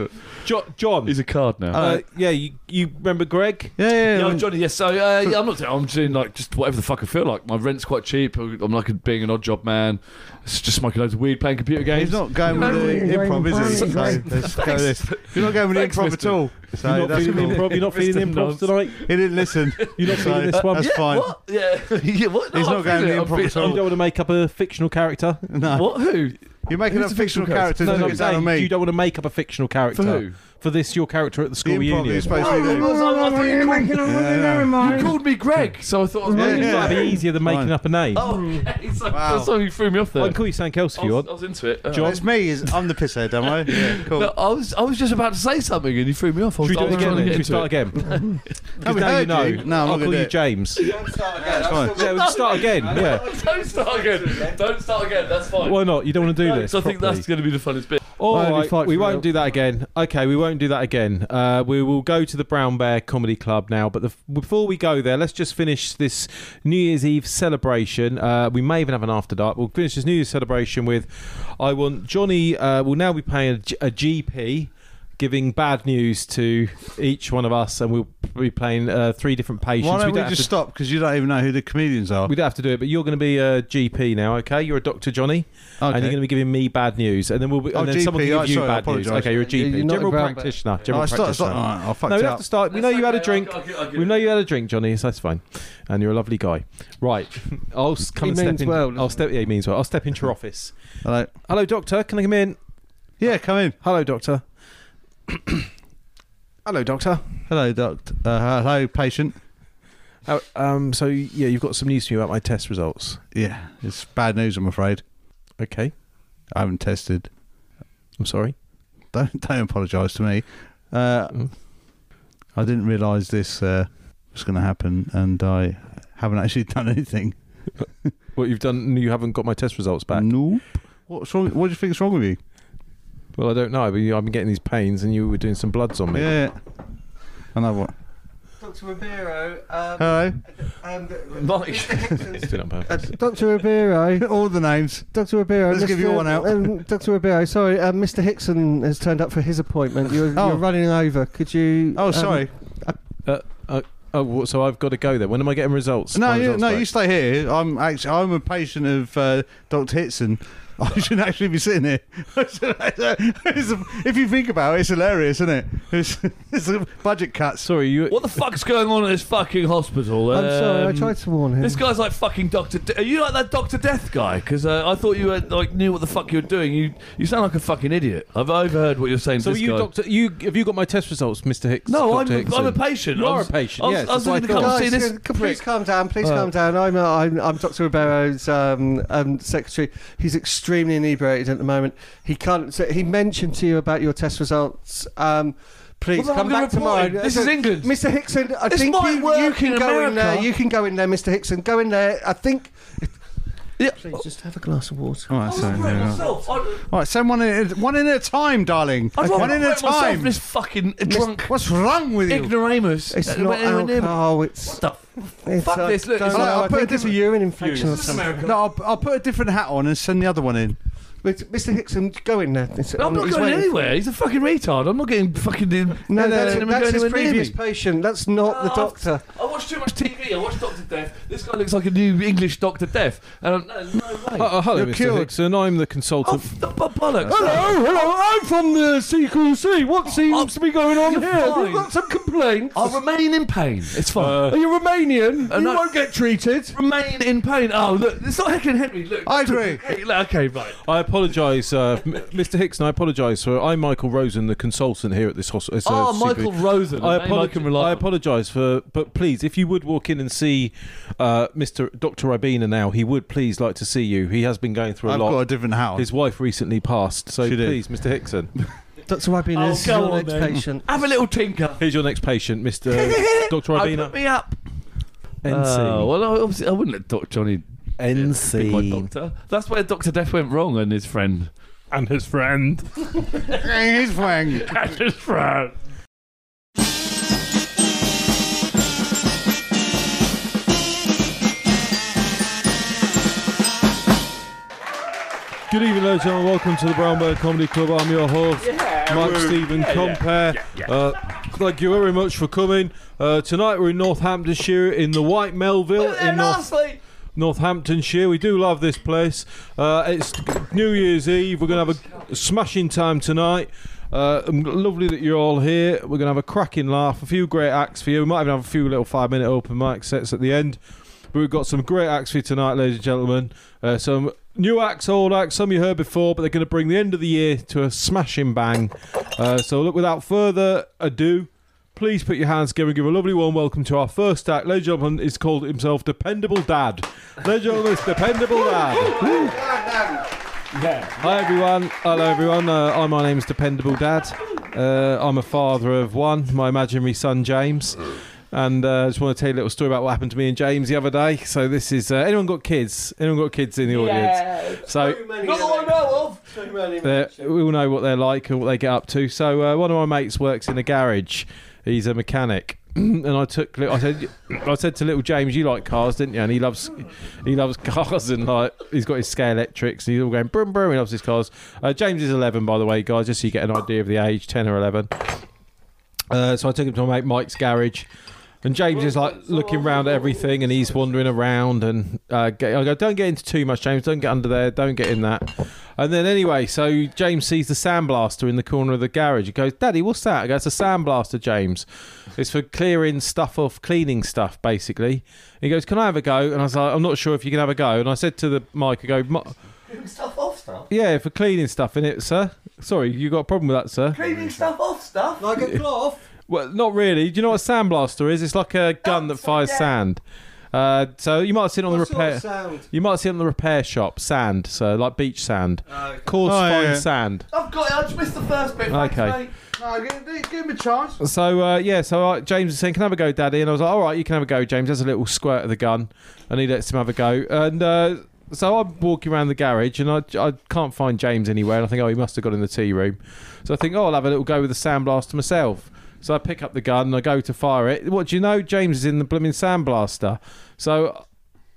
Jo- John.
He's a card now.
uh, yeah, you, you remember Greg?
Yeah, yeah.
Yeah,
yeah.
I'm Johnny. Yes, so uh, yeah, I'm not. I'm doing like just whatever the fuck I feel like. My rent's quite cheap. I'm like a, being an odd job man. It's just smoking loads of weed, playing computer games.
He's not going with
He's
the
going
improv, is he?
with
So, let's go with this. You're not going with the
Thanks,
improv at
mister.
all. So
You're not
that's
feeling
cool.
the improv, you're not feeling the
Mr.
improv
Knobs.
tonight.
He didn't listen.
You're not
So
feeling this one.
That's fine.
What? Yeah. yeah what? No,
He's
I'm
not going to
feeling it.
the
I'm
improv at
feeling-
You
all.
don't want to make up a fictional character.
What? Who?
You're making
Who's
up
a
fictional
fictional
characters.
No,
Look
no,
at
I'm
that on
saying you
me.
don't want to make up a fictional character
For who?
for this your character at the
The
school
improv
reunion.
you're supposed
Oh,
to do.
I thought you called-
You
you called me Greg, so I thought I was
Yeah,
making
yeah.
fun.
That'd be easier than making
Fine.
up a name.
Oh, okay. So,
Wow.
That's why you threw me off
I
there.
can call you something else if
I
you
was,
want.
I was into it. Uh,
John.
It's me. Is I'm the pisshead, am I? Yeah, cool.
No, I was I was just about to say something and you threw me off. I was,
Should we
I
do it
was
again?
trying to
then?
get
Should we
into
No,
start again?
it.
Because
we
now you
heard
know.
you. No, I'm not
I'll call
gonna
you
do it.
James. yeah,
That's fine.
we'll start again. Yeah.
Don't start again. Don't start again. That's fine.
Why not? You don't want to do
No,
this.
'cause I think
properly.
that's going to be the funnest bit.
All
only
right,
fight
we
for
won't
help.
do that again. Okay, we won't do that again. Uh, we will go to the Brown Bear Comedy Club now. But the, before we go there, let's just finish this New Year's Eve celebration. Uh, we may even have an after dark. We'll finish this New Year's celebration with I want Johnny uh, will now be paying a, G- a GP. Giving bad news to each one of us, and we'll be playing uh, three different patients.
Why don't we
have
just
to,
stop? Because you don't even know who the comedians are.
we don't have to do it, but you're going to be a GP now, okay? You're a doctor, Johnny, and
Okay.
you're going to be giving me bad news, and then we'll be, and
Oh,
then
GP,
someone will
oh,
give you
sorry, I
bad news.
apologise.
Okay, you're a GP,
you're not
general
a brown
practitioner.
Oh,
General
I start. I
practitioner.
start. all right, I fucked
no, we
it
don't have
up.
to start. We know you had a drink. We know you had a drink, Johnny. So that's fine, and you're a lovely guy, right? I'll s- come
He
and step
means
in.
well,
I'll
doesn't
step. Yeah, he means well. I'll step into your office.
Hello.
Hello, doctor. Can I come in?
Yeah, come in.
Hello, doctor. Hello, doctor.
Hello, doctor. Uh, hello, patient.
Oh, um, so yeah, you've got some news for me about my test results.
Yeah, it's bad news. I'm afraid.
Okay,
I haven't tested.
I'm sorry.
Don't don't apologise to me. Uh,
Mm.
I didn't realise this uh, was going to happen, and I haven't actually done anything.
What you've done? You haven't got my test results back.
Nope. What's wrong? What do you think's wrong with you?
Well, I don't know. But you- I've been getting these pains, and you were doing some bloods on me.
Yeah. Another one.
Dr. Ribeiro. Um,
Hello.
and,
Nice.
Did it on purpose.
uh, Dr. Ribeiro.
All the names.
Dr. Ribeiro.
Let's give you one out.
Um, Dr. Ribeiro, sorry, uh, Mr. Hickson has turned up for his appointment. You're,
Oh.
you're running over. Could you?
Oh,
um,
sorry.
Oh, well, so I've got to go there. When am I getting results?
no,
My
you,
results
no,
back.
you stay here. I'm actually I'm a patient of uh, Doctor Hitson. I should actually be sitting here. It's a- if you think about it, it's hilarious, isn't it? It's, it's a budget cuts.
Sorry, you.
What the fuck's going on at this fucking hospital?
I'm sorry, I
Um,
tried to warn him.
This guy's like fucking Doctor. De- Are you like that Doctor Death guy? Because uh, I thought you had, like knew what the fuck you were doing. You you sound like a fucking idiot. I've overheard what you're saying. to
So
this
you,
guy.
doctor, you have you got my test results, Mister Hicks?
No, I'm,
Dr. Hickson?
I'm a patient.
You
I
are
was-
a patient,
I was,
yes,
I was
that's
looking
what
to
I
come
thought.
see
Guys,
this.
can- can- please calm down. Please calm down. I'm, uh, I'm, I'm Dr. Ribero's um, um, secretary. He's extremely inebriated at the moment. He can't. So he mentioned to you about your test results. Um, please
Well,
come
I'm gonna
back
report
tomorrow.
him. This is England.
Mr. Hickson. I
It's
think
my
you,
work
you can
in
go in there.
America.
You can go in there, Mr. Hickson. Go in there. I think.
Yeah.
Please just have a glass of water.
All right,
I
so,
was
yeah.
myself. I-
All right, send one in, one in at a time, darling.
I'd rather
One in at a
wet myself than
time.
This fucking drunk
What's wrong with you?
ignoramus.
It's
that
not
went anywhere near me.
alcohol. It's,
What the f-
it's
Fuck
uh,
this, look,
don't
it's
know,
like- I'll
I
put
think
a
it's a urine infection. or
This is
something.
America.
No, I'll, I'll put a different hat on and send the other one in.
But Mr. Hickson, go in there. It's-
I'm not
he's
going
waiting for you.
anywhere. He's a fucking retard. I'm not getting fucking.
No, no,
letting
that's,
him go
his
anywhere near
previous
me.
patient. That's not the
Oh,
doctor.
I watch too much TV. I watch Doctor Death. This guy looks like a new English Doctor Death. And I'm, no, no way.
Uh, uh, hello,
You're
Mr.
cured.
Hickson. I'm the
oh,
consultant.
f- the bu- bollocks.
Hello, hello. I'm from the CQC. What seems to be going on
You're
here?
fine.
We've got some complaints.
I'll remain in pain. It's fine.
Uh,
Are you Romanian?
Uh,
you
no.
won't get treated.
remain in pain. Oh, look, it's not Heckin Henry. Look,
I agree.
Hey, look, okay, right.
I apologise, uh, m- Mr. Hickson. I apologise for. I'm Michael Rosen, the consultant here at this hospital.
Oh, Michael Rosen.
I,
a name I can
apolog-
rely
I
on.
apologise for, but please, if you would walk in and see uh, Mr. Dr. Ibina now, he would please like to see you. He has been going through a
I've
lot.
got a different hat on.
His wife recently passed, so
She did.
please, Mr. Hickson.
Dr. Wabin
Oh,
is
go
your
on
next
then.
patient.
Have a little tinker.
Here's your next patient, Mr. Dr.
Oh, put
Ibina.
me up. Oh,
NC.
well, I- obviously, I wouldn't let Doc Johnny be my doctor. That's where Doctor Death went wrong and his friend.
And his friend.
He's fang.
And his friend.
Good evening, ladies and gentlemen. Welcome to the Brown Bear Comedy Club. I'm your host, Mike Stephen Compare. Uh, thank you very much for coming. Uh, tonight we're in Northamptonshire in the White Melville in North, Northamptonshire. We do love this place. Uh, it's New Year's Eve. We're going to have a smashing time tonight. Uh, um, lovely that you're all here. We're going to have a cracking laugh, a few great acts for you. We might even have a few little five minute open mic sets at the end. But we've got some great acts for you tonight, ladies and gentlemen. Uh, some new acts, old acts, some you heard before, but they're going to bring the end of the year to a smashing bang. Uh, so, look, without further ado, please put your hands together and give a lovely warm welcome to our first act. Ladies and gentlemen, is called himself Dependable Dad. Ladies and gentlemen, it's Dependable Dad. Hi everyone. Hello everyone. Uh, hi, my name's Dependable Dad. Uh, I'm a father of one, my imaginary son James. And uh, I just want to tell you a little story about what happened to me and James the other day. So this is uh, anyone got kids? Anyone got kids in the audience? So
Not that I know of. So many.
they're- we all know what they're like and what they get up to. So uh, one of my mates works in a garage. He's a mechanic, and I took. li- I said, I said to little James, "You like cars, didn't you?" And he loves, he loves cars, and like he's got his scale electrics. And he's all going brum brum. He loves his cars. Uh, James is eleven, by the way, guys, just so you get an idea of the age, ten or eleven. Uh, so I took him to my mate Mike's garage. And James is like looking round at everything and he's wandering around. And uh, get, I go, Don't get into too much, James. Don't get under there. Don't get in that. And then, anyway, so James sees the sandblaster in the corner of the garage. He goes, Daddy, what's that? I go, It's a sandblaster, James. It's for clearing stuff off, cleaning stuff, basically. He goes, Can I have a go? And I was like, I'm not sure if you can have a go. And I said to the Mike, I go, "Mi-
Stuff off stuff.
Yeah, for cleaning stuff in it, sir. Sorry, you got a problem with that, sir?
Cleaning stuff off stuff.
Like a cloth.
Well, not really. Do you know what a sandblaster is? It's like a gun that fires sand. Uh, so you might see it on the
What sort
repair.
of sound?
You might see it on the repair shop. Sand, so like beach sand,
Okay.
coarse
Oh,
fine
yeah.
sand.
I've got it. I just missed the first bit. Thanks,
Okay.
mate.
So uh, yeah, so uh, James is saying, "Can I have a go, Daddy?" And I was like, "All right, you can have a go, James." Has a little squirt of the gun, and he lets him have a go. And uh, so I'm walking around the garage, and I, I can't find James anywhere. And I think, "Oh, he must have got in the tea room." So I think, "Oh, I'll have a little go with the sandblaster myself." So I pick up the gun and I go to fire it. What do you know? James is in the blooming sandblaster. So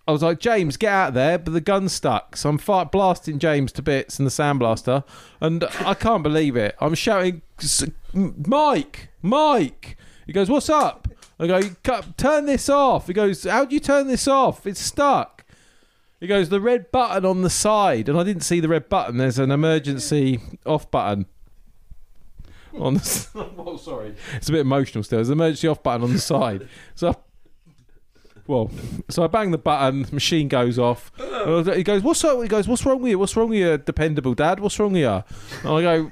I was like, James, get out of there, but the gun's stuck. So I'm fi blasting James to bits in the sandblaster, and I can't believe it. I'm shouting, "S- Mike, Mike. He goes, What's up? I go, "Cut- Turn this off. He goes, How do you turn this off? It's stuck. He goes, The red button on the side. And I didn't see the red button. There's an emergency off button. On the, s- well, sorry, it's a bit emotional still. There's an emergency off button on the side. So I well, so I bang the button, machine goes off. And I was like- he goes, "What's up?" He goes, "What's wrong with you? What's wrong with you, dependable dad? What's wrong with you?" And I go,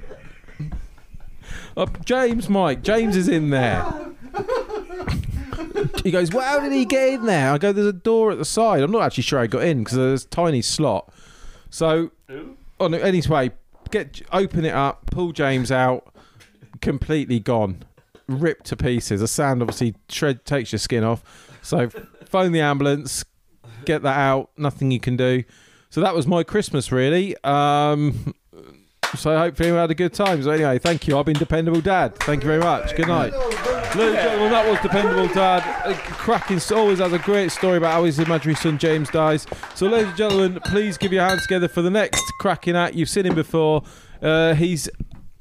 "Uh, "James, Mike, James is in there." he goes, well, "How did he get in there?" I go, "There's a door at the side. I'm not actually sure how he got in because there's a tiny slot." So, on anyway, get open it up, pull James out, completely gone, ripped to pieces. The sand obviously shred takes your skin off. So phone the ambulance, get that out. Nothing you can do. So that was my Christmas, really. Um, so hopefully we had a good time. So anyway, thank you. I've been dependable dad. Thank you very much. Good night, ladies and gentlemen. That was dependable dad. A cracking. s- Always has a great story about how his imaginary son James dies. So ladies and gentlemen, please give your hands together for the next cracking act. You've seen him before. Uh, he's.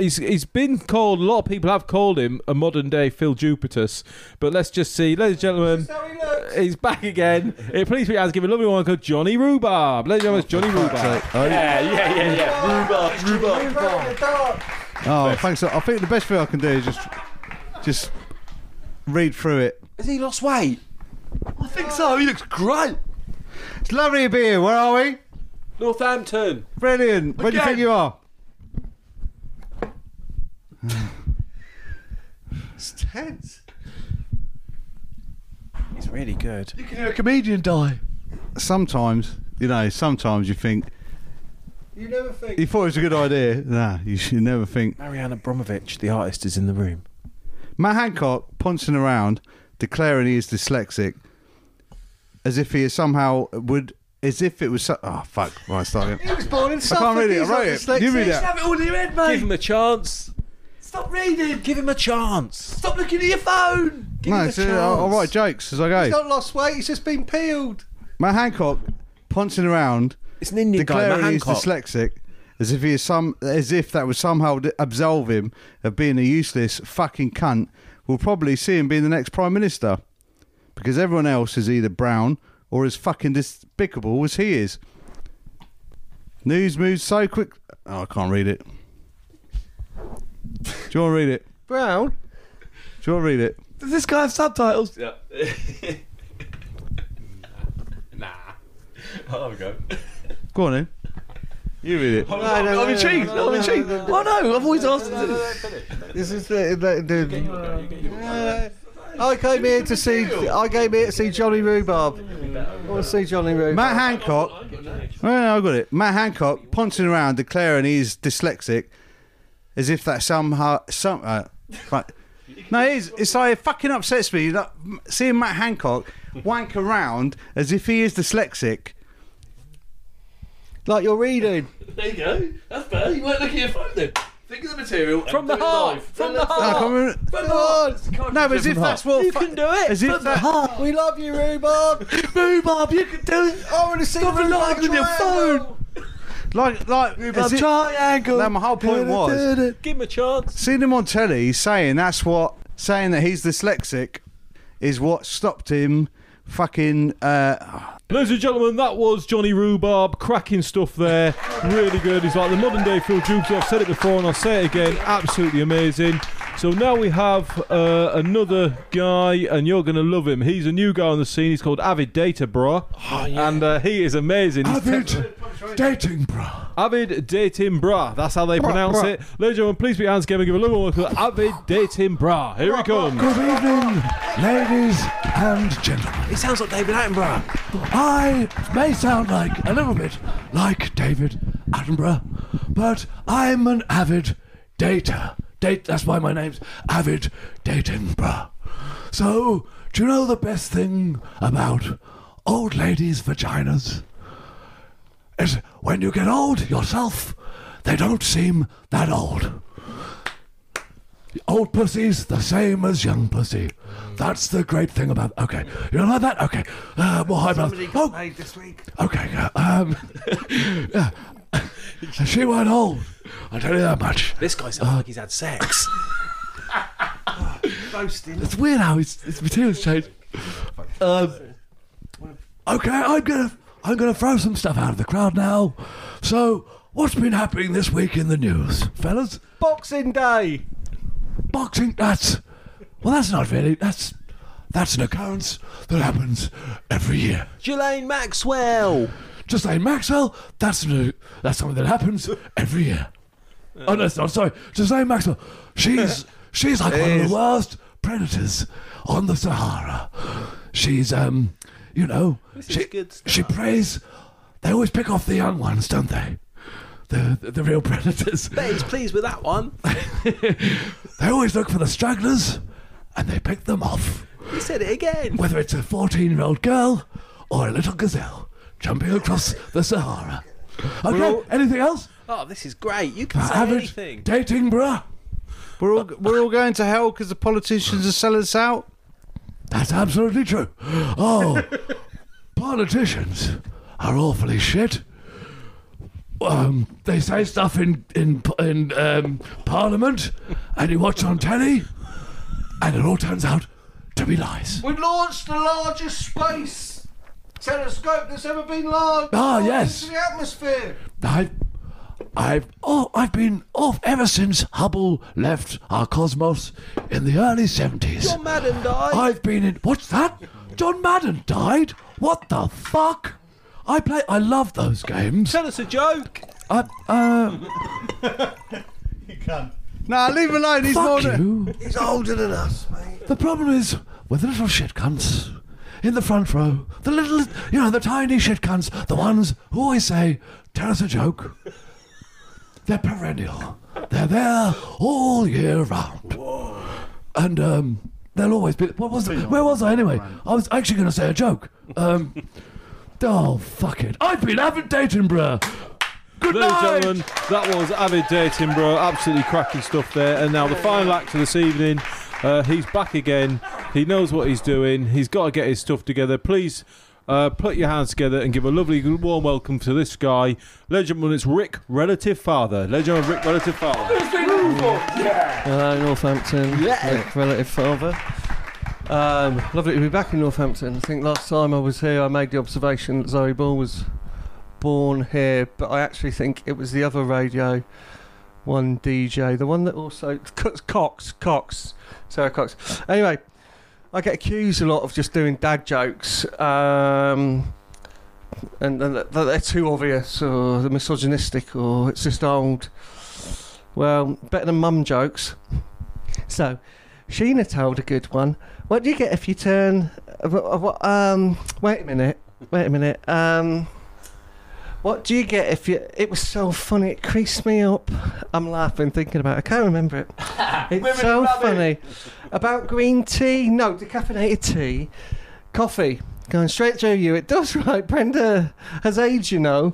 He's, he's been called, a lot of people have called him a modern day Phil Jupitus. But let's just see, ladies and gentlemen. He's back again. Hey, please put your hands give a lovely one called Johnny Rhubarb. Ladies and gentlemen, it's Johnny Rhubarb.
Yeah, yeah, yeah, yeah. Rhubarb, rhubarb.
Oh, thanks. I think the best thing I can do is just just read through it.
Has he lost weight? I think so. He looks great.
It's lovely to be here. Where are we?
Northampton.
Brilliant. Where do you think you are?
It's tense.
He's really good.
You can hear a comedian die.
Sometimes, you know, sometimes you think
You never think.
you thought it was a good idea. Nah, you should never think.
Mariana Bromovich, the artist, is in the room.
Matt Hancock poncing around, declaring he is dyslexic, as if he is somehow would, as if it was. So- oh fuck! Right, start again.
He was born in
I
Suffolk.
can't read it. I
he's not
wrote it. You
dyslexic.
read
You should
it.
have it all in your head, mate.
Give him a chance.
Stop reading.
Give him a chance.
Stop looking at your phone.
No, it's, uh, I'll, I'll write jokes as I
He's
go.
not lost weight. He's just been peeled.
Matt Hancock poncing around,
It's an Indian
declaring
guy,
he's dyslexic, as if he is some, as if that would somehow d- absolve him of being a useless fucking cunt. We'll probably see him being the next prime minister, because everyone else is either brown or as fucking despicable as he is. News moves so quick. Oh, I can't read it. Do you want to read it?
Brown.
Do you want to read it?
Does this guy have subtitles?
Yeah. nah. Oh, there we go.
Go on, then. You read it.
I'm, I'm,
no,
I'm
no,
intrigued.
no, no,
I'm
no,
intrigued.
no,
Oh no! I've always asked. him to-
This is the. the, the, Uh, I came here to see. I came here to see Johnny Rhubarb. I want to see Johnny Rhubarb.
Matt Hancock. Oh, no, I got it. Matt Hancock poncing around, declaring he's dyslexic, as if that somehow some. Uh, right. No, it is. It's like it fucking upsets me that seeing Matt Hancock wank around as if he is dyslexic.
Like you're reading.
There you go. That's better. You weren't looking at your phone then. Think of the material from the heart. From the
No, I
heart.
Oh,
can't remember-
From the
Come
heart.
on.
It's a culture
no, but as
driven
if that's
heart.
what
You
fu-
can do it.
As if
From
that,
We love you, Rhubarb.
Rhubarb, you can do it.
I want to see
Stop
Rhubarb
relying on your
triangle.
phone.
like like as
Rhubarb
if-
triangle.
no, my whole point was
Give him a chance.
seeing him on telly saying that's what saying that he's dyslexic is what stopped him fucking uh,
Ladies and gentlemen, that was Johnny Rhubarb. Cracking stuff there. Really good. He's like the modern day Phil Jupiter. I've said it before and I'll say it again. Absolutely amazing. So now we have uh, another guy, and you're going to love him. He's a new guy on the scene. He's called Avid Data Bra. And uh, he is amazing. He's
Dating, dating, bro.
Avid Dating Bra. That's how they pronounce
bra.
it. Ladies and gentlemen, please put your hands together and give a little one to Avid Dating Bra. Here he comes.
Good evening, ladies and gentlemen.
He sounds like David Attenborough.
I may sound like a little bit like David Attenborough, but I'm an avid dater. Date. That's why my name's Avid Dating, bro. So, do you know the best thing about old ladies' vaginas? Is when you get old yourself, they don't seem that old.
Old pussy's the same as young pussy. That's the great thing about. Okay, you don't like that? Okay, uh, more highbrow. Oh,
this week.
Okay. uh, Um, yeah. she went old. I tell you that much.
This guy sounds like he's had sex.
Boasting.
It's weird how his, his materials change. Um, okay, I'm gonna I'm gonna throw some stuff out of the crowd now. So, what's been happening this week in the news, fellas?
Boxing Day.
Boxing. That's well, that's not really. That's that's an occurrence that happens every year.
Jelaine Maxwell.
Just like Maxwell, that's no, that's something that happens every year. oh no, it's not. Sorry, just like Maxwell, she's she's like one of the worst predators on the Sahara. She's um, you know, she she preys. They always pick off the young ones, don't they? The the, the real predators.
He's pleased with that one.
They always look for the stragglers, and they pick them off.
He said it again.
Whether it's a fourteen-year-old girl or a little gazelle jumping across the Sahara. Okay, anything else?
Oh, this is great. You can say
average
anything.
dating, bruh.
We're all we're all going to hell because the politicians are selling us out.
That's absolutely true. Oh, politicians are awfully shit. Um, they say stuff in in in um, Parliament, and you watch on telly, and it all turns out to be lies.
We launched the largest space telescope that's ever been launched.
Ah,
launched
yes.
Into the atmosphere.
I've, I've, oh, I've been off ever since Hubble left our cosmos in the early 70s. John Madden died. I've been in, what's that? John Madden died? What the fuck? I play, I love those games.
Tell us a joke.
I, uh,
Nah, leave him alone. He's more
fuck
than
you.
He's older than us, mate.
The problem is with the little shit cunts in the front row, the little, you know, the tiny shit cunts, the ones who always say, tell us a joke. They're perennial. They're there all year round. And um, they'll always be. What was? Where was I anyway? I was actually going to say a joke. Um, oh fuck it! I've been avid dating, bruh. Good
Ladies and
night.
gentlemen, that was Avid Dating Bro. Absolutely cracking stuff there. And now the final act of this evening. Uh, he's back again. He knows what he's doing. He's got to get his stuff together. Please uh, put your hands together and give a lovely, warm welcome to this guy. Ladies and gentlemen, it's Rick, relative father. Ladies and gentlemen, Rick, relative father.
Hello, Northampton. Yeah. Relative father. Um, lovely to be back in Northampton. I think last time I was here, I made the observation that Zoe Ball was born here, but I actually think it was the other radio, one DJ, the one that also Co- Cox, Cox, Sarah Cox. Anyway, I get accused a lot of just doing dad jokes, um, and, and that that they're too obvious or they're misogynistic or it's just old. Well, better than mum jokes. So, Sheena told a good one. What do you get if you turn? uh, wh- uh, wh- Um, wait a minute. Wait a minute. Um, what do you get if you? It was so funny. It creased me up. I'm laughing thinking about. it. I can't remember it. It's so funny. About green tea? No, decaffeinated tea. Coffee. Going straight through you. It does right. Brenda has aged, you know.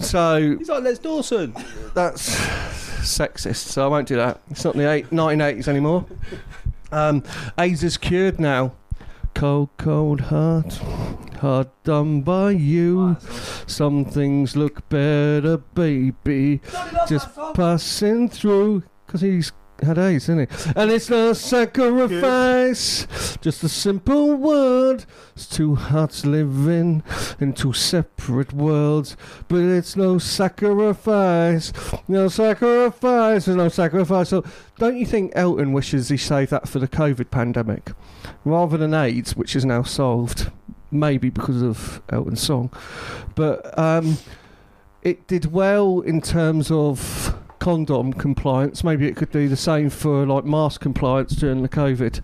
So
He's like Les Dawson.
that's sexist, so I won't do that. It's not the eight, 1980s anymore. Um, AIDS is cured now. Cold, cold heart, hard done by you. Some things look better, baby. Just passing through, because he's had AIDS, isn't he? And it's no sacrifice, just a simple word. It's two hearts living in two separate worlds, but it's no sacrifice, no sacrifice, there's no sacrifice. So, don't you think Elton wishes he saved that for the COVID pandemic rather than AIDS, which is now solved, maybe because of Elton's song? But um, it did well in terms of condom compliance. Maybe it could do the same for like mask compliance during the COVID.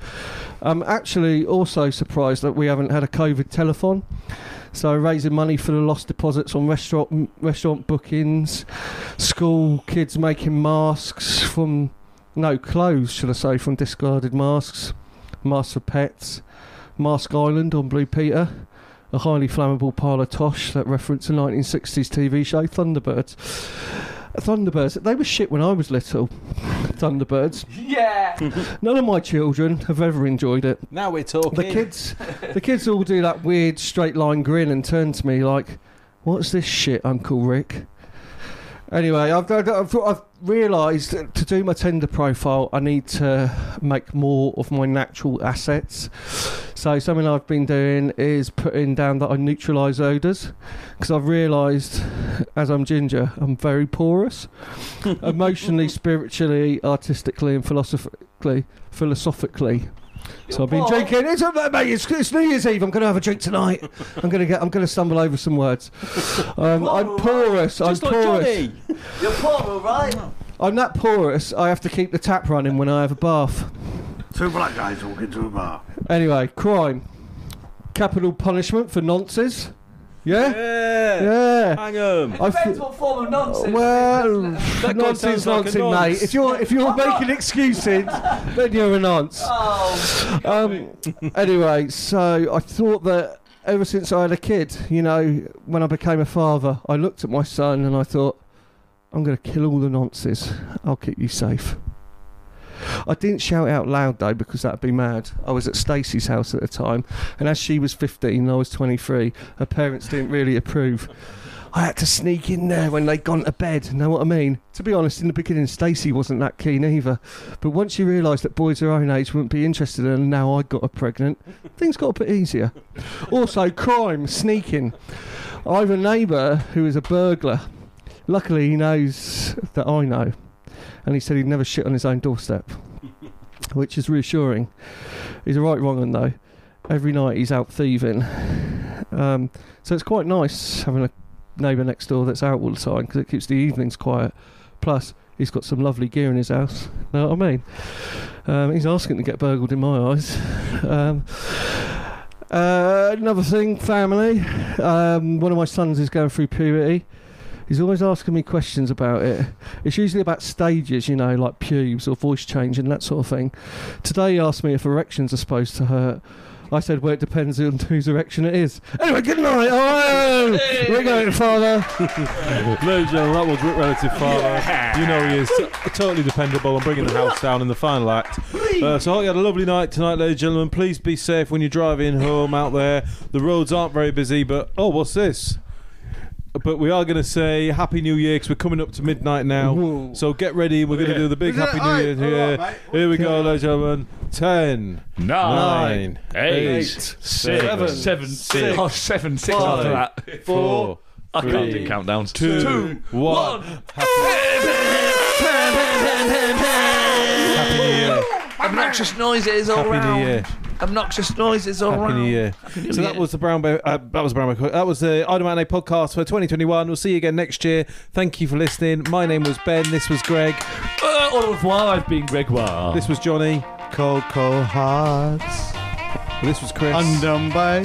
I'm actually also surprised that we haven't had a COVID telethon. So raising money for the lost deposits on restaurant restaurant bookings, school kids making masks from no clothes, should I say, from discarded masks, masks for pets, Mask Island on Blue Peter, a highly flammable pile of tosh that referenced a 1960s TV show Thunderbirds. Thunderbirds. They were shit when I was little. Thunderbirds.
Yeah.
None of my children have ever enjoyed it.
Now we're talking.
The kids, the kids all do that weird straight line grin and turn to me like, "What's this shit, Uncle Rick?" Anyway, I've, I've, I've, I've realised that to do my Tinder profile, I need to make more of my natural assets. So something I've been doing is putting down that I neutralise odours because I've realised as I'm ginger, I'm very porous, emotionally, spiritually, artistically, and philosophically. Philosophically, so I've been drinking. It's, uh, mate, it's, it's New Year's Eve. I'm going to have a drink tonight. I'm going to get. I'm going to stumble over some words. Um, I'm porous. I'm porous.
You're poor, all right?
I'm that porous. I have to keep the tap running when I have a bath.
Two black guys walk into a bar.
Anyway, crime, capital punishment for nonces. Yeah,
Yeah.
Eh? yeah.
Hang 'em.
I f-
Depends what form of nonsense.
well, nonsense,
sounds like a nonce.
nonsense, mate. If you're if you're making excuses, then you're a nonce.
Oh,
Um, anyway, so I thought that ever since I had a kid, you know, when I became a father, I looked at my son and I thought, I'm going to kill all the nonces. I'll keep you safe. I didn't shout out loud though because that'd be mad. I was at Stacey's house at the time, and as she was 15 and I was 23, her parents didn't really approve. I had to sneak in there when they'd gone to bed. Know what I mean? To be honest, in the beginning, Stacey wasn't that keen either. But once she realised that boys her own age wouldn't be interested in her, and now I got her pregnant, things got a bit easier. Also, crime, sneaking. I have a neighbour who is a burglar. Luckily, he knows that I know, and he said he'd never shit on his own doorstep, which is reassuring. He's a right wrong one though. Every night he's out thieving, um, so it's quite nice having a neighbour next door that's out all the time because it keeps the evenings quiet. Plus, he's got some lovely gear in his house. Know what I mean? Um, he's asking to get burgled in my eyes. Um, uh, another thing, family. Um, one of my sons is going through puberty. He's always asking me questions about it. It's usually about stages, you know, like pubes or voice change and that sort of thing. Today he asked me if erections are supposed to hurt. I said, well, it depends on whose erection it is. Anyway, good night. Oh, we're going, Father.
Ladies and gentlemen, that was Rick Relative Father. You know he is t- totally dependable and bringing the house down in the final act. Uh, so I hope you had a lovely night tonight, ladies and gentlemen. Please be safe when you're driving home out there. The roads aren't very busy, but oh, what's this? But we are going to say Happy New Year because we're coming up to midnight now. So get ready. We're going to do the big
Is that-
Happy
aye,
New Year.
alright,
here.
mate.
Here we go, ladies and gentlemen. Ten, nine,
eight,
eight,
seven, seven, six. Oh, seven, six after that.
four,
I can't
three,
do countdowns.
two, one. Happy New Year.
obnoxious noises all
Happy
round.
New Year.
uh,
Obnoxious noises all
Happy
round.
New Year. So that was the Brown Bear. Uh, that was Brown Bear. That was the Idle Man A podcast for 2021. We'll see you again next year. Thank you for listening. My name was Ben. This was Greg.
Uh, au revoir, I've been Gregoire.
This was Johnny.
Cold, cold hearts.
This was Chris.
Undone by.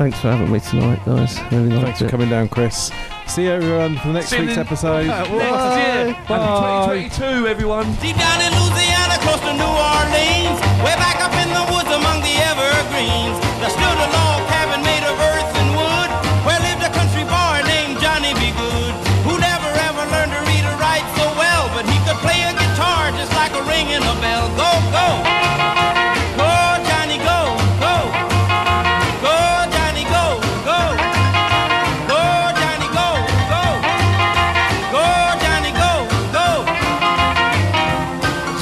Thanks for having me tonight, guys. Really liked
Thanks
it.
for coming down, Chris. See you Uh, everyone for the next
See you
week's
then.
episode.
Next year,
Bye.
and 2022, everyone.
Deep down in Louisiana, close to New Orleans, way back up in the woods among the evergreens, there stood a log cabin made of earth and wood, where lived a country boy named Johnny B. Good, who never ever learned to read or write so well, but he could play a guitar just like a ring in a bell. Go, go, go, Johnny, go, go, go, Johnny, go, go, go, Johnny, go, go, go, Johnny, go, go.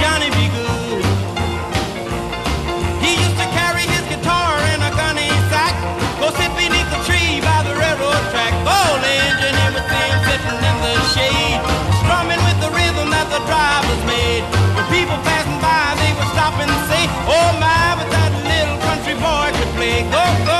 Johnny be good. He used to carry his guitar in a gunny sack, go sit beneath the tree by the railroad track. Old engineer would see him sitting in the shade, strumming with the rhythm that the drivers made. When people passing by, they would stop and say, Oh my, but that little country boy could play. Go, go,